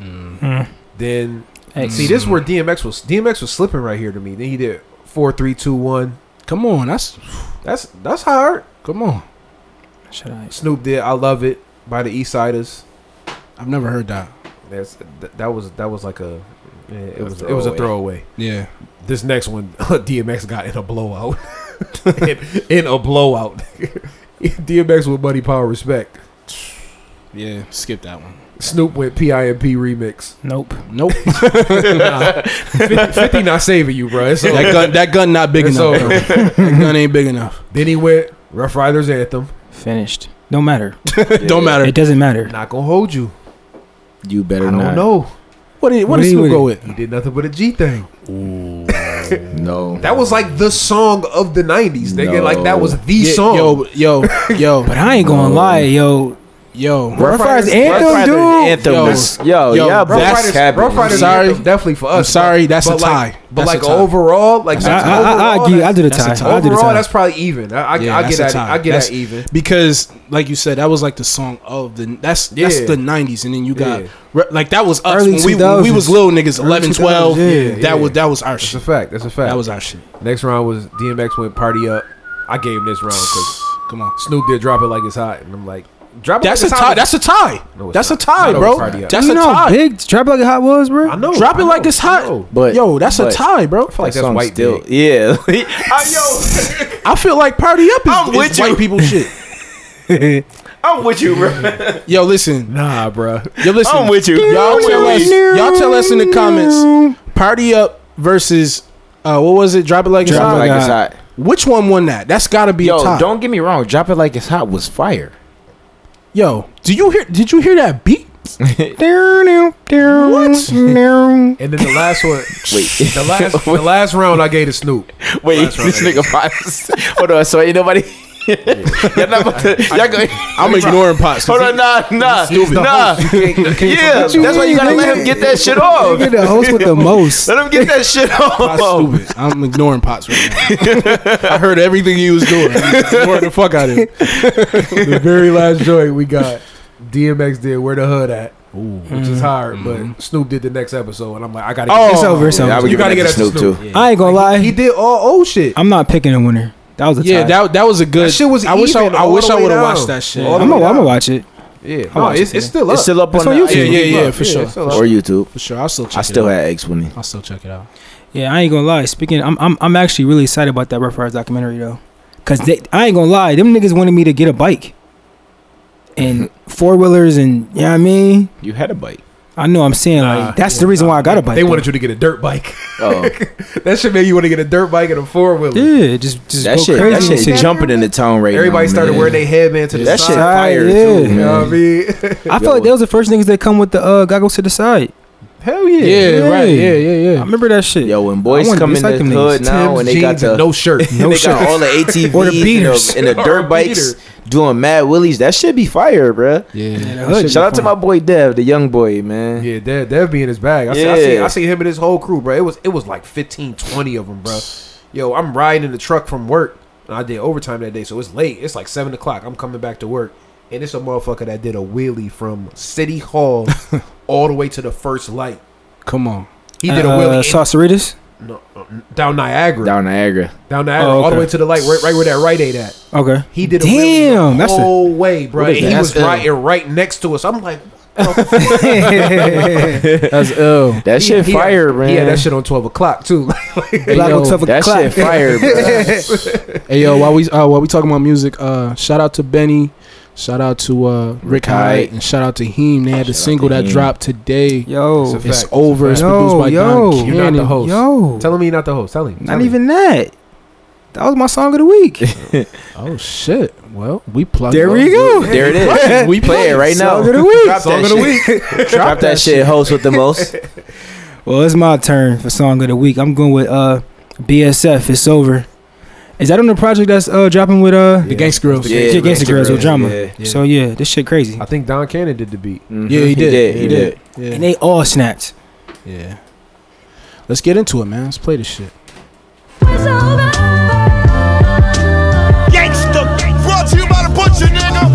D: Mm.
B: Then
D: X.
B: see this is
A: Mm.
B: where DMX was. DMX was slipping right here to me. Then he did four three two one.
A: Come on, that's
B: That's that's hard.
A: come on.
D: Should I?
B: Snoop did I love it by the East Siders.
A: I've never heard that.
B: That's th- that was that was like a yeah, it
E: A
B: was it was a throwaway.
A: Yeah,
B: This next one <laughs> DMX got in a blowout. in, in a blowout. <laughs> DMX with money power respect.
A: yeah. Skip that one.
B: Snoop went PIMP remix. <laughs>
D: Nope.
A: Nope.
B: 50 not saving you, bro. It's
A: that
B: over.
A: gun, that gun, not big
B: It's
A: enough.
B: over.
A: bro. That gun ain't big
B: <laughs>
A: enough.
B: then he went Rough Riders Anthem.
D: Finished. Don't matter.
A: don't matter.
D: It doesn't matter.
B: Not gonna hold you.
E: You better
B: I don't
E: not.
B: know.
A: What did what,
D: What
A: did
D: he
A: Snoop
D: with
A: go
D: it?
A: with?
B: He did nothing but a G thing.
E: No.
B: That was like the song of the 90s, nigga.
E: No.
B: Like, that was the
A: Yeah,
B: song.
A: Yo, yo,
B: <laughs>
A: yo,
D: But I ain't gonna lie, yo.
A: yo.
D: Rough Riders
E: Rough
D: anthem,
E: Riders
D: dude.
E: Anthem
A: Yo,
E: was- yo,
A: yo,
E: yeah,
A: Rough
E: bro,
A: Riders-
E: that's happening.
B: Rough Riders
A: Sorry.
B: Anthem, definitely for
A: I'm
B: us.
A: sorry, that's a
B: but like-
A: tie.
B: But
A: That's
B: like
A: a tie.
B: overall, like
D: I, I, I, I,
B: overall,
D: give- I do the
A: that's a
D: tie.
A: tie.
D: I do the
B: overall,
D: tie.
B: that's probably even. I, I,
A: Yeah,
B: I
A: that's a
B: get that.
A: tie.
B: I get
A: That's-
B: that even.
A: Because, like you said, that was like the song of the that's that's
B: Yeah.
A: the '90s, and then you got
B: Yeah.
A: re- like that was us
D: Early
A: when we, when we was
D: 2000s.
A: little niggas, 11, 12. that
D: 2000s,
B: yeah, yeah.
A: was that was our
B: That's
A: shit.
B: a fact. That's a fact.
A: That was our shit.
B: Next round was DMX went party up. I gave him this round because
A: Come on,
B: Snoop did drop it like it's hot, and I'm like, drop it.
A: that's a
B: like it's
A: tie.
B: hot.
A: That's a tie.
B: No, it's
A: That's a
B: not.
A: tie,
B: No,
A: bro.
B: it's not.
A: That's
D: you
A: a
D: know how
A: tie.
D: big Trap Bucket Hot was, bro?
B: I know.
A: Drop
B: I
A: it like
B: know,
A: it's
B: I
A: hot.
B: know.
E: But-
A: Yo, that's a
E: but-
A: tie, bro.
B: like that's
E: song
B: white
E: still.
B: big.
E: Yeah. <laughs> I know.
A: I feel like party up is,
E: I'm
A: is
E: with
A: white
E: you.
A: people shit.
B: <laughs>
E: I'm with you, bro.
A: Yo, listen.
B: Nah, bruh.
A: Yo, listen.
E: I'm with you.
A: Y'all
E: I'm
A: tell
E: with
A: us.
E: you.
A: Y'all tell us in the comments. Party up versus uh, what was it? Drop it like it's
E: Drop
A: hot.
E: it like it's
D: God.
E: hot.
A: Which one won that? That's got to be a
E: Yo,
A: tie.
E: don't get me wrong. Drop it like it's hot was fire.
A: Yo, do you hear? Did you hear that beat?
D: What?
B: And then the last
A: <laughs>
B: one,
E: Wait,
B: the last, the last round, I gave to Snoop.
E: wait,
B: That's right.
E: this nigga vibes. <laughs> Hold on, so ain't nobody. y'all not about to. Y'all go, <laughs>
A: I'm ignoring pots.
E: hold on, nah, nah,
B: He's the
E: nah.
B: host. You can't- you can't
E: Yeah,
B: talk about
E: that's why you gotta let him get that shit off.
D: You're the host with the most.
E: Let him get that shit
A: Pots
E: off.
A: stupid. I'm ignoring pots right now. I heard everything he was doing. Ignoring the fuck out of him.
B: it. the very last joint we got. DMX did where the hood at, which
D: Mm.
B: is hard. But Snoop did the next episode, and I'm like, I gotta. Get
A: Oh,
D: It's over. It's
E: Mm-hmm. Yeah, I
D: over.
E: would
B: You
E: give
B: gotta
E: it to
B: get that to
E: Snoop
B: Snoop.
E: too.
D: I ain't gonna lie.
B: He did all old shit.
D: I'm not picking a winner. That was a tie.
A: Yeah, that that was a good.
B: That shit was
A: I wish I,
B: even
A: I
B: all
A: wish
B: the
A: I
B: way
A: would have
B: down.
A: watched that shit.
B: All the
D: I'm gonna
B: way down.
D: I'm gonna watch it.
B: Yeah,
D: I
B: no,
D: watched
B: it's,
D: it
B: it's
D: today.
B: still up.
E: It's still up
A: It's
E: on,
A: on
E: the-
A: YouTube. Yeah, yeah, yeah, for sure.
B: it's still up.
E: or YouTube.
A: For sure, I'll still. Check
E: I still
A: it out.
E: had eggs with me.
A: I'll still check it out.
D: Yeah, I ain't gonna lie. Speaking, I'm I'm, I'm actually really excited about that Rough Riders documentary though, cause they, I ain't gonna lie, them niggas wanted me to get a bike, and four wheelers, and you know what I mean.
E: You had a bite.
D: I know I'm saying
B: Nah,
D: like that's the reason why I got a bike.
B: They
D: though.
B: wanted you to get a dirt bike. <laughs>
E: Oh,
B: that should make you want to get a dirt bike and a four wheeler.
D: yeah, just just
E: that
D: go
E: shit, that
D: crazy.
E: shit jumping in the town right
B: Everybody
E: now,
B: started
E: man.
B: wearing their headband to the
E: That shit
B: side.
E: fire
D: Yeah.
E: too,
B: You know what I
E: man.
B: mean?
D: I felt like that was the first niggas that come with the uh, goggles to the side.
B: Hell yeah!
D: right, yeah, I
A: yeah.
D: remember that shit.
E: Yo, when
D: I
E: boys
D: wanna
E: come
D: be
E: in
D: like
E: the
D: them
E: hood
D: niggas.
B: <laughs>
E: now
B: Tim's
E: and they got
B: jeans
E: the
B: and
E: <laughs>
B: no shirt.
E: no they got all the ATVs
D: Or the beaters.
E: and, the, and the
B: Or a
E: dirt bikes
B: beater.
E: doing mad willies. That should be fire, bruh.
D: Yeah,
A: Yeah.
D: the hood
E: Shout out to
D: fun.
E: my boy Dev, the young boy, man.
B: Yeah, Dev, Dev be in his bag. I see, I see,
E: Yeah.
B: I see him and his whole crew, bro. It was it was like 15, 20 of them, bro. Yo, I'm riding in the truck from work, and I did overtime that day, so it's late. It's like seven o'clock. I'm coming back to work, and it's a motherfucker that did a wheelie from City Hall all the way to the first light.
A: Come on.
B: He did a
D: uh,
B: wheelie in-
D: Sauceritas.
B: no, uh, down Niagara, down,
E: Down Niagara.
B: Niagara,
D: Oh,
B: all the
D: okay.
B: way to the light, right, right where that Rite Aid at.
D: Okay.
B: He did a
D: Damn,
B: Damn, the
D: that's a-
B: whole way, bro.
E: What
B: And
E: is
B: he
E: that?
B: was
E: That's ill.
B: right, right next to us. I'm like,
A: That's
E: <laughs>
A: ill.
E: That shit
B: he- he-
E: fire, man.
B: Yeah, that shit on twelve o'clock too. <laughs>
D: Black
A: yo,
D: Oak Suffolk
E: That
D: Clap.
E: shit fire, bruh.
A: Hey yo, while we uh, while we talking about music, uh, shout out to Benny, shout out to uh, Rick
E: Rick
A: Hyde,
E: Hyde.
A: and shout out to Heem. They had
E: Shout
A: the
E: out
A: single
E: to
A: that
E: Heem.
A: dropped today.
D: Yo,
B: It's a
A: It's
B: Fact.
A: over. It's produced
D: Yo,
A: by
D: yo.
A: Don
D: You're
B: not the
A: Cannon.
B: host.
D: yo,
B: Tell him he not the host. Tell him. Tell
D: not
B: him.
D: even that. That was my song of the week.
A: Oh shit! Well, we plugged.
D: There we go.
E: There it is.
A: We
E: We play it right now.
D: Song of the week.
E: <laughs> Drop
B: Song
E: that
B: of the
E: shit.
B: week.
E: Drop that shit. Host with the most.
D: Well, it's my turn for song of the week. I'm going with uh BSF. It's over. Is that on the project that's uh dropping with uh?
A: The Gangsta Girls.
E: Yeah,
D: Yeah, Gangsta Girls with
E: yeah,
D: drama.
E: yeah.
A: Yeah.
D: So yeah, this shit crazy.
B: I think Don Cannon did the beat.
E: Mhm.
A: Yeah, he did.
E: He did.
A: Yeah.
D: And they all snapped.
A: yeah. Let's get into it, man. Let's play this shit.
G: Gangsta. Brought to you by the butcher, nigga.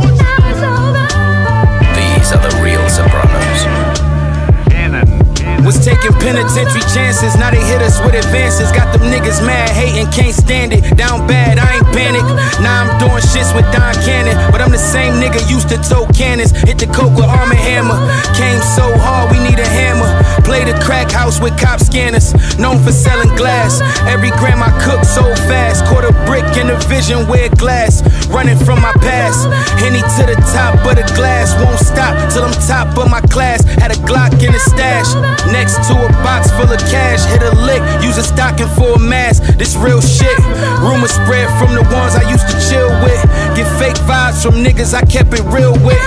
H: These are the real Sopranos. Was taking penitentiary chances, now they hit us with advances. Got them niggas mad, hating, can't stand it. Down bad, I ain't panic. Now I'm doing shits with Don Cannon, but I'm the same nigga used to tote cannons. Hit the coke with arm and hammer. Came so hard, we need a hammer. Play the crack house with cop scanners, known for selling glass. Every gram I cook so fast, quarter brick in the vision, wear glass. Running from my past, henny to the top of the glass. Won't stop till I'm top of my class. Had a Glock in the stash, next to a box full of cash. Hit a lick, use a stocking for a mask. This real shit. Rumors spread from the ones I used to chill with. Get fake vibes from niggas I kept it real with.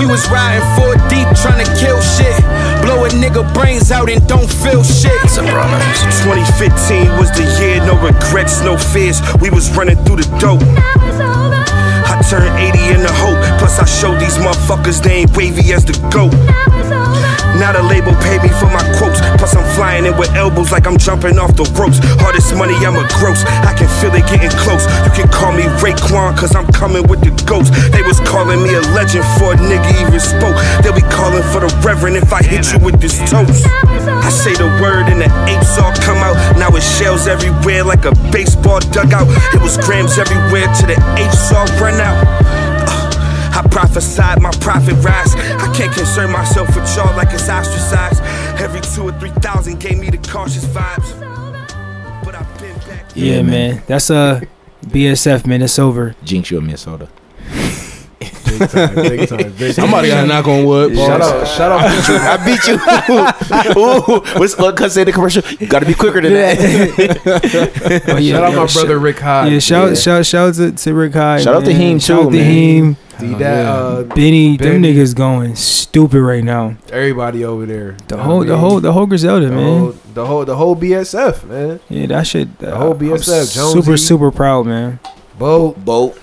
H: We was riding four deep, trying to kill shit. Blow a nigga brains out and don't feel shit. Sopranos.
G: 2015 was the year, no regrets, no fears. We was running through the dope. I turned 80 into hope. Plus, I showed these motherfuckers they ain't wavy as the goat. Now the label pay me for my quotes. Plus, I'm flying in with elbows like I'm jumping off the ropes. Hardest money, I'm a gross. I can feel it getting close. You can call me Raekwon, cause I'm coming with the ghost. They was calling me a legend for a nigga even spoke. They'll be calling for the reverend if I hit you with this toast. I say the word and the apes all come out. Now it shells everywhere like a baseball dugout. It was grams everywhere till the apes all run out. Uh, I prophesied my profit rise. I can't concern myself with y'all like it's ostracized. Every two or three thousand gave me the cautious vibes. But I've been back.
D: Yeah, man. That's uh BSF man. It's over.
E: Jinx you a Minnesota.
B: Big time, big time, big time.
A: Somebody got to knock on wood.
B: Shout
A: Pause.
B: out, shout out.
E: I beat you. <laughs> Ooh, what's what? Cause say the commercial. You gotta be quicker than that.
D: But yeah,
B: shout out
D: yo,
B: my
D: sh-
B: brother Rick Hyde.
D: Yeah, shout shout shout out to, to Rick Hyde.
E: Shout out to
D: man.
E: Heem
D: Shout
E: too,
D: out to
E: man.
D: Heem.
B: D- that, uh,
D: Benny, them
B: Benny.
D: niggas going stupid right now.
B: everybody over there.
D: The whole the whole the whole Griselda,
B: the
D: man.
B: whole, the whole, the whole BSF, man.
D: Yeah, that shit. uh,
B: The whole
D: I'm
B: BSF,
D: Super
B: Jonesy.
D: super proud, man.
B: Bo,
E: Boat.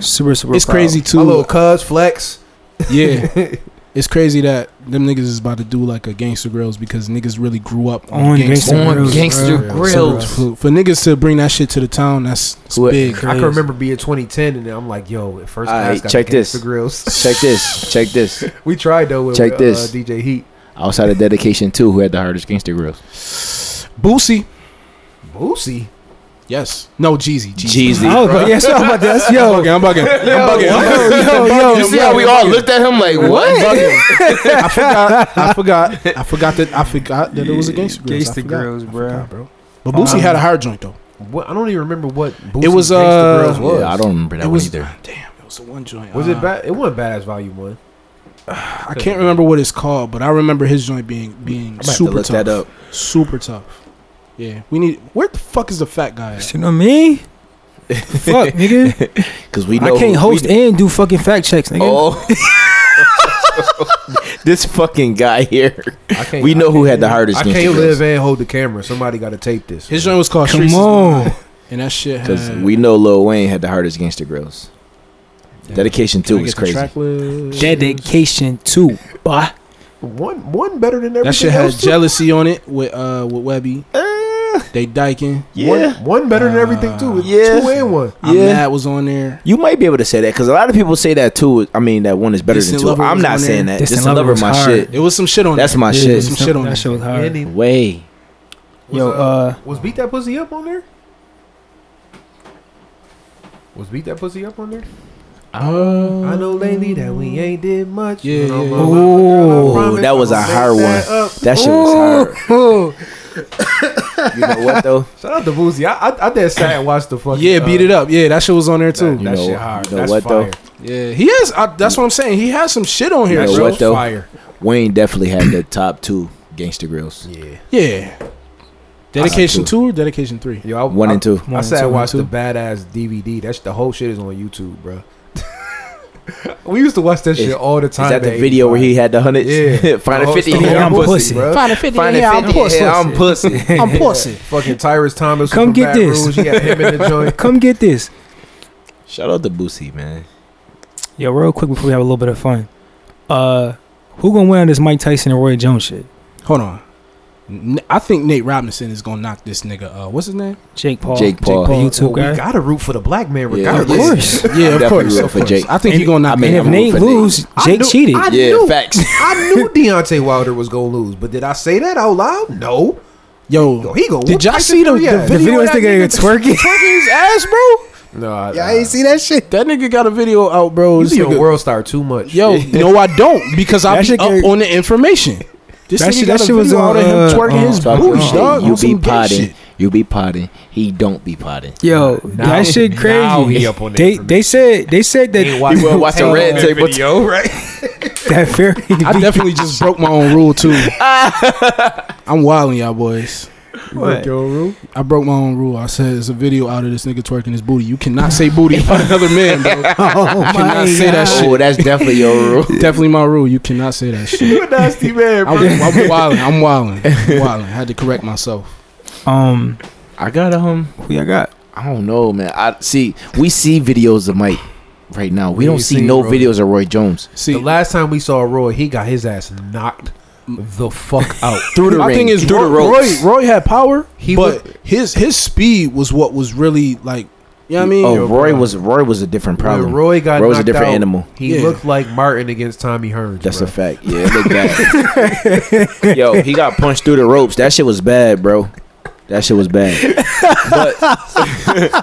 D: Super super.
A: It's
D: proud.
A: crazy
B: my little
A: too.
B: cuz Flex.
A: <laughs> yeah, it's crazy that them niggas is about to do like a Gangster Grills because niggas really grew up
D: on
A: Gangsta
D: Gangsta Grills.
E: Gangsta
D: bro.
E: Grills.
D: So-
A: For, for niggas to bring that shit to the town, that's, that's
E: Who-
A: big.
B: I
D: Crazy.
B: can remember being 2010, and I'm like, yo, at first class
E: Alright,
B: got
E: check
B: the
E: this.
B: gangsta grills.
E: Check this. Check this.
B: <laughs> we tried though with
E: Check
B: uh,
E: this.
B: DJ Heat.
E: Outside of dedication two, who had the hardest gangster grills?
A: Boosie,
B: Boosie.
A: Yes. No, Jeezy.
E: Jeezy.
D: Oh, but yeah, so I'm about to,
A: <laughs>
D: that's, yo,
A: Okay, I'm bugging. I'm bugging. I'm bugging.
D: yo, yo,
C: You see how we all looked at him like, what?
A: I forgot. I forgot. I forgot that. I forgot that it was against the girls. I
D: Gangsta
A: forgot.
D: Grills,
A: I
D: bro.
B: <laughs>
A: forgot, bro. But Boosie had a higher joint though.
B: What, I don't even remember what
A: It was, uh,
B: Girls was.
E: Yeah, I don't remember that
A: it
E: one
A: was
E: either.
A: Damn, it was the one joint.
B: Was
A: Uh,
B: it bad? It wasn't badass volume one.
A: I can't remember what it's called, but I remember his joint being being
E: I'm super
A: super
E: to look
A: tough.
E: that up.
A: Super tough. Yeah, we need. Where the fuck is the fat guy? At?
D: you know me? Fuck, nigga.
E: Cause we know
D: I can't
E: we-
D: host and do fucking fact checks, nigga.
E: <laughs> Oh, this fucking guy here. <laughs>
B: I can't,
E: We know
B: I
E: who
B: can't-
E: had the hardest.
B: I
E: gangster
B: can't
E: girls.
B: live and hold the camera. Somebody got to tape this.
A: His joint was called.
D: Come
A: Streets is
D: on.
A: Mine, and that shit had.
E: Because we know Lil Wayne had the hardest gangster girls.
A: Yeah.
E: Dedication
A: Can I
E: two
A: get
E: was
A: the
E: crazy.
A: track list?
D: Dedication two. Bah.
B: One one better than everything
A: That shit had
B: else. too.
A: jealousy on it with uh with Webby.
E: Eh,
A: They dyking.
B: one, one better than everything too.
E: yeah.
B: Two and one.
A: I'm
E: Yeah.
A: mad was on there.
E: You might be able to say that because a lot of people say that two. is- I mean, that one is better
A: Distant
E: than two.
A: Lover
E: I'm
A: was
E: not
A: on
E: saying
A: there.
E: that.
D: Distant
E: Distant,
D: Lover
E: Lover,
D: was
E: my
D: hard.
E: shit.
A: It was some shit on.
E: That's
A: there.
E: my shit.
A: Some shit on
D: that
A: it.
D: shit was
B: And
D: hard.
B: he,
E: Way.
B: was,
D: Yo, uh,
B: was beat that pussy up on there? Was beat that pussy up on there? I
E: Mm-hmm.
B: know lately that we ain't did much.
A: Yeah,
B: No,
A: yeah.
B: mama,
D: Ooh,
B: I promise
E: that was a
B: I'ma make
E: hard
B: that
E: one. <laughs>
B: up.
E: That shit was hard. you know what though?
B: Shout out to Boozy. I, I, I did sat and watch the fucking.
A: Yeah, beat
B: uh,
A: it up. Yeah, that shit was on there too.
B: That, that
E: know-
B: shit hard.
E: you know
B: That's
E: what, though?
B: fire.
A: Yeah, he has. I, that's what I'm saying. He has some shit on here,
E: You know
A: bro.
E: what though?
B: Fire.
E: Wayne definitely had the top two gangster grills.
B: Yeah.
A: Yeah. Dedication two or dedication three?
B: Yo, I,
E: One
B: I,
E: and two.
B: I
D: One,
B: sat
D: two,
B: and
D: one,
B: watched
D: two.
B: the badass DVD. That's the whole shit is on YouTube, bro. <laughs> we used to watch that shit
E: Is-
B: all the time.
E: Is that the
B: at
E: video where he
B: 85.
E: had the hundred? <laughs>
B: Yeah. Oh,
E: Find
B: The
E: a
B: whole
E: fifty.
B: story.
E: Yeah, I'm
D: I'm
E: pussy.
D: pussy.
E: bro.
A: Find a fifty.
E: Find a fifty. Yeah, I'm pussy.
B: <laughs>
A: I'm pussy.
B: fucking Tyrus Thomas?
D: Come
B: from
D: get
B: Baton
D: this.
B: Rouge. He had him in
D: <laughs>
B: the joint.
D: Come get this.
E: Shout out to Boosie, man.
D: Yo, real quick before we have a little bit of fun. Uh, who gonna win on this Mike Tyson and Roy Jones shit?
A: Hold on. N- I think Nate Robinson is gonna knock this nigga. Uh, what's his name?
D: Jake Paul.
E: Jake Paul.
D: Jake Paul
E: Well,
D: YouTube
B: Well,
D: guy.
B: we gotta root for the black man
E: Yeah.
B: regardless.
D: Of course.
A: Yeah, of
E: definitely
A: course.
E: rooting
A: Of
E: for
A: course.
E: Jake.
A: I think
D: And-
A: he's gonna knock.
E: I mean,
A: him.
D: and if
E: I'm
D: Nate
E: rooting for Nate.
D: lose,
B: <laughs> I
D: Jake
B: knew-
D: cheated.
B: I
E: Yeah,
B: knew,
E: facts.
B: <laughs> I knew Deontay Wilder was gonna lose, but did I say that out loud? No.
A: yo,
B: Yo, he go.
A: Did y'all see the, the video?
D: The video is
A: of that
D: nigga
A: nigga
D: twerking.
A: twerking his ass, bro.
B: No, I,
A: Yeah, I ain't see that shit. That nigga got a video out, bro.
B: You
A: This
B: be a
A: nigga-
B: world star too much. <laughs>
A: Yo, no, I don't because I
D: That
A: be
D: shit
A: up
D: get-
A: on the information. This
D: That
A: nigga
D: shit-
A: got
D: that
A: a
D: shit was
A: video
D: on,
A: out of him
D: uh,
A: twerking
D: uh,
A: his
E: Uh-huh. Talking
A: booty,
E: shit.
A: dog. on
E: You
A: some
E: be
A: gay
E: potting.
A: shit.
E: You be potting. He don't be potting.
D: Yo,
B: Now-
D: that shit crazy.
B: now he up on the
D: they
B: information.
D: they said they said that
E: You will <laughs> watch a red tape. What's-
B: video, right?
D: that fair.
A: I definitely just broke my own rule
D: <laughs>
A: too. I'm wilding y'all boys. I broke my own rule. I said it's a video out of this nigga twerking his booty. You cannot say booty about another man, bro.
D: <laughs> oh
A: cannot say that shit.
E: Oh, that's definitely your
A: <laughs>
E: rule.
A: Definitely my rule. You cannot say
D: <laughs>
A: that shit.
B: You a nasty man,
A: I'm, I'm wilding. I'm wilding.
D: <laughs>
A: I'm wilding. I had to correct myself.
D: Um,
E: I got um.
D: who y'all got?
E: I don't know, man. I see. We see videos of Mike right now. We,
B: We
E: don't
B: ain't
E: see
B: seen
E: no
B: Roy.
E: videos of Roy Jones.
A: <laughs> See,
B: The last time we saw Roy, he got his ass knocked the fuck out.
E: Through the
A: my
E: ring,
A: thing is
E: through
A: Roy,
E: the ropes.
A: Roy. Roy had power,
B: He
A: but his his speed was what was really like. You know what I mean?
E: oh, Roy was Roy was a different problem.
B: When Roy got
E: Roy's
B: knocked
E: a different
B: out,
E: animal.
B: He
A: Yeah.
B: looked like Martin against Tommy Hearns.
E: That's
B: bro.
E: a fact. Yeah, it looked bad. Yo, he got punched through the ropes. That shit was bad, bro. That shit was bad. But <laughs> like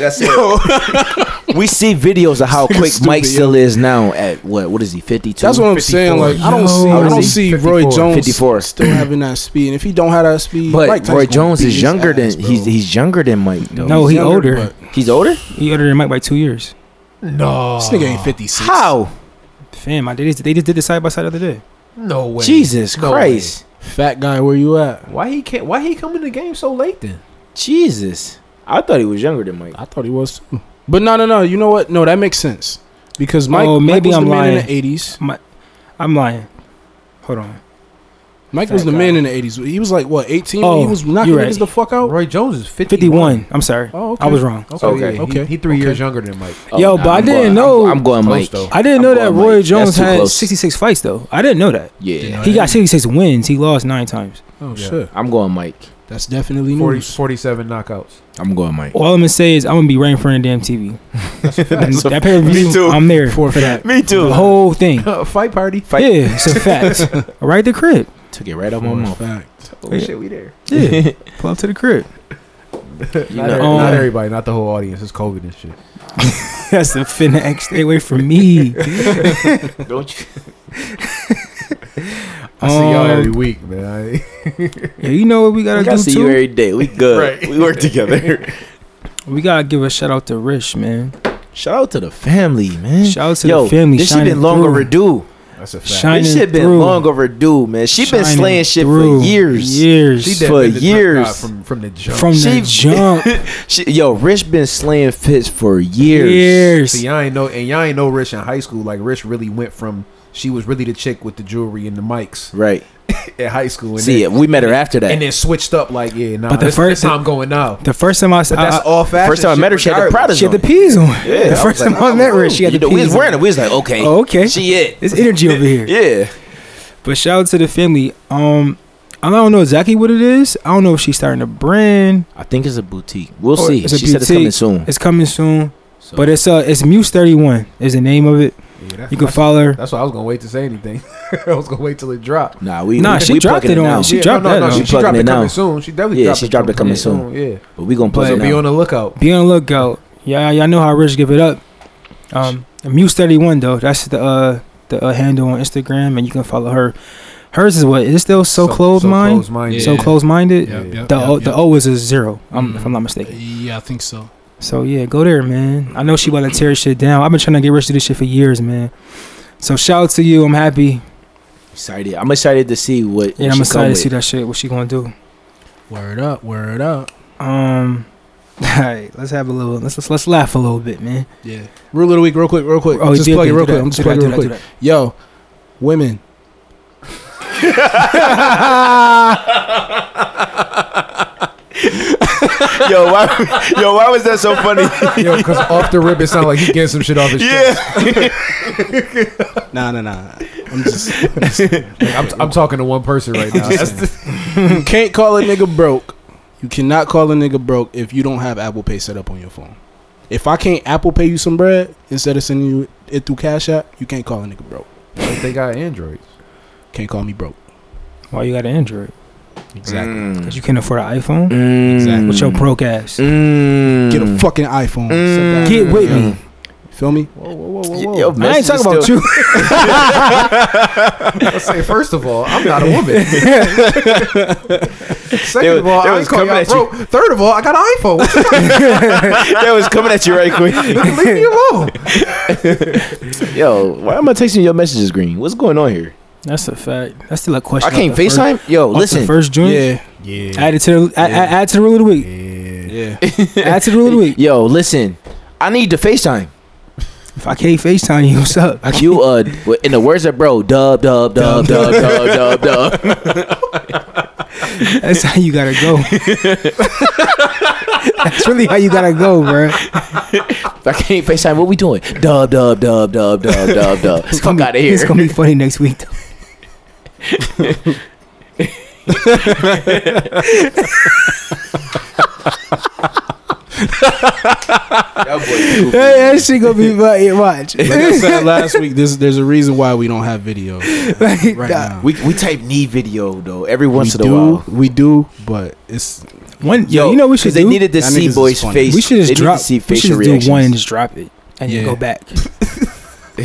E: I said, we see videos of how quick
A: stupid,
E: Mike
A: yo.
E: still is now. At what? What is he? Fifty two.
A: That's what I'm saying. Like I don't see, I
E: Yo.
A: don't see Roy
B: 54.
A: Jones
E: 54.
A: still having that speed. And if he don't have that speed,
E: But
A: Mike Tyson
E: Roy
A: gonna
E: Jones
A: beat
E: is
A: his
E: younger
A: ass,
E: than
A: bro.
E: he's he's younger than Mike. Though.
D: No, he
A: younger,
D: older.
A: but
E: he's older.
D: He older than Mike by two years.
B: No,
A: This nigga ain't 56.
E: How?
D: Fam, I did. They just did the side by side the other day.
B: No way.
E: Jesus
B: No
E: Christ.
A: Fat guy, where you at?
B: way. Why he can't? Why he come in the game so late then?
E: Jesus. I thought he was younger than Mike.
A: I thought he was too. But no, no, no. You know what? No, that makes sense. Because Mike,
D: Oh,
A: Mike
D: maybe
A: was
D: I'm
A: the man
D: lying.
A: in the 80s.
D: I'm lying. Hold on.
A: Mike was
D: Fat
A: the man in the 80s. He was like, what, 18 when
D: Oh,
A: he was knocking
D: you
A: niggas
D: right.
A: the fuck out?
B: Roy Jones is 51.
D: 51. I'm sorry.
A: Oh, okay.
D: I was wrong.
B: Okay,
E: Okay.
B: yeah,
A: Okay.
B: He, he three years younger than Mike.
E: Oh,
D: Yo,
E: nah,
D: but I
E: I'm
D: didn't
E: going-
D: know.
E: I'm, I'm going
B: Close,
E: Mike.
B: though.
D: I didn't
E: I'm
D: know
E: going
D: that Roy
E: Mike.
D: Jones
E: That's too
D: had
E: close.
D: 66 fights though. I didn't know that.
E: Yeah.
D: He got 66 wins. He lost nine times.
A: Oh,
B: Yeah.
A: shit.
E: I'm going Mike.
A: That's definitely
B: 40,
A: news.
B: 47 knockouts.
E: I'm going Mike.
D: All I'm gonna say is I'm gonna be right in front of the damn TV. And that pay per
E: Me too.
D: view, I'm there
A: For that.
E: Me
D: the whole thing.
E: <laughs>
B: <laughs> Fight party.
D: Yeah, it's a fact. right at the crib.
E: Took it right out
A: For
E: my
A: a
E: mouth.
A: fact.
D: <laughs>
E: <laughs>
B: Oh shit, we there.
D: Yeah, pull up to the crib.
E: You
B: Not,
E: know,
B: every- not
D: Um,
B: everybody, not the whole audience. It's COVID and shit.
D: That's a finna stay away from me. Um,
E: <laughs> don't you?
B: I see y'all
D: Um,
B: every week, man. <laughs> I ain't-
D: Yeah, you know what we
E: I
D: gotta
E: gotta
D: do
E: see
D: too.
E: you every day. We good.
B: Right.
E: We work together. <laughs>
D: we gotta give a shout out to Rich, man.
E: Shout out to the family, man.
D: Shout out to
E: Mm. Yo,
D: the family.
E: This shit
D: shining
E: been long
D: through.
E: overdue.
B: That's a fact.
D: Shine- Shining
E: this shit been
D: through.
E: long overdue, man. She been
D: Shining
E: slaying shit
D: through.
E: for years.
D: Years.
E: She for
B: defended the-
E: years.
B: nah, from from the jump.
D: From the
E: She-
D: jump.
E: She, yo, Rich been slaying fits for <laughs> years.
D: Years.
B: So y'all ain't know, and y'all ain't know Rich in high school. Like Rich really went from she was really the chick with the jewelry and the mics
E: Right.
B: at high school. And
E: See,
B: then,
E: we met her after that.
B: and then switched up. Like yeah, nah.
D: But the
B: this,
D: first-
B: this how I'm going now.
D: The first time I
B: But
D: saw
B: that's
D: I,
B: all fashion.
E: First time I
B: shit
E: met her, she had the
B: regardless.
E: Prada.
D: she had the peas on.
E: Yeah,
D: the
E: I
D: first
E: was
D: time
E: like,
D: I met
E: oh,
D: Rich, she had
E: you
D: the
E: know, we was
D: peas on.
E: wearing it. We was like, okay,
D: Oh, okay.
E: she it.
D: It's energy over here.
E: Yeah,
D: <laughs> But shout out to the family. Um, I don't know exactly what it is. I don't know if she's starting a brand.
E: I think it's a boutique. We'll
D: Or
E: see. She
D: Oh, it's a
E: said it's
D: boutique.
E: coming soon.
D: It's coming soon. <laughs>
E: So-
D: But it's uh, it's Muse Thirty One is the name of it.
B: Yeah, that's-
D: You can
B: that's-
D: follow her.
B: That's why I was gonna wait to say anything. <laughs> I was gonna wait till it dropped.
E: nah, we
D: Nah,
E: we,
D: she
E: we
D: dropped it
E: plugging
D: on.
E: now.
D: She
B: yeah,
D: dropped
B: no, no,
D: that
B: No,
D: on.
B: she dropped
E: Plugging
B: it
E: it
B: coming
E: now.
B: soon. She definitely
E: Yeah,
B: dropped
E: she
B: it
E: dropped it coming
B: Yeah,
E: but we gonna plug
B: so
E: it
B: be
E: now.
B: on the lookout.
D: Be on the lookout. Yeah, y'all know how Rich give it up. Um, Muse Thirty One though. That's the uh the uh, handle on Instagram, and you can follow her. Hers is what is it still so, closed mind,
B: closed mind.
A: Yeah.
D: so close
A: Yep,
D: minded.
B: Yeah.
A: yep,
D: The
A: yep,
D: o,
A: yep.
D: the O is a zero. I'm, If I'm not mistaken.
A: Yeah, I think so.
D: So yeah, go there, man. I know she about to tear shit down. I've been trying to get rich to this shit for years, man. So shout out to you. I'm happy.
E: Excited. I'm excited to see what.
D: Yeah,
E: she
D: I'm
E: come
D: excited to
E: with.
D: see that shit. What she gonna do?
A: Word up, word up.
D: Um, <laughs> all right, let's have a little. Let's let's, let's laugh a little bit, man.
A: Yeah. Rule of the week, real quick, real quick.
D: you
A: just
D: Oh, did
A: plug it
D: that.
A: real
D: Do
A: quick.
D: that.
A: I'm just
D: Do that,
A: plugging it real
D: do
A: quick.
D: that,
A: Yo, women.
C: yo,
E: <laughs>
C: why, yo, why was that so funny?
D: <laughs>
B: Yo, because off the rip, it sounded like he getting some shit off his chest.
A: Nah, nah, nah. I'm just <laughs>
B: I'm, I'm talking to one person right
E: <laughs>
B: now.
A: you can't call a nigga broke. You cannot call a nigga broke if you don't have Apple Pay set up on your phone. If I can't Apple Pay you some bread instead of sending you it through Cash App, you can't call a nigga broke.
B: But they got androids.
A: Can't call me broke.
D: Why you got an Android?
A: Exactly.
D: Cause you can't afford an iPhone.
A: Exactly.
D: With your broke ass.
A: Mm. Get a fucking iPhone.
E: Mm.
D: Get with
A: Yo,
D: me.
A: Feel me?
B: Whoa, whoa, whoa, whoa,
E: Yo,
B: whoa.
E: yo,
D: I ain't
E: messages
D: talking about
E: still-
D: you.
A: <laughs>
B: Let's say, first of all, I'm not
E: <laughs>
B: a woman. <laughs> Second
E: They
B: of all,
E: was- they
B: I
E: was
B: was calling
E: coming at
B: y'all
E: you.
B: broke. Third of all, I got an iPhone. What
E: <laughs>
B: you
E: that was coming at you
D: <laughs>
E: right quick.
B: talking?
E: <laughs>
B: Leave me alone.
E: Yo, why am I texting your messages green? What's going on here?
D: That's a fact. That's still a question.
E: I can't
D: off the first-
E: FaceTime. Yo,
D: off the
E: listen.
D: first joint.
A: Yeah.
B: Yeah.
D: Add it to the add, add- add to the rule of the
E: <laughs>
D: week.
A: Yeah.
D: Add to the rule of the week.
E: Yo, listen. I need to FaceTime.
D: If I can't Facetime you, <laughs> what's up?
E: <laughs> You uh, in the words of bro, dub dub dub dub dub dub dub. <laughs>
D: That's how you gotta go. That's really how you gotta go, bro.
E: If I can't FaceTime, what we doing? Dub dub dub dub dub dub dub. Fuck out of here.
D: It's gonna be funny next week. Though. hey, that shit gonna be funny. <laughs> Watch.
A: Like I said last week, this, there's a reason why we don't have
E: <laughs>
A: video
D: Like,
A: right
D: nah.
A: now.
E: We we type knee video though every once
A: we
E: in
A: do,
E: a while.
A: we do, but it's
D: One, yo, you know what we should
E: 'cause they
D: do.
E: needed to
A: Y'all niggas
E: see
A: is
E: boys'
A: funny.
E: face.
D: we should just
E: they
D: drop.
E: Need to see
D: we should
E: facial
D: just do one and
E: reactions.
D: just drop it, and then
A: Yeah.
D: go back.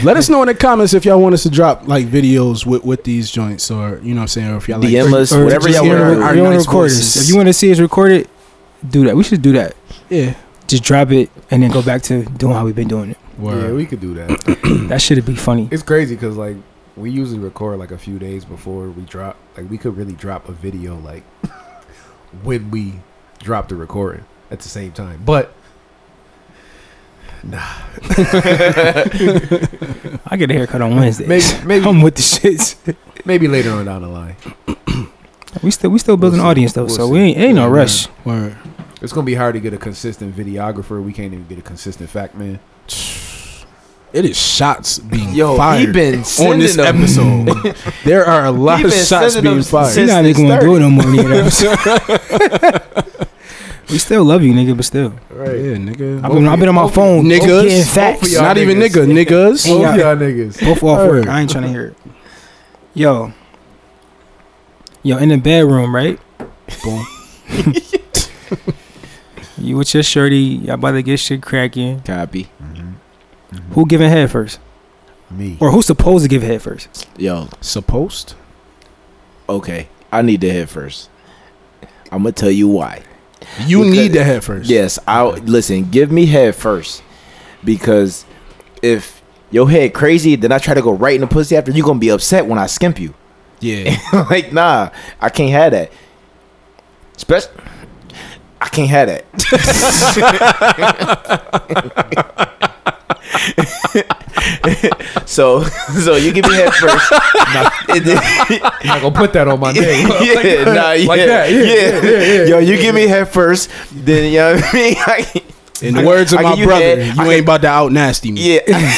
A: let us know in the comments if y'all want us to drop like videos with, with these joints or you know what I'm saying or if y'all
E: DM
A: like
E: us
D: Or
E: whatever
D: just
E: y'all
D: you wanna-
A: our
E: want.
D: you wanna
A: nice
D: record
A: voices.
D: it. If you want to see us recorded, do that. We should do that.
A: Yeah.
D: Just drop it and then go back to doing how we've been doing it.
B: Yeah,
A: Word.
B: we could do that.
D: That should be funny.
B: It's crazy because like we usually record like a few days before we drop. Like we could really drop a video like <laughs> when we drop the recording at the same time. But
D: I get a haircut on Wednesday.
B: maybe maybe
D: <laughs> I'm with the shits.
B: maybe later on down the line,
D: We still we still building
B: We'll see.
D: audience though,
B: We'll
D: so
B: see.
D: we ain't ain't no
A: Yeah,
D: rush.
A: Word.
B: it's gonna be hard to get a consistent videographer. We can't even get a consistent fact man.
A: It is shots being
E: Yo,
A: fired
E: he been
A: on
E: sending
A: this
E: them.
A: episode. there are a lot
E: He
A: of
E: been
A: shots
E: sending
A: being
E: them
A: fired.
D: We
E: since
D: Oh, not
E: this
D: even gonna do it no more. nigga. we still love you, nigga, but still,
A: Yeah, nigga.
D: I've been, I've been on my phone,
A: Niggas.
D: getting
B: Both
D: facts.
B: of y'all
A: Not even nigga,
B: niggas.
A: niggas.
D: Ain't
B: Both
D: got-
B: y'all niggas.
D: Both off work.
A: Heard.
D: I ain't trying to hear it. Yo, yo, in the bedroom, right?
A: Boom.
D: <laughs> You with your shirty, y'all about to get shit cracking.
E: Copy.
D: Who giving head first?
B: Me.
D: Or who's supposed to give head first?
E: Yo,
A: Supposed?
E: okay. I need the head first. I'm gonna tell you why.
A: You
E: Because-
A: need the head first.
E: Yes, I listen. Give me head first, because if your head crazy, then I try to go right in the pussy after. You gonna be upset when I skimp you. <laughs>
A: Yeah.
E: like, nah, I can't have that. Especially, I can't have that. <laughs> so, <laughs> so you give me head first. And then-
B: I'm not gonna put that on
E: <laughs>
B: my name. <laughs>
E: yeah, nah, yeah,
B: like that, yeah, yeah, yeah, yeah,
E: Yo, you give me head first, then you know what I mean. <laughs> I can-
A: In the
E: I-
A: words of
E: I
A: my
E: give you
A: brother,
E: head,
A: you
E: I
A: ain't
E: can-
A: about to out nasty me.
E: yeah,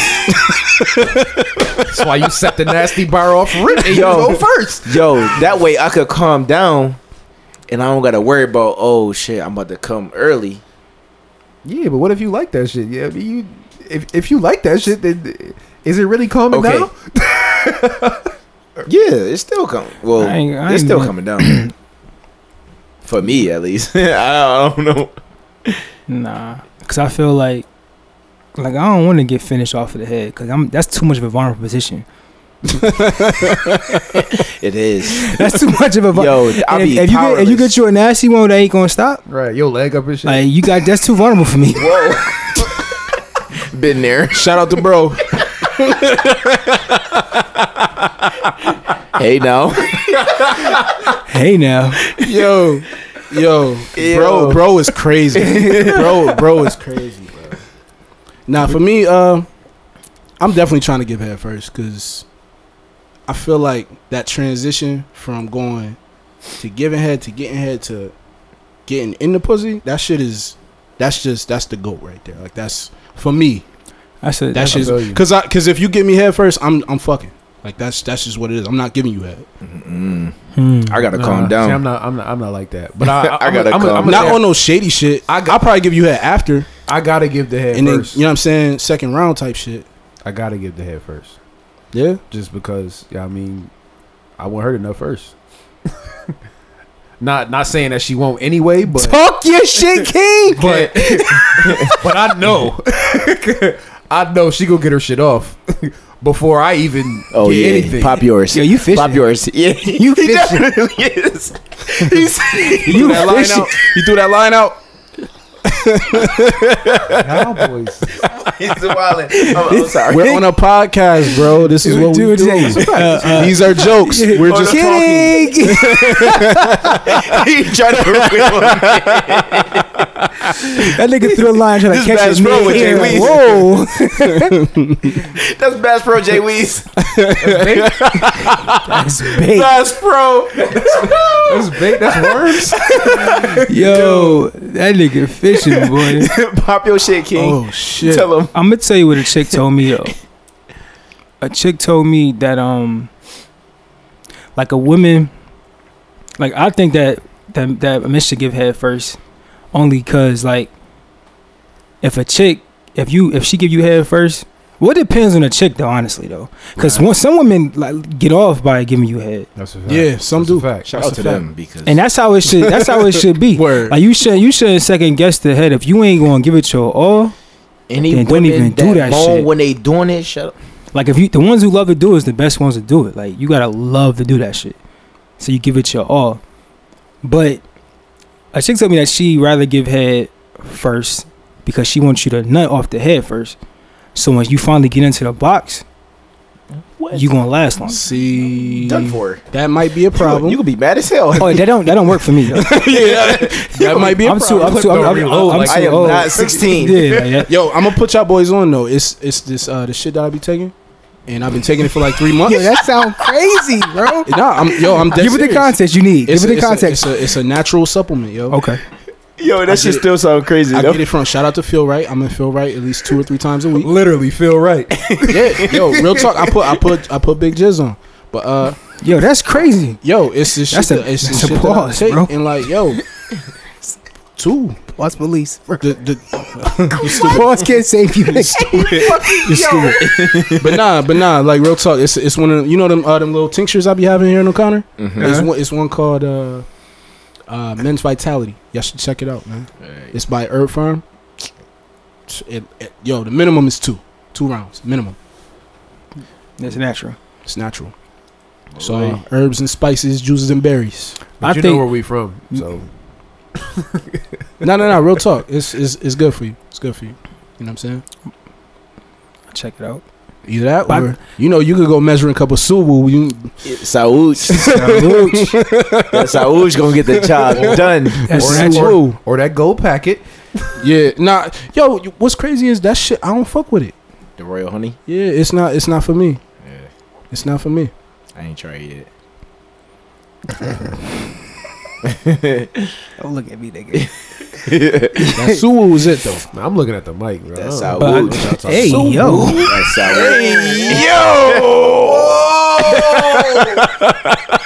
B: That's why you set the nasty bar off rip and you
E: Yo.
B: go first.
E: yo, that way I could calm down, and I don't gotta worry about oh shit, I'm about to come early.
B: Yeah, but what if you like that shit? Yeah, I mean, you if if you like that shit, then is it really calming
E: Okay.
B: down?
E: Yeah, it's still coming. Well,
D: I ain't- I
E: it's
D: ain't
E: still
D: been-
E: coming down. For me, at least, <laughs> I, don't, I don't know.
D: Nah, cause I feel like, like I don't want to get finished off of the head, cause I'm that's too much of a vulnerable position.
E: It is,
D: That's too much
E: <laughs>
D: of a. vul-
E: yo. I
D: And if,
E: be
D: if you get if you get
E: powerless.
D: you a nasty one that ain't gonna stop,
B: Right, your leg up and shit.
D: like you got that's too vulnerable for
E: <laughs>
D: me.
E: whoa, <laughs> been there.
A: Shout out to bro.
E: Hey, now,
D: hey now,
A: yo, yo,
E: Yo.
A: bro, bro is crazy. bro, bro is crazy, bro. Now for me, uh, I'm definitely trying to give head first because I feel like that transition from going to giving head to getting head to getting in the pussy, that shit is that's just that's the goat right there. Like that's for me.
D: that's a
A: That
D: that's
A: shit's
B: feel you.
A: because I because if you give me head first, I'm I'm fucking. Like that's that's just what it is. I'm not giving you head.
E: Mm,
D: hmm.
E: I gotta
B: Nah,
E: calm
B: see, I'm
E: down.
B: not. I'm not. I'm not like that. But
E: <laughs>
B: I. I,
E: I
B: I'm
E: gotta
B: a, I'm a,
E: calm
B: I'm a,
A: Not
B: not
A: on no shady shit. I I'll probably give you head after,
B: I gotta give the head
A: and then
B: first.
A: you know what I'm saying, second round type shit.
B: I gotta give the head first,
A: Yeah.
B: just because. Yeah, I mean, I want her to know first. <laughs> not not saying that she
E: <laughs>
B: won't anyway, but
D: Talk your shit, King.
B: but <laughs> but I know. I know she gonna get her shit off <laughs> before I even
E: Oh
B: get
E: yeah,
B: anything.
E: pop yours.
D: Yo, you fishing.
E: Pop yours. <laughs> Yeah,
D: You fishing.
E: definitely <laughs> is.
D: You
A: that line <laughs>
D: fishing.
A: out. You threw that line out.
B: Cowboys.
E: He's <laughs> wildin'. I'm, I'm sorry.
A: We're on a podcast, bro. This is what we
D: Dude,
A: do.
D: dude. Uh, uh,
A: These are jokes. We're just talking.
E: <laughs>
D: kidding.
E: He tried to <laughs>
D: that nigga threw a line trying to
E: This
D: catch
E: bad
D: his
E: as bro
D: man.
E: with Jay
D: Yeah,
E: Weezy.
D: Whoa.
E: That's Bass Pro Jay Weez. <laughs>
D: That's bait.
E: Bass Pro. <laughs>
B: That's bait. That's worms.
D: Yo, that nigga fishing, boy.
E: Pop your shit, King.
A: Oh shit!
E: Tell him.
D: I'm gonna tell you what a chick told me though. A chick told me that um, like a woman, like I think that that that a man should give head first, only cause like, if a chick, if you if she give you head first, well it depends on the chick though. Honestly though, cause once some women like get off by giving you head,
B: That's a fact.
A: Yeah, some
B: That's a
A: do.
B: fact.
E: Shout
A: That's
E: out
A: a
E: to
A: fact.
E: them because
D: and that's how it should. That's how it should be.
A: Word.
D: Like you should you shouldn't second guess the head if you ain't gonna give it your all.
E: any
D: They
E: women
D: don't even do
E: that,
D: that
E: moan
D: shit.
E: when they doing it, shut up.
D: Like if you the ones who love to do it is the best ones to do it. Like you gotta love to do that shit. So you give it your all. But a chick told me that she rather give head first because she wants you to nut off the head first. So when you finally get into the box, you gonna last long.
A: See,
E: Done for.
A: that might be a problem.
E: You could be mad as <laughs> hell.
D: Oh, that don't that don't work for me. I'm
A: yeah,
E: <laughs>
A: that might <laughs> be a
D: too
A: problem.
D: I'm too I'm, I'm, I'm,
B: Reload,
D: I'm
B: like,
D: too
E: I am
D: old.
E: not 16.
D: <laughs> Yeah, like, that-
A: Yo, I'm gonna put y'all boys on though. It's it's this uh the shit that I be taking, and I've been taking it for like three months.
D: that sound crazy, bro.
A: nah, I'm yo, I'm dead
D: Give it the
A: serious.
D: context you need.
A: It's
D: Give it
A: a-
D: the
A: it's a-
D: context.
A: It's a, it's a natural supplement, yo.
D: Okay.
E: Yo,
A: I
E: that shit
A: get it.
E: still sound crazy.
A: I
E: though.
A: get it from shout out to Feel Right. I'm in Feel Right at least two or three times a
D: <laughs>
A: week.
B: Literally feel right.
A: yeah, yo, real talk. I put I put I put big jizz on, but uh,
D: Yo, that's crazy.
A: yo, it's this
D: That's
A: shit.
D: a-
A: that- it's this
D: that's a
A: shit that I
D: pause,
A: take,
D: bro.
A: And like,
D: <laughs>
A: yo, two.
D: Pause police.
A: The, the, you stupid.
D: Pause can't save
A: <laughs>
D: you.
A: You stupid. but nah, but nah. Like real talk. It's
D: Mm-hmm. Uh-huh.
A: it's one of you know them uh, them little tinctures I be having here in the counter. It's one it's one called uh, uh, Men's Vitality. Y'all should check it out, man.
E: Alright.
A: It's by Herb Farm. It, it- yo, the minimum is two, two rounds minimum.
D: That's natural.
A: It's natural. So uh, herbs and spices, juices and berries.
B: But
D: I
B: you know
D: think-
B: where we from, so
A: No, no, no. Real <laughs> talk. It's, it's it's good for you. It's good for you. You know what I'm saying?
D: Check it out.
A: Either that,
D: But-
A: or you know, you could go measuring a cup of subu. <laughs> You
D: <laughs>
E: Saouj.
A: or
E: That Saouj gonna get the job done.
B: that
A: subu.
B: or that gold packet.
A: Yeah, nah. Yo, you- what's crazy is that shit. I don't fuck with it.
E: The royal honey.
A: Yeah, it's not. It's not for me.
E: Yeah.
A: It's not for me. <laughs>
E: I ain't tried it.
D: Oh, look at me, nigga.
A: That subu was it though.
B: Nah, I'm looking at the mic, bro.
E: That's
B: I don't
E: how
B: know
E: we-
B: what y'all talking
D: hey,
B: about.
D: yo.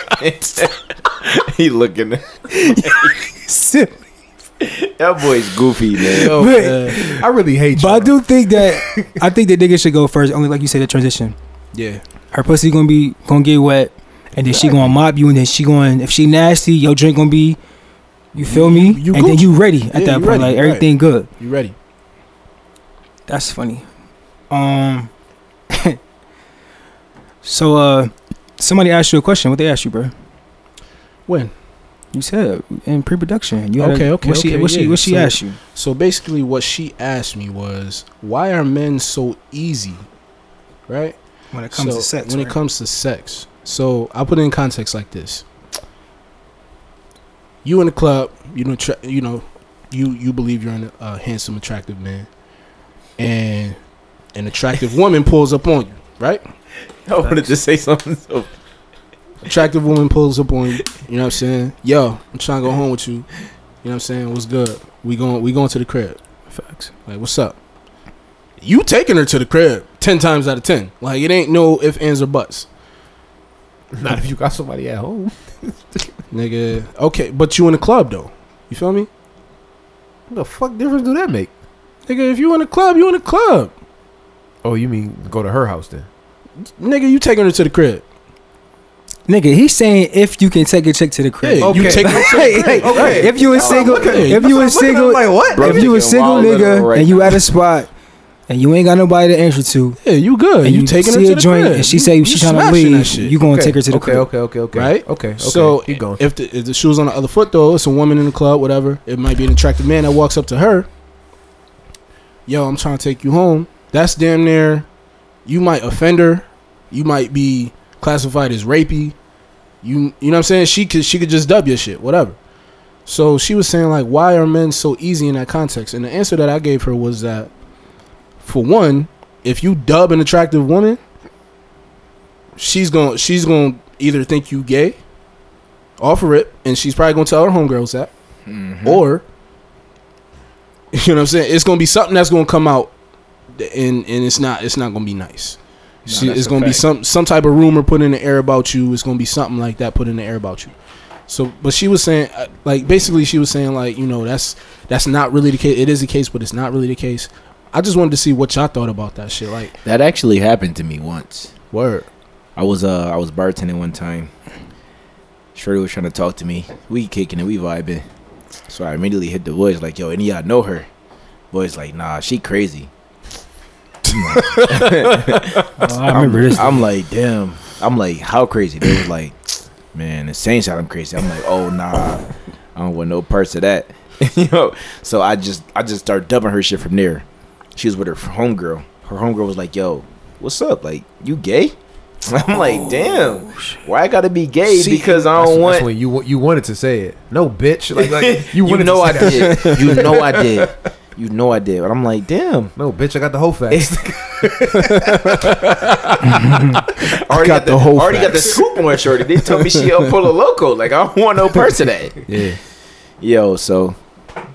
E: That's Saouj. <laughs> he looking. That boy's goofy, <laughs> man.
B: I really hate you.
D: But I do think that I think the nigga should go first. Only like you said, the transition.
A: Yeah.
D: Her pussy gonna be gonna get wet, and then she gonna mop you, and then she going if she nasty, your drink gonna be. You feel me?
A: You
D: and then
A: Gucci.
D: you ready at
A: Yeah, you
D: that point,
A: ready,
D: like
A: right.
D: everything good.
A: You ready?
D: That's funny. Um. <laughs> so uh, somebody asked you a question. What they asked you, bro?
A: When?
D: You said in pre-production. You had
A: Okay,
D: a,
A: okay,
D: What she
A: okay,
D: what she
A: yeah,
D: what she
A: so-
D: asked you?
A: So basically, what she asked me was, "Why are men so easy?" Right.
D: When it comes
A: So,
D: to sex,
A: When
D: right?
A: it comes to sex. So I'll put it in context like this. You in the club, you know, tra- you know, you you believe you're an- a handsome, attractive man, and an
D: <laughs>
A: attractive woman pulls up on you, right?
E: I wanted to say something. So
A: Attractive woman pulls up on you. You know what I'm saying? Yo, I'm trying to go home with you. You know what I'm saying? What's good? We going we going to the crib.
D: Facts.
A: Like, what's up? You taking her to the crib ten times out of ten. Like it ain't no if ands or buts.
B: Not if you got somebody at home.
A: Nigga, okay, but you in the club though. You feel me?
B: What the fuck difference do that make?
A: Nigga, if you in the club, you in the club.
B: Oh, you mean go to her house then?
A: Nigga, you taking her to the crib.
D: Nigga, he's saying if you can take a chick to the crib.
A: Yeah,
D: Oh,
A: you
B: Okay.
A: take her to
D: <laughs> hey, hey,
B: Okay.
D: If you was single,
A: looking at.
D: if you was single,
E: <laughs>
B: what?
E: Bro,
D: if you a
E: nigga,
D: single
E: wild
D: nigga
E: literal right
D: and you at a spot and you ain't got nobody to answer to,
A: Yeah, you good.
D: and
A: You, taking her
D: see
A: to
D: a
A: the
D: joint
A: crib.
D: and she
A: You-
D: say
A: you
D: she trying to
A: smashing that
D: leave,
A: shit.
D: you gonna take her to the
B: okay,
D: crib.
B: Okay, okay, okay,
A: Right?
B: Okay, okay.
A: So
B: keep going.
A: if the, if the shoe's on the other foot though, it's a woman in the club, whatever. It might be an attractive man that walks up to her. Yo, I'm trying to take you home. That's damn near. You might offend her. You might be classified as rapey. You you know what I'm saying? She could she could just dub your shit, whatever. So she was saying like, why are men so easy in that context? And the answer that I gave her was that, for one, if you dub an attractive woman, she's gonna she's gonna either think you gay offer it, and she's probably gonna tell her homegirls that,
E: Mm-hmm.
A: or <laughs> you know what I'm saying. It's gonna be something that's gonna come out, and and it's not it's not gonna be nice. She,
E: that's
A: it's
E: a
A: gonna be
E: fact.
A: some some type of rumor put in the air about you. It's gonna be something like that put in the air about you. So, but she was saying, uh, like, basically, she was saying, like, you know, that's that's not really the case. It is the case, but it's not really the case. I just wanted to see what y'all thought about that shit. Like,
E: that actually happened to me once.
A: word,
E: I was uh I was bartending one time. Shorty was trying to talk to me. We kicking and we vibing. So I immediately hit the boys like, "Yo, any of y'all know her?" Boys like, "Nah, she crazy."
D: Oh, I remember this.
E: I'm like, "Damn." I'm like, "How crazy?" They was like, "Man, the same shot I'm crazy." I'm like, "Oh nah, I don't want no parts of that." <laughs> you know. So I just I just started dubbing her shit from there. She was with her homegirl. Her homegirl was like, "Yo, what's up? Like, you gay?" <laughs> I'm like, "Damn, why I gotta be gay because I
B: Oh, That's,
E: don't
B: that's
E: want."
B: when you wa- you wanted to say it.
E: <laughs>
B: No, bitch. Like, like
E: you,
B: you wanted
E: know
B: to
E: I
B: say that.
E: did. You know
B: <laughs>
E: I did. You know I did. But I'm like, damn.
B: No, bitch. I got the whole facts.
E: <laughs> already
A: got
E: got, the,
A: the whole
E: already got the scoop on shorty. They told me she a pull a loco. Like I don't want no parts of that.
A: yeah,
E: Yo, so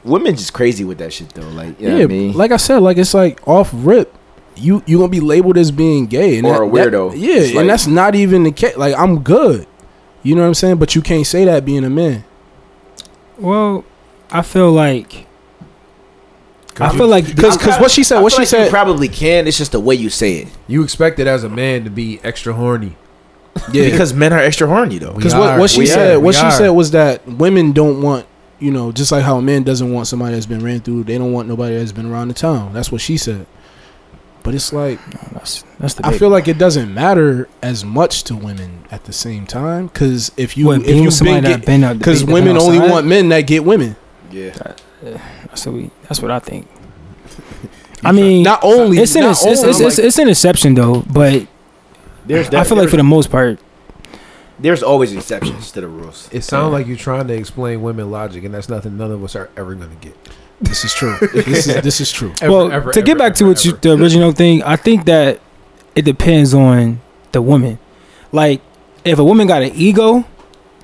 E: women just crazy with that shit though. Like you know
A: yeah.
E: what I mean?
A: Like I said, like it's like off rip. You you gonna be labeled as being gay and
E: Or
A: that-
E: a
A: that-
E: weirdo.
A: yeah,
E: It's
A: and
E: like-
A: that's not even the case. Like I'm good. You know what I'm saying? But you can't say that being a man.
D: well, I feel like I
B: you,
D: feel like
A: Because because what she said,
E: I
A: what
E: feel
A: she
E: like you
A: said,
E: probably can. It's just the way you say it.
B: you expected as a man to be extra horny.
A: Yeah.
E: because men are extra horny though.
A: <laughs> Because
B: are.
A: what, what she
B: We
A: said,
B: are.
A: what
B: We
A: she
B: are.
A: said was that women don't want, you know, just like how a man doesn't want somebody that's been ran through, they don't want nobody that's been around the town. That's what she said. But it's like
D: That's that's the.
A: I feel like it doesn't matter as much to women at the same time. Because if you
D: What,
A: if
D: being
A: you
D: with somebody
A: been
D: that
A: get-
D: been out-
A: because
D: that been
A: women only
D: outside?
A: want men that get women.
C: Yeah.
D: That's what we. That's what I think. I mean,
A: Not only
D: it's an
A: not
D: it's, it's,
A: only-
D: it's, it's, an exception though, but
E: There's
D: I feel like for the most part,
E: there's always exceptions to the rules.
B: It sounds like you're trying to explain women logic, and that's nothing none of us are ever going to get.
A: this is <laughs> true. this is this is true.
B: Ever,
D: well,
B: ever,
D: to get
B: ever,
D: back to
B: ever,
D: what you,
B: ever.
D: the original thing, I think that it depends on the woman. Like, if a woman got an ego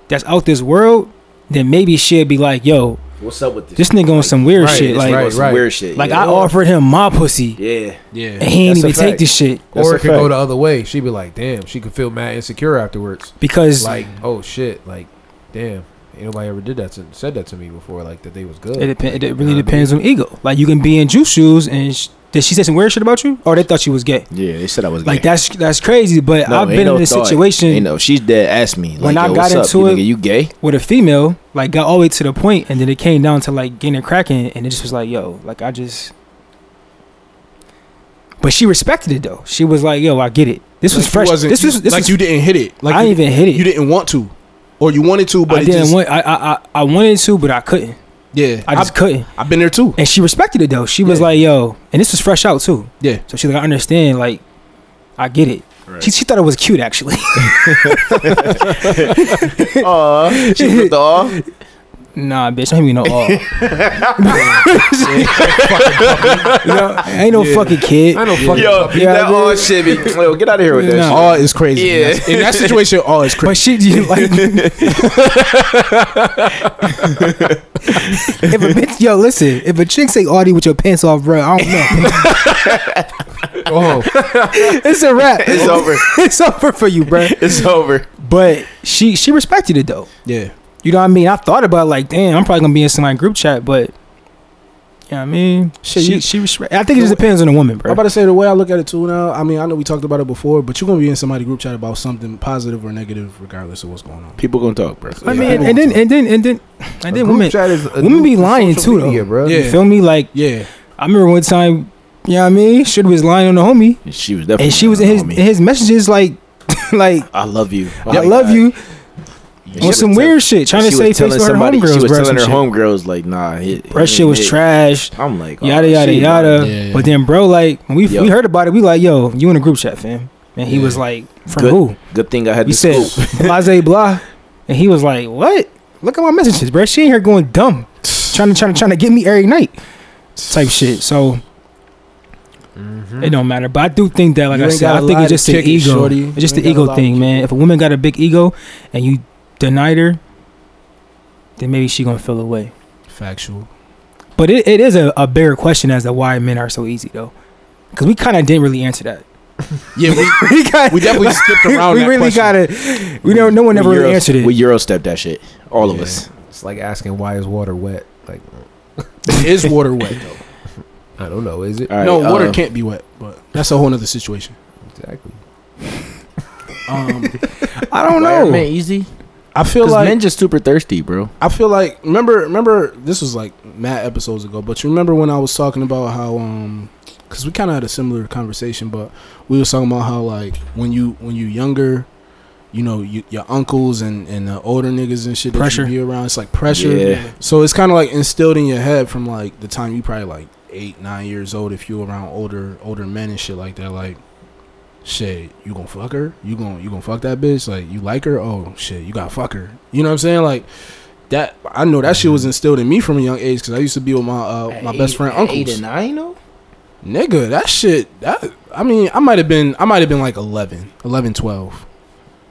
D: that's out this world, then maybe she'd be like, "Yo,
E: What's up with this?
D: this nigga on some weird
B: Right,
D: shit."
B: it's
D: Like,
E: Like,
B: Right,
E: some
B: right.
E: weird shit.
D: like
E: yeah.
D: I offered him my pussy,
E: Yeah.
D: and
A: Yeah.
D: he ain't
E: That's a
D: even take
E: fact.
D: this shit
B: Or
E: That's
B: it
E: a
B: could go
E: fact.
B: the other way. She'd be like, "Damn," she could feel mad insecure afterwards.
D: because
B: Like, "Oh shit," like, "Damn." Ain't nobody ever did that to, said that to me before. Like that they was good.
D: it, depend, it really
B: Nah,
D: depends on ego. Like, you can be in juice shoes, and sh- did she say some weird shit about you, or they thought she was gay?
E: Yeah, they said I was
D: Like that's that's crazy, but I've been in this
E: You
D: situation
E: know, she's dead. Asked me
D: When
E: like,
D: I
E: yo,
D: got
E: what's up?
D: into
E: You
D: it-
E: nigga, you gay?
D: with a female, like got all the way to the point, and then it came down to like getting a cracking, and it just was like, yo, like I just. But she respected it though. She was like, yo, I get it. This was
A: Like you
D: fresh.
A: wasn't-
D: This
A: you-
D: was this
A: like
D: was.
A: you didn't hit it. Like
D: I
A: you,
D: didn't even hit it.
A: you didn't want to, or you wanted to, but
D: I
A: it
D: didn't
A: just,
D: want. I, I I I wanted to, but I couldn't.
A: Yeah,
D: I just couldn't.
A: I, have been there too.
D: And she respected it though. She was
A: Yeah.
D: like, yo, and this was fresh out too.
A: Yeah.
D: So she like, I understand. Like, I get it. She, she thought it was cute actually.
E: Aw, she flipped
D: <laughs>
E: off.
D: Nah, bitch, I ain't even no all. ain't no fucking kid.
B: I don't fucking.
E: Yo,
D: Yeah,
E: that
D: dude.
E: all oh, shit be. Yo, get out of here with Oh, that.
D: No.
E: shit.
D: <laughs>
A: All is crazy.
E: Yeah.
A: In that- in that situation, all is <laughs> crazy.
D: But she you like if a bitch yo listen if a chick say Audie with your pants off bro I don't know
B: Oh,
D: it's a wrap
E: It's over.
D: it's over for you bro
E: It's over.
D: but she she respected it though
A: Yeah,
D: you know what I mean I thought about it, like damn I'm probably gonna be in somebody's group chat but yeah I mean
A: Shit,
D: she
A: you-
D: she respect I think it just depends on the woman
A: I'm
D: bro
A: about to say the way I look at it too now. I mean, I know we talked about it before, but you're gonna be in somebody group chat about something positive or negative, regardless of what's going on.
E: People gonna talk, bro.
D: I
A: Yeah,
D: mean
A: people
D: and then
A: gonna
D: and then and then and
B: a
D: then
B: group
D: women
B: chat is a
D: women be
B: new
D: lying
B: social
D: too though
B: media, bro.
A: Yeah.
D: you feel me like
A: Yeah,
D: I remember one time yeah I mean should was lying on the homie
E: She was definitely.
D: and she was in his in his messages like <laughs> like
E: I love you.
D: I love you
E: She
D: on
E: was
D: some
E: tell-
D: weird shit trying
E: she
D: to
E: was
D: say face to her
E: telling somebody-
D: homegirls
E: She was
D: bro,
E: telling her
D: some shit.
E: homegirls like, nah, it,
D: Her shit was trash
E: I'm like, oh,
D: yada yada
E: shit.
D: yada
A: Yeah, yeah.
D: but then bro like when we
E: Yo.
D: we heard about it we like yo you in a group chat fam and he
A: Yeah.
D: was like from
E: Good. <laughs>
D: who
E: Good thing I had
D: you
E: the
D: said
E: scoop.
D: blase blah and he was like what look at my messages bro she in here going dumb trying to trying to trying to get me every night type shit so
A: Mm-hmm.
D: It don't matter, but I do think that, like
A: You
D: I
A: ain't
D: said,
A: gotta
D: I think
A: lie
D: it's
A: to
D: just an
A: kick it,
D: ego.
A: shorty.
D: It's just
A: You
D: the
A: ain't gotta
D: ego
A: lie
D: thing,
A: to
D: man. If a woman got a big ego and you denied her, then maybe she gonna feel away.
A: factual.
D: But it, it is a, a bigger question as to why men are so easy though, because we kind of didn't really answer that.
A: <laughs> Yeah, we,
D: <laughs> we got
A: we definitely skipped around.
B: <laughs>
D: we
A: that
D: really
A: question.
D: gotta. <laughs> We don't. No one ever really
E: Euro-
D: answered it.
E: We Eurostep that shit. All of
B: Yeah.
E: us.
B: It's like asking why is water wet? Like
A: It is water wet though?
B: I don't know, is it?
E: All right,
A: no, water
E: uh,
A: can't be wet, but that's a whole nother situation.
B: Exactly.
A: <laughs> Um,
E: <laughs>
D: I don't
E: why are
D: know.
E: men easy.
A: I feel
E: Because
A: like
E: men just super thirsty, bro.
A: I feel like remember remember this was like mad episodes ago, but you remember when I was talking about how um because we kind of had a similar conversation, but we was talking about how like when you when you younger, you know you, your uncles and and the older niggas and shit that
D: Pressure.
A: you be around, it's like pressure.
E: Yeah.
A: So it's kind of like instilled in your head from like the time you probably like eight nine years old if you around older older men and shit like that like. Shit, you gonna fuck her? You gonna you gonna fuck that bitch? Like you like her? Oh shit, you gotta fuck her. You know what I'm saying? Like that I know that shit was
E: Mm-hmm.
A: instilled in me from a young age because I used to be with my uh, my best friend uncles.
E: nine, though?
A: Nigga, that shit. That I mean, I might have been I might have been like 11, 11, 12.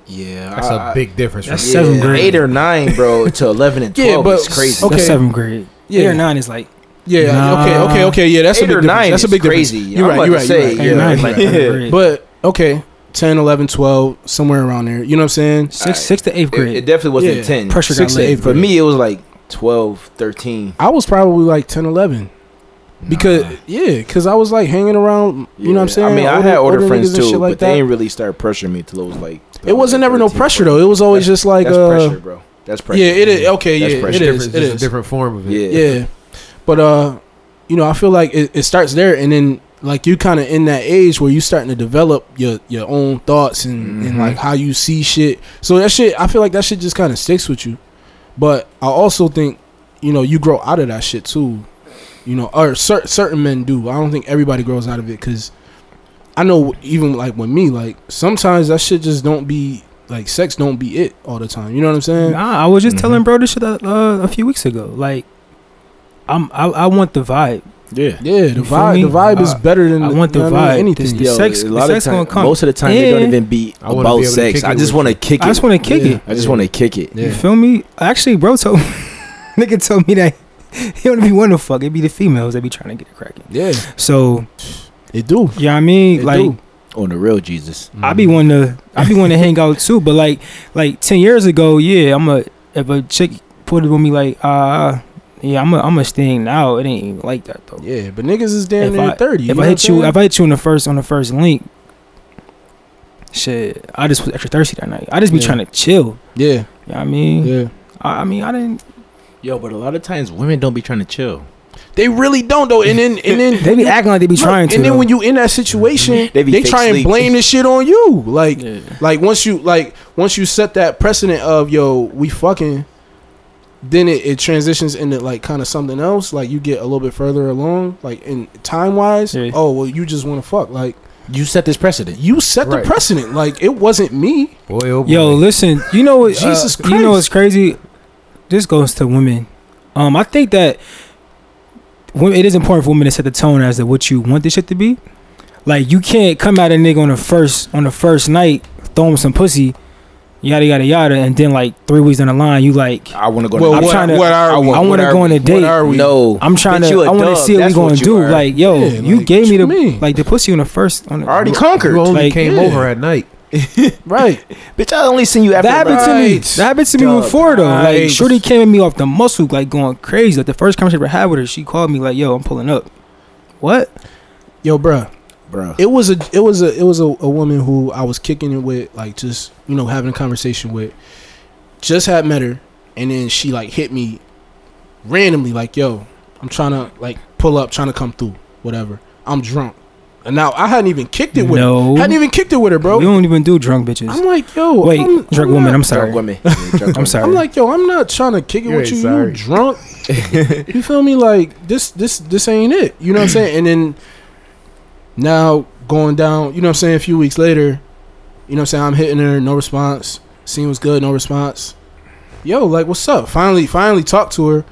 E: Yeah.
B: That's
E: a
B: a big difference.
D: That's
B: from-
D: seventh grade.
E: Eight or
A: <laughs>
E: nine, bro, to 11 and 12.
A: Yeah, but-
E: it's crazy.
A: okay.
D: That's seventh grade.
A: Yeah.
D: Eight or nine is like
A: Yeah.
D: Nah.
A: Okay. Okay. Okay. Yeah. That's
E: Eight
A: a big
E: or
A: difference.
E: nine
A: That's a
E: is
A: big
E: crazy.
A: Difference. You're
E: I'm
A: right.
E: about
A: You're
E: to
A: right. you're
E: say,
D: eight
A: right.
D: or
E: Yeah.
D: nine is like
E: Yeah.
D: ninth grade.
A: But okay, 10, 11, 12, somewhere around there. You know what I'm saying?
D: six six to eighth
E: It,
D: grade.
E: it definitely wasn't
A: Yeah.
E: 10.
D: Pressure got
A: six to
D: laid.
A: eighth
E: For
A: grade.
E: me, it was like 12, 13.
A: I was probably like 10, 11. Because yeah, because I was like hanging around, you know what I'm saying?
E: I mean, I had older, friends
A: niggas and
E: too,
A: shit
E: but they ain't really start pressuring me till it was like
A: It wasn't ever no pressure though. It was always just like
E: That's
A: uh,
E: pressure, bro. That's pressure.
A: yeah. It is okay.
E: That's
A: Yeah, it
E: pressure.
A: is. It
B: just a
A: is.
B: different form of it.
E: Yeah.
A: Yeah, but uh, you know, I feel like it, it starts there, and then like you kind of in that age where you starting to develop your your own thoughts and and like how you see shit. So that shit, I feel like that shit just kind of sticks with you. But I also think, you know, you grow out of that shit too. You know, or cer- certain men do. I don't think everybody grows out of it because I know even like with me, like sometimes that shit just don't be like sex don't be it all the time. You know what I'm saying?
D: Nah, I was just telling bro this shit uh, uh, a few weeks ago. Like, I'm I, I want the vibe.
E: Yeah.
A: Yeah, the
D: You feel
A: vibe
D: me?
A: the vibe is
D: I-
A: better than
D: I want the
A: you know what I mean?
D: vibe.
A: anything.
D: This- this-
E: Yo,
D: sex-
E: a lot
D: sex
E: of
D: gonna
E: time,
D: come.
E: most of the time they don't
D: Yeah.
E: even be
B: I wanna
E: about
B: be able
E: sex.
B: to kick it
E: I
B: with
E: just want to
B: you.
E: kick
D: I
E: it.
D: just want to kick
A: Yeah.
D: it.
E: I just want to kick it.
D: You feel me? Actually, bro told <laughs> nigga told me that <laughs> he don't be want to fuck. It be the females that be trying to get it cracking.
A: Yeah,
D: So
A: it do.
D: yeah, you know what I mean,
A: It
D: like
A: do. Mm.
E: On the real Jesus.
D: I be wanting to I be wanting to hang out too. But like like ten years ago, yeah, I'm a if a chick put it with me like uh yeah, I'm a I'm a sting now. It ain't even like that though.
A: Yeah, but niggas is damn
D: If
A: near
D: I-
A: thirty.
D: if
A: know
D: I
A: what
D: hit
A: I'm
D: you,
A: saying?
D: if I hit you on the first on the first link, shit, I just was extra thirsty that night. I just be
A: Yeah.
D: trying to chill.
A: yeah,
D: You know what I mean,
A: yeah,
D: I, I mean, I didn't.
E: Yo, but a lot of times women don't be trying to chill.
A: they really don't though. And then and <laughs> then
D: They be acting like they be
A: Look,
D: trying to.
A: And then
D: though.
A: when you in that situation,
E: They
A: they,
E: be fake
A: try and
E: sleep.
A: blame this shit on you. Like
D: Yeah.
A: like once you like once you set that precedent of yo, we fucking. Then it, it transitions into like kind of something else. Like you get a little bit further along, like in time wise.
D: Yeah.
A: Oh well, you just want to fuck. Like
E: You set this precedent.
A: you set
B: Right.
A: the precedent. Like it wasn't me.
B: Boy, oh boy.
D: Yo, listen. You know what?
A: Jesus
D: Jesus You
A: Christ.
D: know what's crazy? This goes to women. Um, I think that women, it is important for women to set the tone as to what you want this shit to be. Like, you can't come at a nigga on the first on the first night, throw him some pussy, yada yada yada, and then like three weeks down the line, you like,
E: I want to go.
A: Well,
E: to
D: I'm
A: what,
D: trying to-
A: what are
E: I
A: we?
E: want-
D: I want
E: what
D: to
E: are
D: go on
E: we-
D: a date.
A: What are we?
E: No,
D: I'm trying
E: Bitch,
D: to.
E: you a
D: I want to
E: dog.
D: see what we
E: That's
D: gonna
E: what you
D: do.
E: are.
D: Like, yo,
A: Yeah,
D: you
A: like,
D: gave
A: what
D: me the
A: you mean?
D: like the pussy on the first on the
E: already
B: you
E: conquered.
B: only
D: like,
B: came
A: yeah.
B: over at night.
A: <laughs> right.
E: Bitch, I only seen you after.
D: that happened to me.
A: Right.
D: That happened to me
E: Dog.
D: before though.
A: Right.
D: Like Shorty came at me off the muscle, like going crazy. Like the first conversation I ever had with her, she called me like, "Yo, I'm pulling up." What?
A: Yo, bruh.
E: bro.
A: It was a it was a it was a, a woman who I was kicking it with, like just you know having a conversation with. Just had met her, and then she like hit me randomly, like yo, I'm trying to like pull up, trying to come through, whatever. I'm drunk, and now I hadn't even kicked it with
D: No.
A: her. hadn't even kicked it with her, bro.
D: We don't even do drunk bitches.
A: I'm like yo,
D: Wait,
A: I'm,
D: drunk
A: I'm
D: woman.
A: not-
D: I'm sorry. <laughs>
E: Drunk women. Yeah, drunk women.
D: sorry.
A: I'm like yo, I'm not trying to kick it
B: You
A: with
B: ain't
A: you. You
B: sorry.
A: drunk? you feel me? Like this, this, this ain't it. You know what I'm saying? And then now going down, you know what I'm saying? A few weeks later, you know what I'm saying? I'm hitting her, no response. Scene was good, no response. Yo, like what's up? Finally, finally talked to her.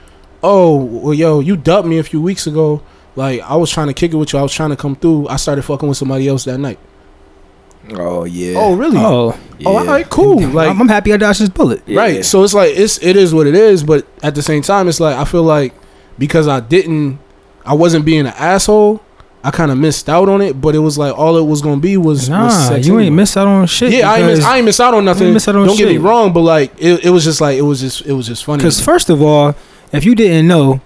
A: Oh, well, yo, you dubbed me a few weeks ago. Like I was trying to kick it with you. I was trying to come through. I started fucking with somebody else that night.
E: Oh yeah.
A: Oh, really? Oh,
D: oh,
E: yeah.
A: all right, cool. Like
D: I'm, I'm happy I dodged this bullet.
E: Yeah.
A: Right. So it's like it's it is what it is, but at the same time, it's like I feel like because I didn't, I wasn't being an asshole. I kind of missed out on it, but it was like all it was gonna be was, was
D: Nah,
A: sex
D: you
A: anyway.
D: ain't miss out on shit.
A: Yeah, I ain't miss, I ain't miss out on nothing.
D: miss out on
A: Don't get me
D: shit.
A: wrong, but like it, it was just like it was just it was just funny.
D: Because first of all, if you didn't know,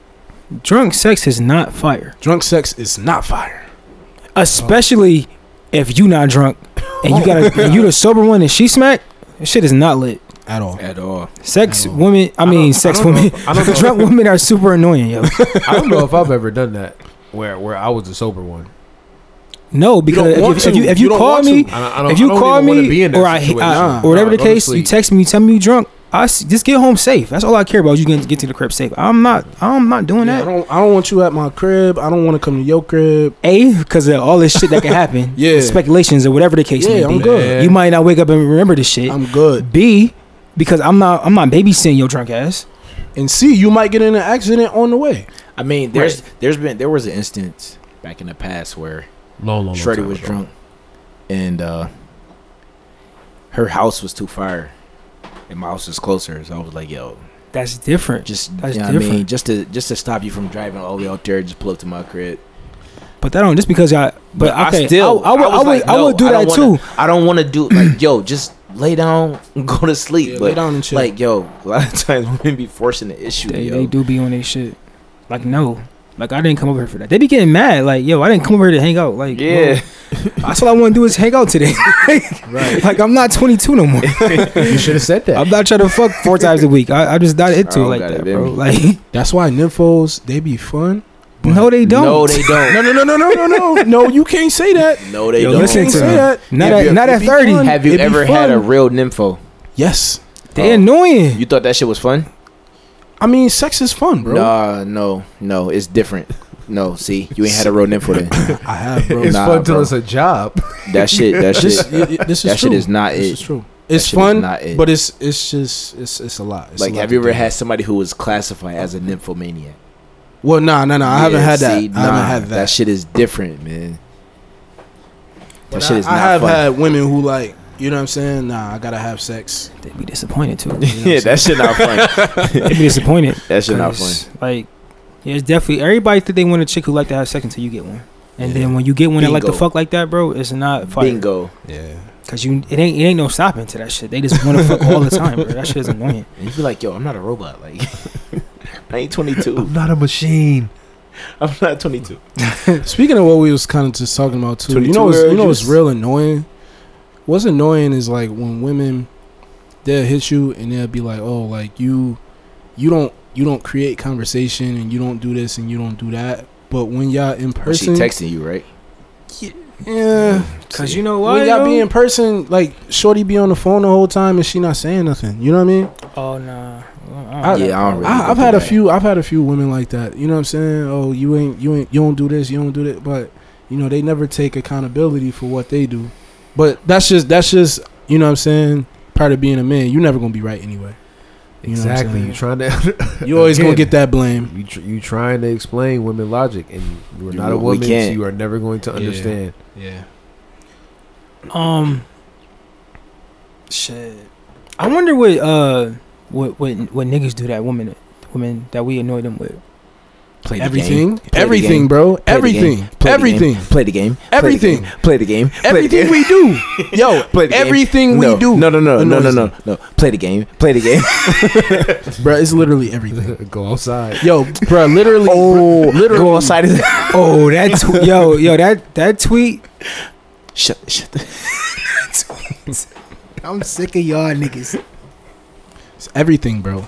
D: drunk sex is not fire,
A: drunk sex is not fire.
D: especially if you not drunk and you got and you the sober one and she smacked. Shit is not lit.
A: At all,
E: At all.
D: Sex
A: Oh.
D: women, I mean, sex
B: don't know
D: women,
B: if-
D: <laughs>
B: I don't know
D: drunk women are super annoying, yo.
B: I don't know if I've ever done that where where I was the sober one.
D: No,
A: don't
D: because if you,
A: want
D: if you
A: to.
D: if
A: You
D: you,
A: don't
D: call
A: want to.
D: me,
B: I don't, I don't,
D: if
B: I
D: you
B: don't
D: call
B: even wanna be
D: me
B: in that
D: or I,
B: situation.
D: I
A: Nah,
D: or whatever the
B: nah, go to
D: case, you
B: sleep.
D: text me, you tell me you drunk. I s- just get home safe. That's all I care about. You getting get to the crib safe. I'm not. I'm not doing
A: yeah, I
D: that.
A: don't I don't want you at my crib. I don't want to come to your crib.
D: A because of all this shit that can happen.
A: Yeah.
D: speculations or whatever the case
A: Yeah,
D: may
A: I'm
D: be.
A: good.
D: You might not wake up and remember this shit.
A: I'm good.
D: B because I'm not. I'm not babysitting your drunk ass.
A: And see, you might get in an accident on the way.
E: I mean, there's there's been there was an instance back in the past where
B: Long, long, long
E: Shreddy
B: time
E: was
B: ago.
E: drunk, and uh, her house was too far, and my house was closer. So I was like, "Yo,
D: That's different.
E: just
D: That's
E: you know what I mean,
D: different.
E: just to just to stop you from driving all the way out there, just pull up to my crib."
D: but that don't just because I. But, okay, I still. I, would. I,
E: was
D: would,
E: like,
D: I would
E: "No,
D: do
E: don't
D: that
E: wanna-
D: too.
E: I don't want to do <clears throat> like, yo, just lay down, and go to sleep.
A: Yeah,
E: but
A: lay down and chill.
E: like, yo, <laughs> a lot of times women be forcing the issue.
D: They,
E: yo.
D: they do be on their shit. Like no. Like I didn't come over here for that. They be getting mad. Like yo, I didn't come over here to hang out. Like
E: Yeah,
D: bro, That's all I want to do is hang out
E: <laughs>
D: today. <laughs>
B: Right.
D: like I'm not 22 no more.
B: <laughs> You should have said that.
D: I'm not trying to fuck four times a week. I, I just not into it
E: don't
D: like
E: got
D: that,
E: it,
D: bro.
E: baby.
D: Like <laughs>
A: That's why nymphos they be fun.
D: no, they don't.
E: No, they don't.
A: No, no, no, no, no, no, no, <laughs> no. You can't say that.
E: No, they
D: Yo,
E: don't.
D: listen to
A: Say
D: me.
A: that.
D: Not
E: If
D: at
E: you-
D: not at
A: if you
D: 30.
A: fun-
E: Have you
A: It'd be
E: ever had a
A: fun.
E: real nympho?
A: Yes.
D: They annoying.
E: You thought that shit was fun?
A: I mean, sex is fun, bro.
E: Nah, no, no, it's different. No, see, you ain't had a real nympho
A: <laughs>
E: then.
A: I have, bro.
B: <laughs> it's
E: Nah,
B: fun till
E: bro.
B: it's
A: <laughs>
B: a job.
E: That shit, that
A: This,
E: shit,
A: y- y- this is
E: that
A: true.
E: shit is not
A: This
E: it.
A: is true. It's
E: shit is
A: fun,
E: not it.
A: but it's it's just it's it's a lot. It's
E: Like,
A: a lot
E: have you
A: to
E: ever
A: do.
E: had somebody who was classified as a nymphomaniac?
A: Well, no, no, no. I haven't
E: Yeah,
A: had that.
E: see,
A: I
E: nah,
A: haven't had that.
E: That shit is different, man. That
A: But
E: shit is
A: I, I
E: not
A: have
E: fun.
A: had women who like, you know what I'm saying? Nah, I gotta have sex.
D: They'd be disappointed
E: <laughs>
D: too.
E: yeah, that shit not fun.
D: They'd be disappointed.
E: That
A: <laughs>
E: shit not fun.
D: 'Cause, Like, yeah, it's definitely everybody think they want a chick who like to have sex until you get one, and then when you get one that like to
E: Bingo.
D: fuck like that, bro, it's not fire.
E: Bingo.
A: Yeah.
D: Cause you, it ain't, it ain't no stopping to that shit. They just want to fuck all
E: <laughs>
D: the time, bro. That shit is annoying.
E: And you be like, yo, I'm not a robot. Like, <laughs> I ain't 22.
B: not a machine.
E: I'm not 22.
A: Speaking of what we was kind of just talking about too, you
E: 22
A: know, what's, you
E: year
A: know what's
E: juice.
A: real annoying. What's annoying is like when women they'll hit you and they'll be like, "Oh, like you, you don't, you don't create conversation and you don't do this and you don't do that." But when y'all in
E: But she
A: person,
E: texting you, right?
A: yeah,
D: Cause you know
A: when
D: what?
A: y'all
D: yo?
A: be in person, like Shorty be on the phone the whole time and she not saying nothing. You know what I mean?
D: oh nah. Well, I
A: I-
D: don't know.
E: yeah, I don't really.
A: I,
E: go
A: I've
E: through
A: had a
E: that.
A: few. I've had a few women like that. You know what I'm saying? Oh, you ain't, you ain't, you don't do this, you don't do that. But you know, they never take accountability for what they do. But that's just, that's just, you know what I'm saying. Part of being a man, you're never gonna be right anyway. You know what I'm
B: Exactly.
A: saying?
B: <laughs> You trying to
A: You always gonna
B: Again.
A: get that blame.
B: you tr- you trying to explain women logic, and you are
E: You-
B: not a
E: we
B: woman, so
E: can't.
B: you are never going to understand.
A: Yeah.
D: Um, shit. I wonder what uh what what what niggas do that women women that we annoy them with.
E: Play the game.
A: Everything,
E: Play the
A: everything,
E: game.
A: bro.
E: Play the
A: everything,
E: game. Play the game.
A: everything,
E: Play the game. Play the
A: Everything.
E: game. Play the game. Play the
A: everything
E: game.
A: we do,
E: <laughs>
A: yo.
E: Play the game.
A: everything
E: no.
A: we do,
E: No, no, no, no, no,
A: annoys
E: no,
A: me.
E: no. Play the game. Play the game.
A: bro. It's literally everything,
E: <laughs>
B: Go outside.
A: yo, bro. Literally,
E: oh,
A: literally.
E: go outside. and-
D: Oh, that tw- yo yo that that tweet.
E: shut, shut the.
D: <laughs> I'm sick of y'all niggas.
A: It's everything, bro.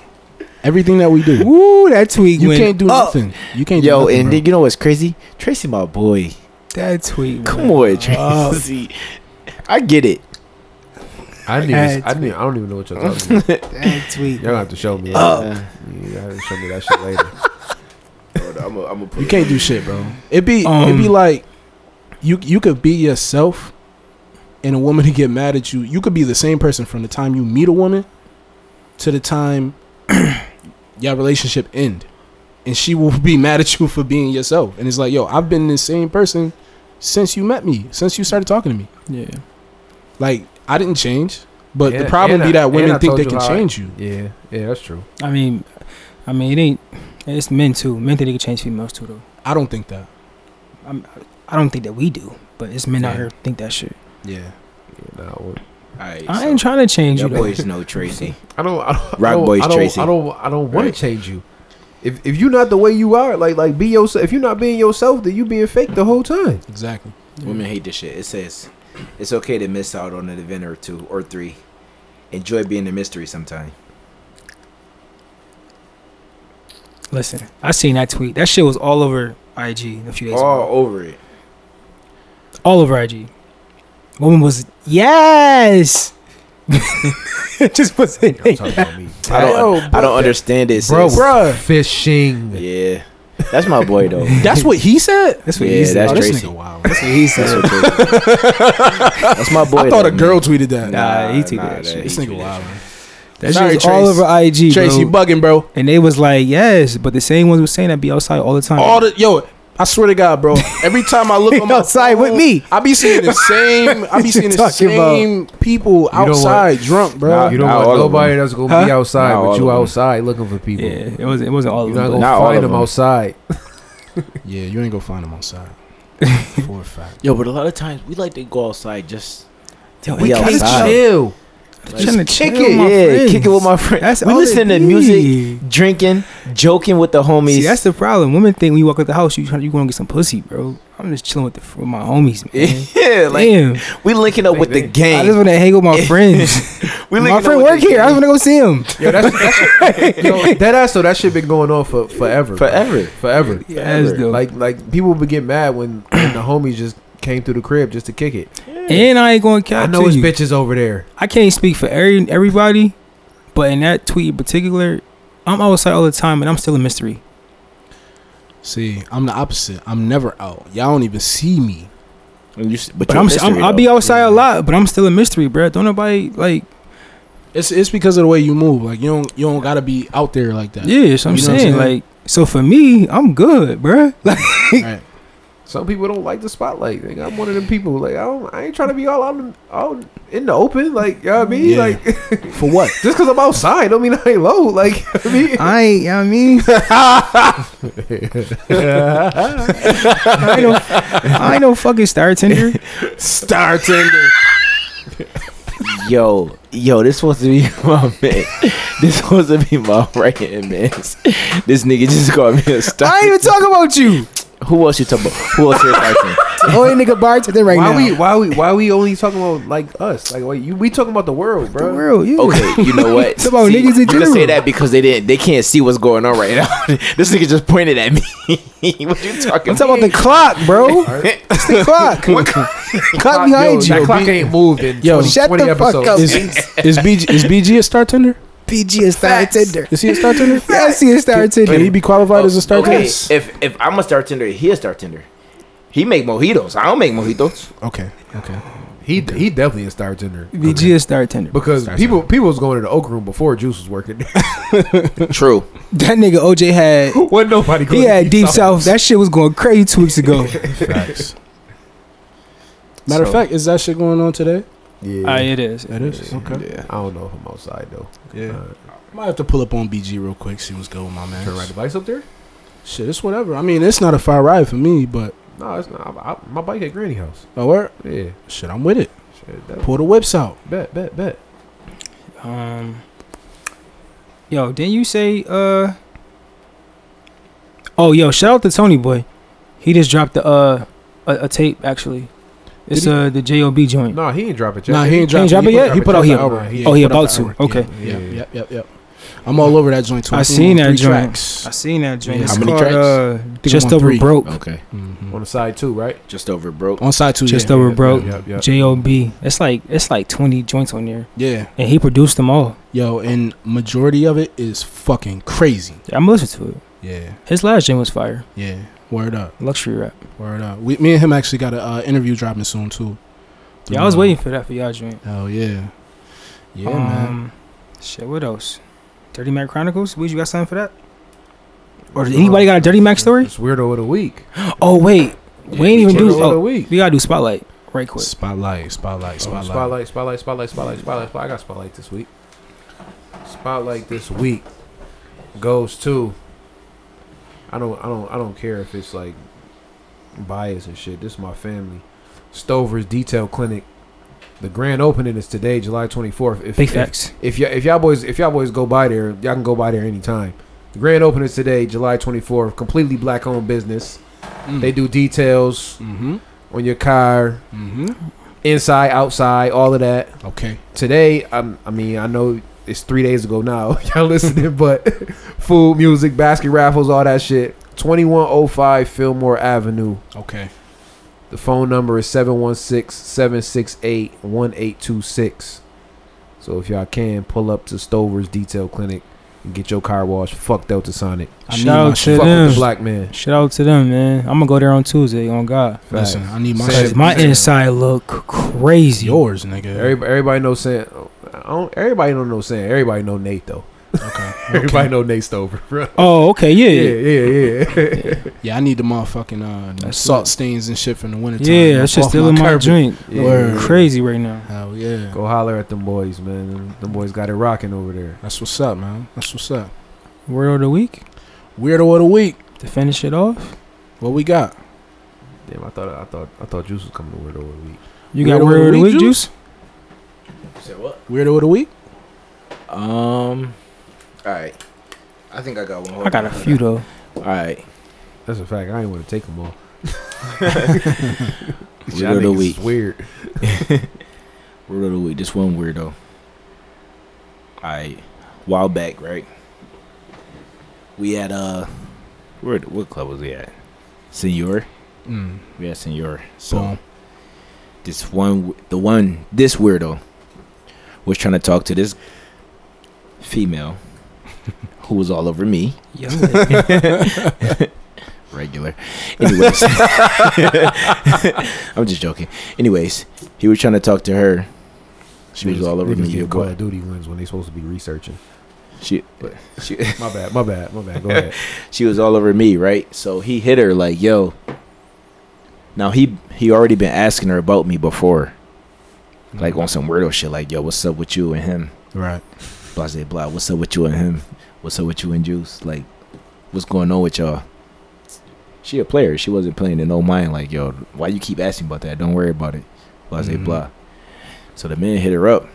A: Everything that we do.
D: Woo, that tweet
A: You
D: went
A: can't do
D: up.
A: nothing. You can't.
E: Yo,
A: do nothing,
E: and
A: bro.
E: then you know what's crazy? Tracy, my boy.
D: That tweet.
E: Come on, Tracy. I get it.
B: I didn't.
D: Hey,
B: Even, I didn't. even- I don't even know what y'all talking
A: <laughs>
B: about.
D: That tweet.
B: Y'all gonna have to show me.
E: Uh,
B: You gotta show me that shit
A: <laughs>
B: later.
E: I'm a, I'm a
A: you can't do shit, bro. It be it
D: Um,
A: be like you you could be yourself, and a woman <laughs> to get mad at you. You could be the same person from the time you meet a woman to the time <clears throat> your relationship end, and she will be <laughs> mad at you for being yourself. And it's like, yo, I've been the same person since you met me, since you started talking to me.
D: Yeah.
A: Like I didn't change, but
B: Yeah,
A: the problem be
B: and I-
A: that
B: and I
A: women think
B: told
A: they
B: you
A: can
B: how I-
A: change you.
B: Yeah, yeah, that's true.
D: I mean, I mean it ain't. It's men too. Men think they can change females too though.
A: I don't think that.
D: I'm, I don't think that we do, but it's men out
A: Yeah.
D: here think that shit.
A: Yeah.
B: Yeah, nah, I wouldn't-
D: I ain't trying to change
E: Your
D: you. Though.
E: boys know Tracy.
B: I don't. I don't.
E: Rock
B: I don't,
E: boys,
B: I don't,
E: Tracy.
B: I don't. I don't want
E: Right.
B: to change you. If if you're not the way you are, like like be yourself. If you're not being yourself, then you being fake the whole time.
A: Exactly.
E: Women hate this shit. It says it's okay to miss out on an event or two or three. Enjoy being a mystery sometime.
D: <laughs> Listen, I seen that tweet. That shit was all over IG a few days ago.
E: All over it.
D: all over IG. Woman was <laughs> yes. it just was in
B: Don't <laughs> talk about me.
E: I don't. I don't understand it.
B: Bro,
E: sis.
B: bro, fishing.
E: Yeah, that's my boy though.
A: That's what he said.
D: That's what
E: Yeah,
D: he said.
E: that's
A: Oh, this
E: Tracy.
A: nigga wild.
D: That's what he
E: That's,
D: said.
E: what Tracy. that's my boy.
A: I thought
E: though,
A: a girl
E: man.
A: tweeted that.
E: Nah,
D: he
E: he
D: tweeted
E: tweeted
D: that
E: that.
D: shit.
E: shit.
A: This nigga wild.
D: That shit
A: Sorry,
D: was all
A: Trace.
D: over IG,
A: Trace, you
D: bro.
A: bugging, bro.
D: and they was like, yes, but the same ones was saying that be outside all the time.
A: All the yo, I swear to God,
D: <laughs>
A: bro. Every time I look on my
D: outside with
A: phone,
D: me.
A: I be seeing
D: <laughs>
A: the same. I be
D: You
A: seeing the
D: talking about-
A: same people
B: don't want-
A: outside drunk, bro.
E: Nah,
B: You don't
E: Not all
B: want
E: of
B: nobody that's gonna be outside,
E: Not all
B: but you
E: of 'em.
B: outside looking for people.
D: yeah, it was it wasn't all
B: You're
D: of
B: not
D: them. but-
B: gonna
E: Not all
B: find
E: of
B: them
E: 'em.
B: outside.
A: yeah, you ain't gonna find them
D: <laughs>
A: outside. For a fact.
E: Yo, but a lot of times we like to go outside just.
D: Yo,
E: We
D: it can't
E: outside.
D: chill.
B: Chill.
D: Tryna
E: kick
D: chill
E: it,
D: with my
E: yeah,
D: friends.
E: kick it with my friends.
D: That's
E: we
D: all
E: listening
D: it
E: to music,
D: be.
E: drinking, joking with the homies.
D: See, that's the problem. Women think when you walk out the house, you trying you gonna get some pussy, bro. I'm just chilling with, the, with my homies, man.
E: <laughs> yeah, like
D: Damn,
E: we linking up with the
D: I just
E: gang.
D: want to hang with my
E: <laughs>
D: friends.
E: We linking
D: my
E: up
D: friend
E: with
D: work
E: the
D: here. I just
E: gang
D: want to go see him.
B: Yo, that's, <laughs> that's yo, that ass. So that shit been going on for forever, bro.
E: forever.
B: forever.
D: <laughs> Yes, though.
B: Like like people would get mad when, when the homies just came through the crib just to kick it.
D: and I ain't gonna
B: I
D: cap
B: know
D: to
B: his
D: you.
B: bitches over there.
D: I can't speak for every, everybody, but in that tweet in particular, I'm outside all the time and I'm still a mystery.
A: See, I'm the opposite. I'm never out. Y'all don't even see me.
E: And you s-
D: But
E: you're
D: I'm,
E: a mystery,
D: I'm I'll
E: though.
D: be outside a lot, but I'm still a mystery, bro. Don't nobody like
A: It's it's because of the way you move. Like you don't you don't gotta be out there like that.
D: yeah. So I'm
A: You know what I'm
D: saying
A: saying?
D: like so for me, I'm good, bro. <laughs> Like
A: Right.
B: Some people don't like the spotlight. Like, I'm one of them people. Like I don't, I ain't trying to be all out in, all in the open. Like you know what I mean?
A: Yeah.
B: Like just
A: For what?
B: because I'm outside don't mean I ain't low. Like I mean,
D: I ain't, you know what I <laughs> mean, I ain't no, I ain't no fucking star tender.
A: Star tender.
E: <laughs> Yo, yo, this supposed to be <laughs> my man. this supposed to be my right hand man. This nigga just called me a
D: <laughs>
E: star.
D: I ain't even talking about you.
E: Who else you talking about? Who else you talking?
D: Only nigga bartender right
B: <laughs> why
D: now.
B: we why we why we only talking about like us? Like why you, we talking about the world, bro.
D: the world, yeah.
E: Okay, you
D: <laughs>
E: know what?
D: Come on,
E: See,
D: niggas in
E: you can
D: general.
E: say that because they didn't. They can't see what's going on right now. <laughs> this nigga just pointed at me. <laughs> what you talking?
D: I'm talking about the clock,
A: <laughs>
D: bro. It's the clock. <laughs> clock behind
B: Yo,
D: you.
B: that clock ain't moved in
A: Yo,
B: 20,
D: shut
B: 20
D: the fuck
B: episodes.
D: up.
A: Is, is
D: <laughs>
A: BG is BG a star tender?
D: PG is star tender.
A: Is he a star
D: <laughs>
A: tender?
D: Yeah, I see a star
A: Can he
D: tender.
A: be qualified as a
D: Oh,
A: star
E: okay,
A: tender?
E: if if I'm a star tender, he a star tender. He make mojitos. I don't make mojitos.
A: Okay. Okay.
B: He he definitely a star tender.
D: BG is star tender.
B: Because people people was going to the oak room before Juice was working.
E: True.
D: That nigga OJ had
B: <laughs> Wasn't nobody going
D: he
B: to
D: had deep south. That shit was going crazy two weeks ago.
A: Facts. <laughs> Matter of
E: So-
A: fact, is that shit going on today?
B: Yeah,
D: Ah, it is.
A: It is. Okay.
B: yeah. I don't know if I'm outside though.
A: Yeah.
B: Uh,
A: Might have to pull up on BG real quick, see what's going on, my man.
B: Can I ride the bikes up there?
A: Shit, it's whatever. I mean, it's not a fire ride for me, but
B: No, it's not. I, I, my bike at Granny House.
A: oh, where?
B: Yeah,
A: Shit, I'm with it.
B: shit, that,
A: Pull the whips out.
B: bet, bet, bet.
D: Um, yo, didn't you say? Uh, oh, yo, shout out to Tony Boy. He just dropped the uh a, a tape actually. It's
A: Did
D: uh the Job joint.
B: No, he ain't dropping.
A: Nah, he ain't
D: He
A: dropping
D: ain't drop it yet?
A: He put out
D: He
A: the
D: put out-
A: album.
B: he-
D: oh, he
A: put out
D: about
A: the
D: to.
A: album.
D: Okay.
A: Yeah,
B: Yeah.
A: yeah, yep, yep, yep. I'm all over that joint. too.
D: I
A: think
D: seen
A: on
D: that
A: three
D: joint.
A: Tracks.
D: I seen that joint.
A: Yeah.
D: It's
E: How many
D: called,
E: tracks?
D: uh,
A: I'm
D: just
A: on
D: over
A: three. Mm-hmm.
D: broke.
E: Okay.
B: on the side too, right?
E: Just over
D: Oh.
E: broke.
A: On side two,
D: Just
A: yeah.
D: over
B: yeah,
D: broke.
B: yeah, yeah.
D: Job. It's like it's like twenty joints on there,
A: yeah,
D: and he produced them all.
A: yo, and majority of it is fucking crazy.
D: I'm gonna listen to it.
A: Yeah,
D: His last joint was fire.
A: yeah. Word up,
D: Luxury rap.
A: word up. We, me and him actually got an uh, interview dropping soon too. Um,
D: Yeah, I was waiting for that for y'all joint.
A: Oh yeah, Mm. yeah,
D: um,
A: man.
D: Shit, what else? Dirty Mac Chronicles? Would you got something for that? Or did anybody got a Dirty Mac story?
B: It's weirdo of the week.
D: Oh wait, we ain't even do.
B: Weirdo of the
D: Oh,
B: week.
D: we gotta do Spotlight right quick.
A: Spotlight, spotlight,
B: Oh,
A: spotlight.
B: Spotlight, spotlight, spotlight, spotlight, spotlight, spotlight. I got spotlight this week. Spotlight this week goes to. I don't, I don't, I don't care if it's like bias and shit. This is my family. Stover's Detail Clinic. The grand opening is today, July twenty fourth. If,
D: Big
B: if-
D: facts.
B: If y'all, if y'all boys, if y'all boys go by there, y'all can go by there anytime. The grand opening is today, July twenty fourth. Completely black owned business. They do details
A: Mm-hmm.
B: on your car,
A: Mm-hmm.
B: inside, outside, all of that
A: Okay.
B: today I'm, i mean i know it's three days ago now <laughs> y'all listening but food music basket raffles all that shit 2105 fillmore avenue
A: Okay.
B: the phone number is 716-768-1826 so if y'all can pull up to stover's detail clinic and get your car washed fuck delta sonic
A: I
D: Shout
A: need my
D: out
A: shit.
D: to
B: fuck with
D: them.
B: the black man
D: Shout out to them, man. I'm gonna go there on Tuesday. On God,
A: Listen, I need my
B: Say
A: shit.
D: because my inside look crazy.
A: yours, nigga.
B: everybody, everybody knows saying I don't, everybody don't know saying everybody know nate though
A: okay.
B: everybody know nate stover bro
D: Oh, okay,
B: <laughs> yeah
D: yeah,
B: yeah yeah <laughs>
A: Yeah, I need the motherfucking uh, them
D: That's
A: salt
D: it.
A: stains and shit from the winter
D: yeah.
A: time.
D: that shit's
A: Off
D: still in my
A: carpet.
D: drink.
B: Yeah.
A: Word.
D: Crazy right now.
A: Hell yeah.
B: Go holler at them boys, man. Them, them boys got it rocking over there.
A: That's what's up, man. That's what's up.
D: Word of the week
A: Weirdo of the week.
D: to finish it off.
A: What we got?
B: Damn, I thought I thought I thought Juice was coming to Weirdo of the Week.
D: You got
A: Word
D: word of the week juice?
E: said what?
A: Weirdo of the week.
E: Um. All right. I think I got one. Hold
D: I got a
E: on.
D: few though.
E: All right.
B: That's a fact. I ain't want to take
E: <laughs>
B: them all.
E: Weirdo of the week.
B: Weird.
E: Weirdo of the week. This one weirdo. I while back, right? We had uh, where what club was we at? Senor.
A: Mm.
E: We had Senor. So
A: Boom.
E: this one, the one, this weirdo was trying to talk to this <laughs> female who was all over me. <laughs> Regular. <laughs> Anyways, I'm just joking. Anyways, he was trying to talk to her. She was all over
B: Niggas
E: me.
B: get
E: Your
B: Call
E: boy.
B: of Duty wins when they supposed to be researching.
E: She, she,
B: My bad. My bad. My bad. Go ahead.
E: she was all over me, right? So he hit her like, "Yo." Now he he already been asking her about me before, like on some weirdo shit, like, "Yo, what's up with you and him?"
A: <laughs> Right.
E: Blah blah blah. What's up with you and him? What's up with you and Juice? Like, what's going on with y'all? She a player. She wasn't playing in no mind. Like, yo, why you keep asking about that? Don't worry about it. Blah blah
B: Mm-hmm.
A: Mhm.
E: blah. So the man hit her up.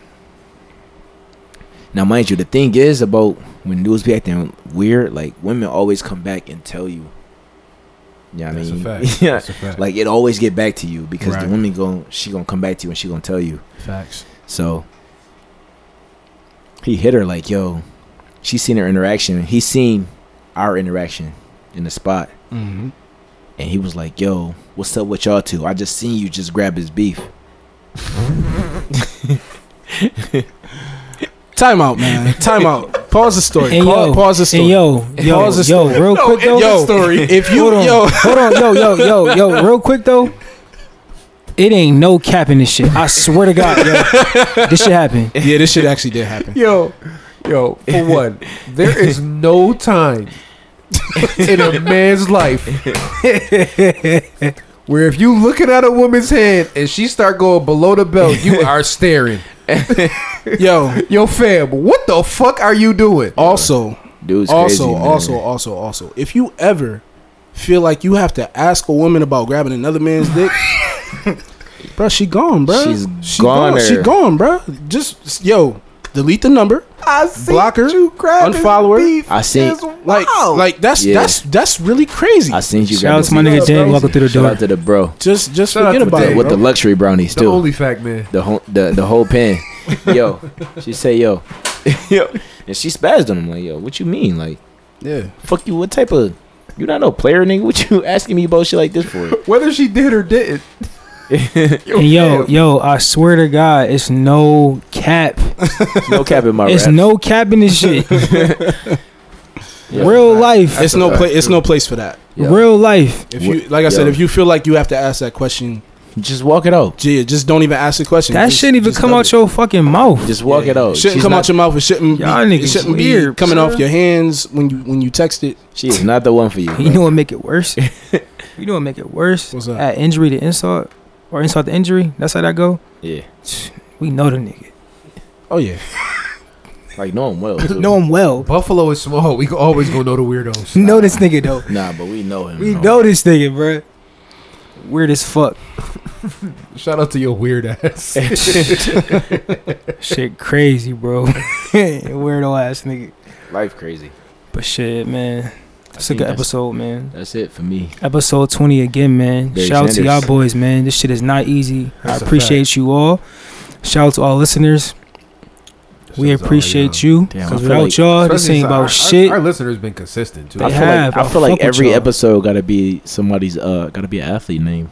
E: Now, mind you, the thing is about when dudes be acting weird, like women always come back and tell you. Yeah,
B: That's
E: I mean,
B: a
E: <laughs>
B: fact.
E: yeah,
B: That's a fact.
E: like it always get back to you because
A: Right.
E: the woman going she gonna come back to you and she gonna tell you.
A: Facts.
E: So he hit her like, yo, she seen her interaction. He seen our interaction in the spot.
A: Mm-hmm.
E: And he was like, yo, what's up with y'all two? I just seen you just grab his beef.
A: Time out,
D: <laughs>
A: man. Time out. Pause the story.
D: And
A: Pause-
D: yo,
A: pause the story.
D: And yo, yo,
A: Pause the
D: yo,
A: story.
D: real quick though.
A: yo, <laughs> story. If you,
D: hold on,
A: yo,
D: hold on, yo, yo, yo, <laughs> yo, real quick though. It ain't no cap in this shit. I swear to God, yo, this shit happened.
A: yeah, this shit actually did
D: <laughs>
A: happen.
B: Yo, yo, for one, there is no time in a
A: <laughs>
B: man's life where if you looking at a woman's head and she start going below the belt,
A: <laughs>
B: you are staring.
A: Yo,
B: Yo, fam, what the fuck are you doing?
A: also,
E: Dude's
A: also,
E: crazy, man.
A: also, also, also, if you ever feel like you have to ask a woman about grabbing another man's
E: <laughs>
A: dick, bruh, she gone, bruh.
E: She's
A: she gone. She
E: goner.
A: gone, bruh. Just yo, delete the number,
B: I see
A: block her, unfollow her.
E: I seen
A: Like, like that's
E: Yeah.
A: that's that's really crazy.
E: I seen you
D: Shout out
E: grab
D: to my nigga Jay walking through the
E: Shout
D: door.
E: out to the bro.
A: just just
B: Shout out
A: forget
B: to
A: about
B: Dave,
A: it.
E: With the
A: Bro.
E: luxury brownies
B: The
E: too.
B: only fact, man.
E: the whole the, the whole pen. yo. She say yo. yo. And she spazzed on him like, yo, what you mean? Like
A: Yeah,
E: fuck you, what type of you not no player nigga? What you <laughs> asking me about shit like this for?
B: Whether she did or didn't. Yo,
D: And yo,
B: fam.
D: yo, I swear to God, it's no cap.
E: No cap in my
D: It's
E: raps.
D: no cap in this shit.
E: Yeah.
D: Real life,
A: it's no place. It's no place for that.
E: Yeah.
D: real life.
A: If
E: Wha-
A: you, like I said,
E: yo.
A: if you feel like you have to ask that question,
E: Just walk it out.
A: gee, just don't even ask the question.
D: That
A: Just-
D: shouldn't even
A: just
D: come
A: dub
D: out
A: it.
D: your fucking mouth.
E: Just walk it out.
A: Shouldn't
E: Oh, She's
A: come
E: not,
A: out your mouth. It shouldn't.
D: Y'all
A: Be, it
D: niggas
A: shouldn't be
D: weird,
A: coming
D: son.
A: off your hands when you when you text it.
E: She is not the one for you.
D: <laughs> You know what make it worse? <laughs> you know what make it worse?
A: What's that?
D: Add injury to insult or insult to injury. That's how that go.
E: yeah.
D: We know the nigga.
A: Oh yeah.
E: Like know him well. too.
D: Know him <laughs> well.
B: Buffalo is small. We always gonna know the
D: <laughs>
B: weirdos.
D: Know this nigga though.
E: Nah, but we know him.
D: We
E: though.
D: know this nigga, bruh. Weird as <laughs> fuck.
B: Shout out to your weird
D: <laughs>
B: ass.
D: Shit crazy, bro. <laughs> Weirdo ass nigga.
E: Life crazy.
D: But shit, man. That's a
E: think
D: good
E: that's-
D: episode, man.
E: That's it for me.
D: Episode 20 again, man.
E: Barry
D: Shout out to y'all
E: Sanders.
D: boys, man. This shit is not easy.
B: That's
D: I
B: a
D: appreciate you all. Shout out to all listeners. we appreciate you.
E: Damn, I
D: Because
E: feel
D: without
E: like-
D: y'all, this
B: Especially
D: ain't
B: since
D: about
B: our,
D: shit.
B: Our, our listeners been consistent too.
D: They
E: I feel
D: have.
E: like
D: I
E: I
D: fuck
E: feel like
D: with
E: every
D: y'all.
E: episode gotta be somebody's uh gotta be an athlete name.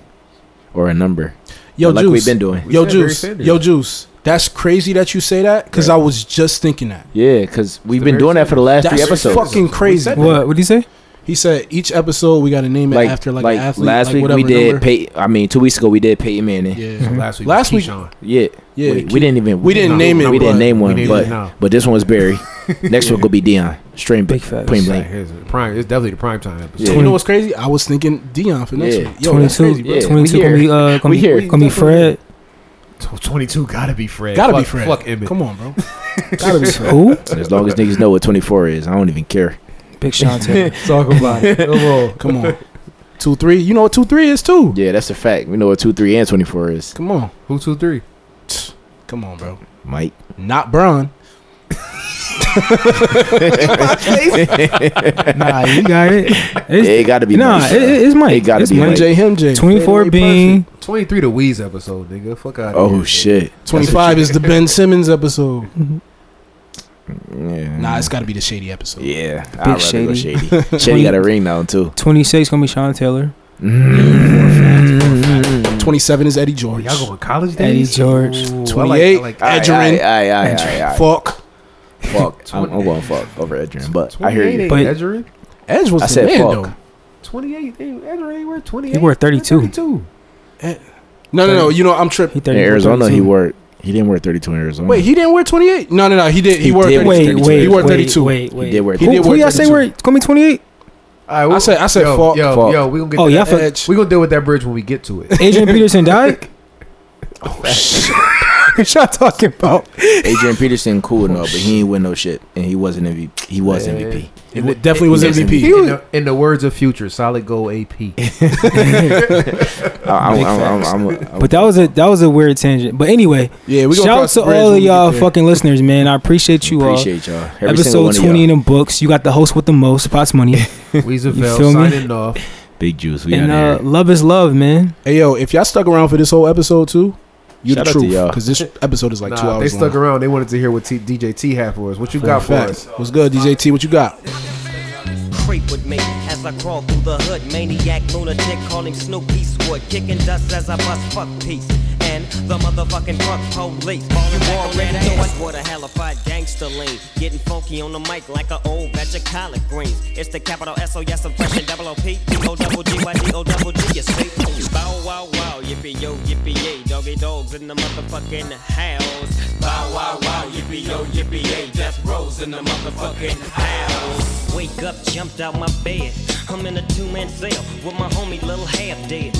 E: Or a number.
A: Yo,
E: like
A: Juice.
E: we've been doing.
A: Yo,
B: said Barry
A: Juice.
B: Sanders.
A: Yo, Juice. That's crazy that you say that because I was just thinking that.
E: Yeah, because we've
B: the
E: been
B: very
E: doing that for the last
A: That's
E: three episodes.
A: fucking crazy.
B: said
D: What? What do you say?
A: He said each episode we got to name it
E: like,
A: after like,
E: like
A: an athlete.
E: last
A: like
E: week
A: whatever
E: we did.
A: number.
E: Pey- I mean, two weeks ago we did Peyton Manning. Yeah,
B: So last week,
A: Last
B: was
A: week-
B: Keyshawn.
E: yeah.
A: Yeah,
E: we, we didn't even
A: we didn't
E: no,
A: name it,
E: We
A: but-
E: didn't name
B: we
E: one,
B: named
E: but
B: it now.
E: but this one was Barry. Next one could be Dion. Straight
D: Big
E: big
D: facts.
E: point
B: Like,
E: blank.
B: here's the prime. It's definitely the prime time episode.
E: Yeah.
A: You know what's crazy? I was thinking Dion for next
E: Yeah.
A: week. Yo, that's
D: 22.
A: crazy, bro.
E: Yeah, we
D: 22 gonna be,
E: here.
D: uh, gonna
E: We
D: be,
E: here.
D: Gonna be Fred.
B: Tw- 22 gotta be Fred.
A: Gotta be
B: Fuck-
A: Fred.
B: Fuck Emmett.
A: Come on, bro.
D: Gotta be Who?
E: And as long as niggas know what 24 is, I don't even care.
D: Big
A: <laughs>
D: Sean Taylor.
B: Talk about it. Come on.
A: Come on. <laughs> Two three. You know what two three is too.
E: Yeah, that's a fact. We know what 2, 3, and 24 is.
A: Come on.
B: Who two three?
A: Come on, bro.
E: Mike.
A: Not Bron.
D: Nah, you got it. It's,
E: It gotta be
D: Nah,
E: Mike.
D: it, it- it's Mike.
E: It gotta
D: it's
E: be
D: Mike.
E: Mike.
A: MJ, him, J.
D: 24 being
B: Twenty three to Wheeze episode, nigga. Fuck out.
E: Oh shit.
A: 25 is the Ben Simmons episode.
E: Yeah.
A: Nah, it's got to be the shady episode.
E: Yeah. I'd rather
D: Shady.
A: <laughs>
E: go shady. shady got a ring now
A: <clears throat>
E: too.
D: 26 gonna be Sean Taylor,
E: Mm.
A: 27 is Eddie George.
B: Oh, Y'all going college
D: Eddie
B: days?
D: George.
B: Ooh, I like- I
A: 28.
B: like
E: Aye,
A: Edgerrin.
E: aye, aye, aye, aye, aye.
A: Fuck.
E: Fuck. I'm, I'm going fuck over Edrin, but I hear
B: 28
E: you.
B: ain't
D: But-
B: Edgerrin.
A: Edge was
E: I
A: the
E: said
A: man,
E: fuck.
A: though.
B: 28. They, Edgerrin ain't worth 28.
D: He worth 32.
B: 32.
A: No, no, no. You know, I'm tripping.
D: He 30.
E: In Arizona, he wore. He didn't wear 32 in Arizona.
A: Wait, he didn't wear 28? No, no, no. He did. He,
E: He
A: wore
E: did
A: 32.
E: wear
D: Wait,
E: 32.
D: wait,
A: He wore
D: wait,
A: 32. <laughs>
D: Wait, wait.
E: He did wear
A: He
D: Who,
A: did
D: who
A: wear
E: <laughs>
D: y'all say
A: 32.
D: were? It's gonna be 28.
B: All right,
A: I said- I said
B: yo,
A: fuck.
B: Yo,
E: Fuck.
B: yo, we gonna get
D: Oh,
B: to
D: y'all
B: that.
D: fuck-
A: Edge.
B: We gonna deal with that bridge when we get
A: <laughs>
B: to it.
D: Adrian Peterson died. Oh shit! y'all talking about?
E: Adrian Peterson cool and all, but he ain't win no shit, and he wasn't MVP. He was MVP.
A: He wa- definitely was
E: he was
A: MVP.
B: In the, in the words of Future, solid goal
A: <laughs>
B: AP.
E: I- I'm- I'm- I'm- I'm- I'm-
D: But that was a that was a weird tangent. But anyway,
A: Yeah, we gonna
D: shout out
A: cross
D: to
A: the bridge
D: all
A: when
D: of
A: we
D: y'all
A: get there.
D: fucking listeners, man. I appreciate you all.
E: appreciate y'all. Every single
D: Episode
E: one of
D: 20 in
E: y'all.
D: the books. You got the host with the most, Pots
E: <laughs>
D: Money.
B: Weezer
D: You
B: Fell
D: feel me?
B: signing off.
E: Big juice. We
D: and uh,
E: out here.
D: love is love, man.
A: Hey, yo, if y'all stuck around for this whole episode, too, you
E: Shout
A: the
E: out to
A: truth.
E: y'all.
A: Because this episode is like two
B: Nah, they
A: hours
B: stuck
A: long.
B: around. They wanted to hear what T- DJ T had for us. What you got for
A: Facts.
B: us?
A: What's good, DJ T? What you got?
I: creep with me as I crawl through the hood. Maniac, lunatic, calling Snoop Eastwood, kicking dust as I bust fuck peace. And the motherfucking fuck police. You already know it's what a halified gangster lean. Getting funky on the mic like an old batch of collard greens. It's the capital S O yes, I'm flexing double O P D O double G Y D O double G. You see? Bow wow wow, yippee yo yippee yay, doggy dogs in the motherfucking house. Bow wow wow, yippee yo yippee yay, death rows in the motherfucking house. Wake up, jumped out my bed. I'm in a two man cell with my homie Lil Half dead.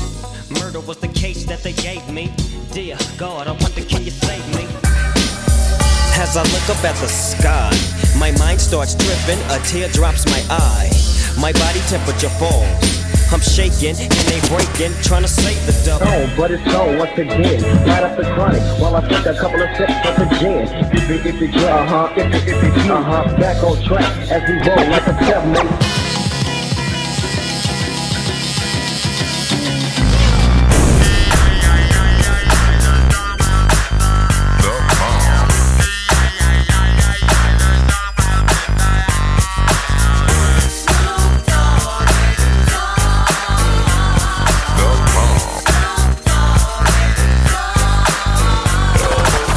I: Murder was the case that they gave me. Dear God, I wonder can you save me? As I look up at the sky, my mind starts tripping, a tear drops my eye. My body temperature falls. I'm shaking and they breaking, trying to save the double.
J: on, but it's on once again. Light up the chronic while I take a couple of sips of the gin. If it, if it, uh huh, if it, if it, uh huh. Back on track as we roll like a seven.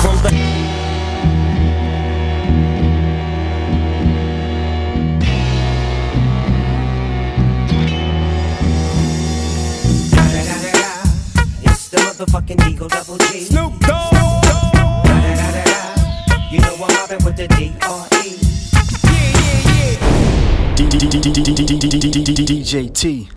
I: From the
F: It's the motherfucking Eagle Double G. Snoop Dogg. You know I'm mobbing with the E. D-R-E.
K: DJ T.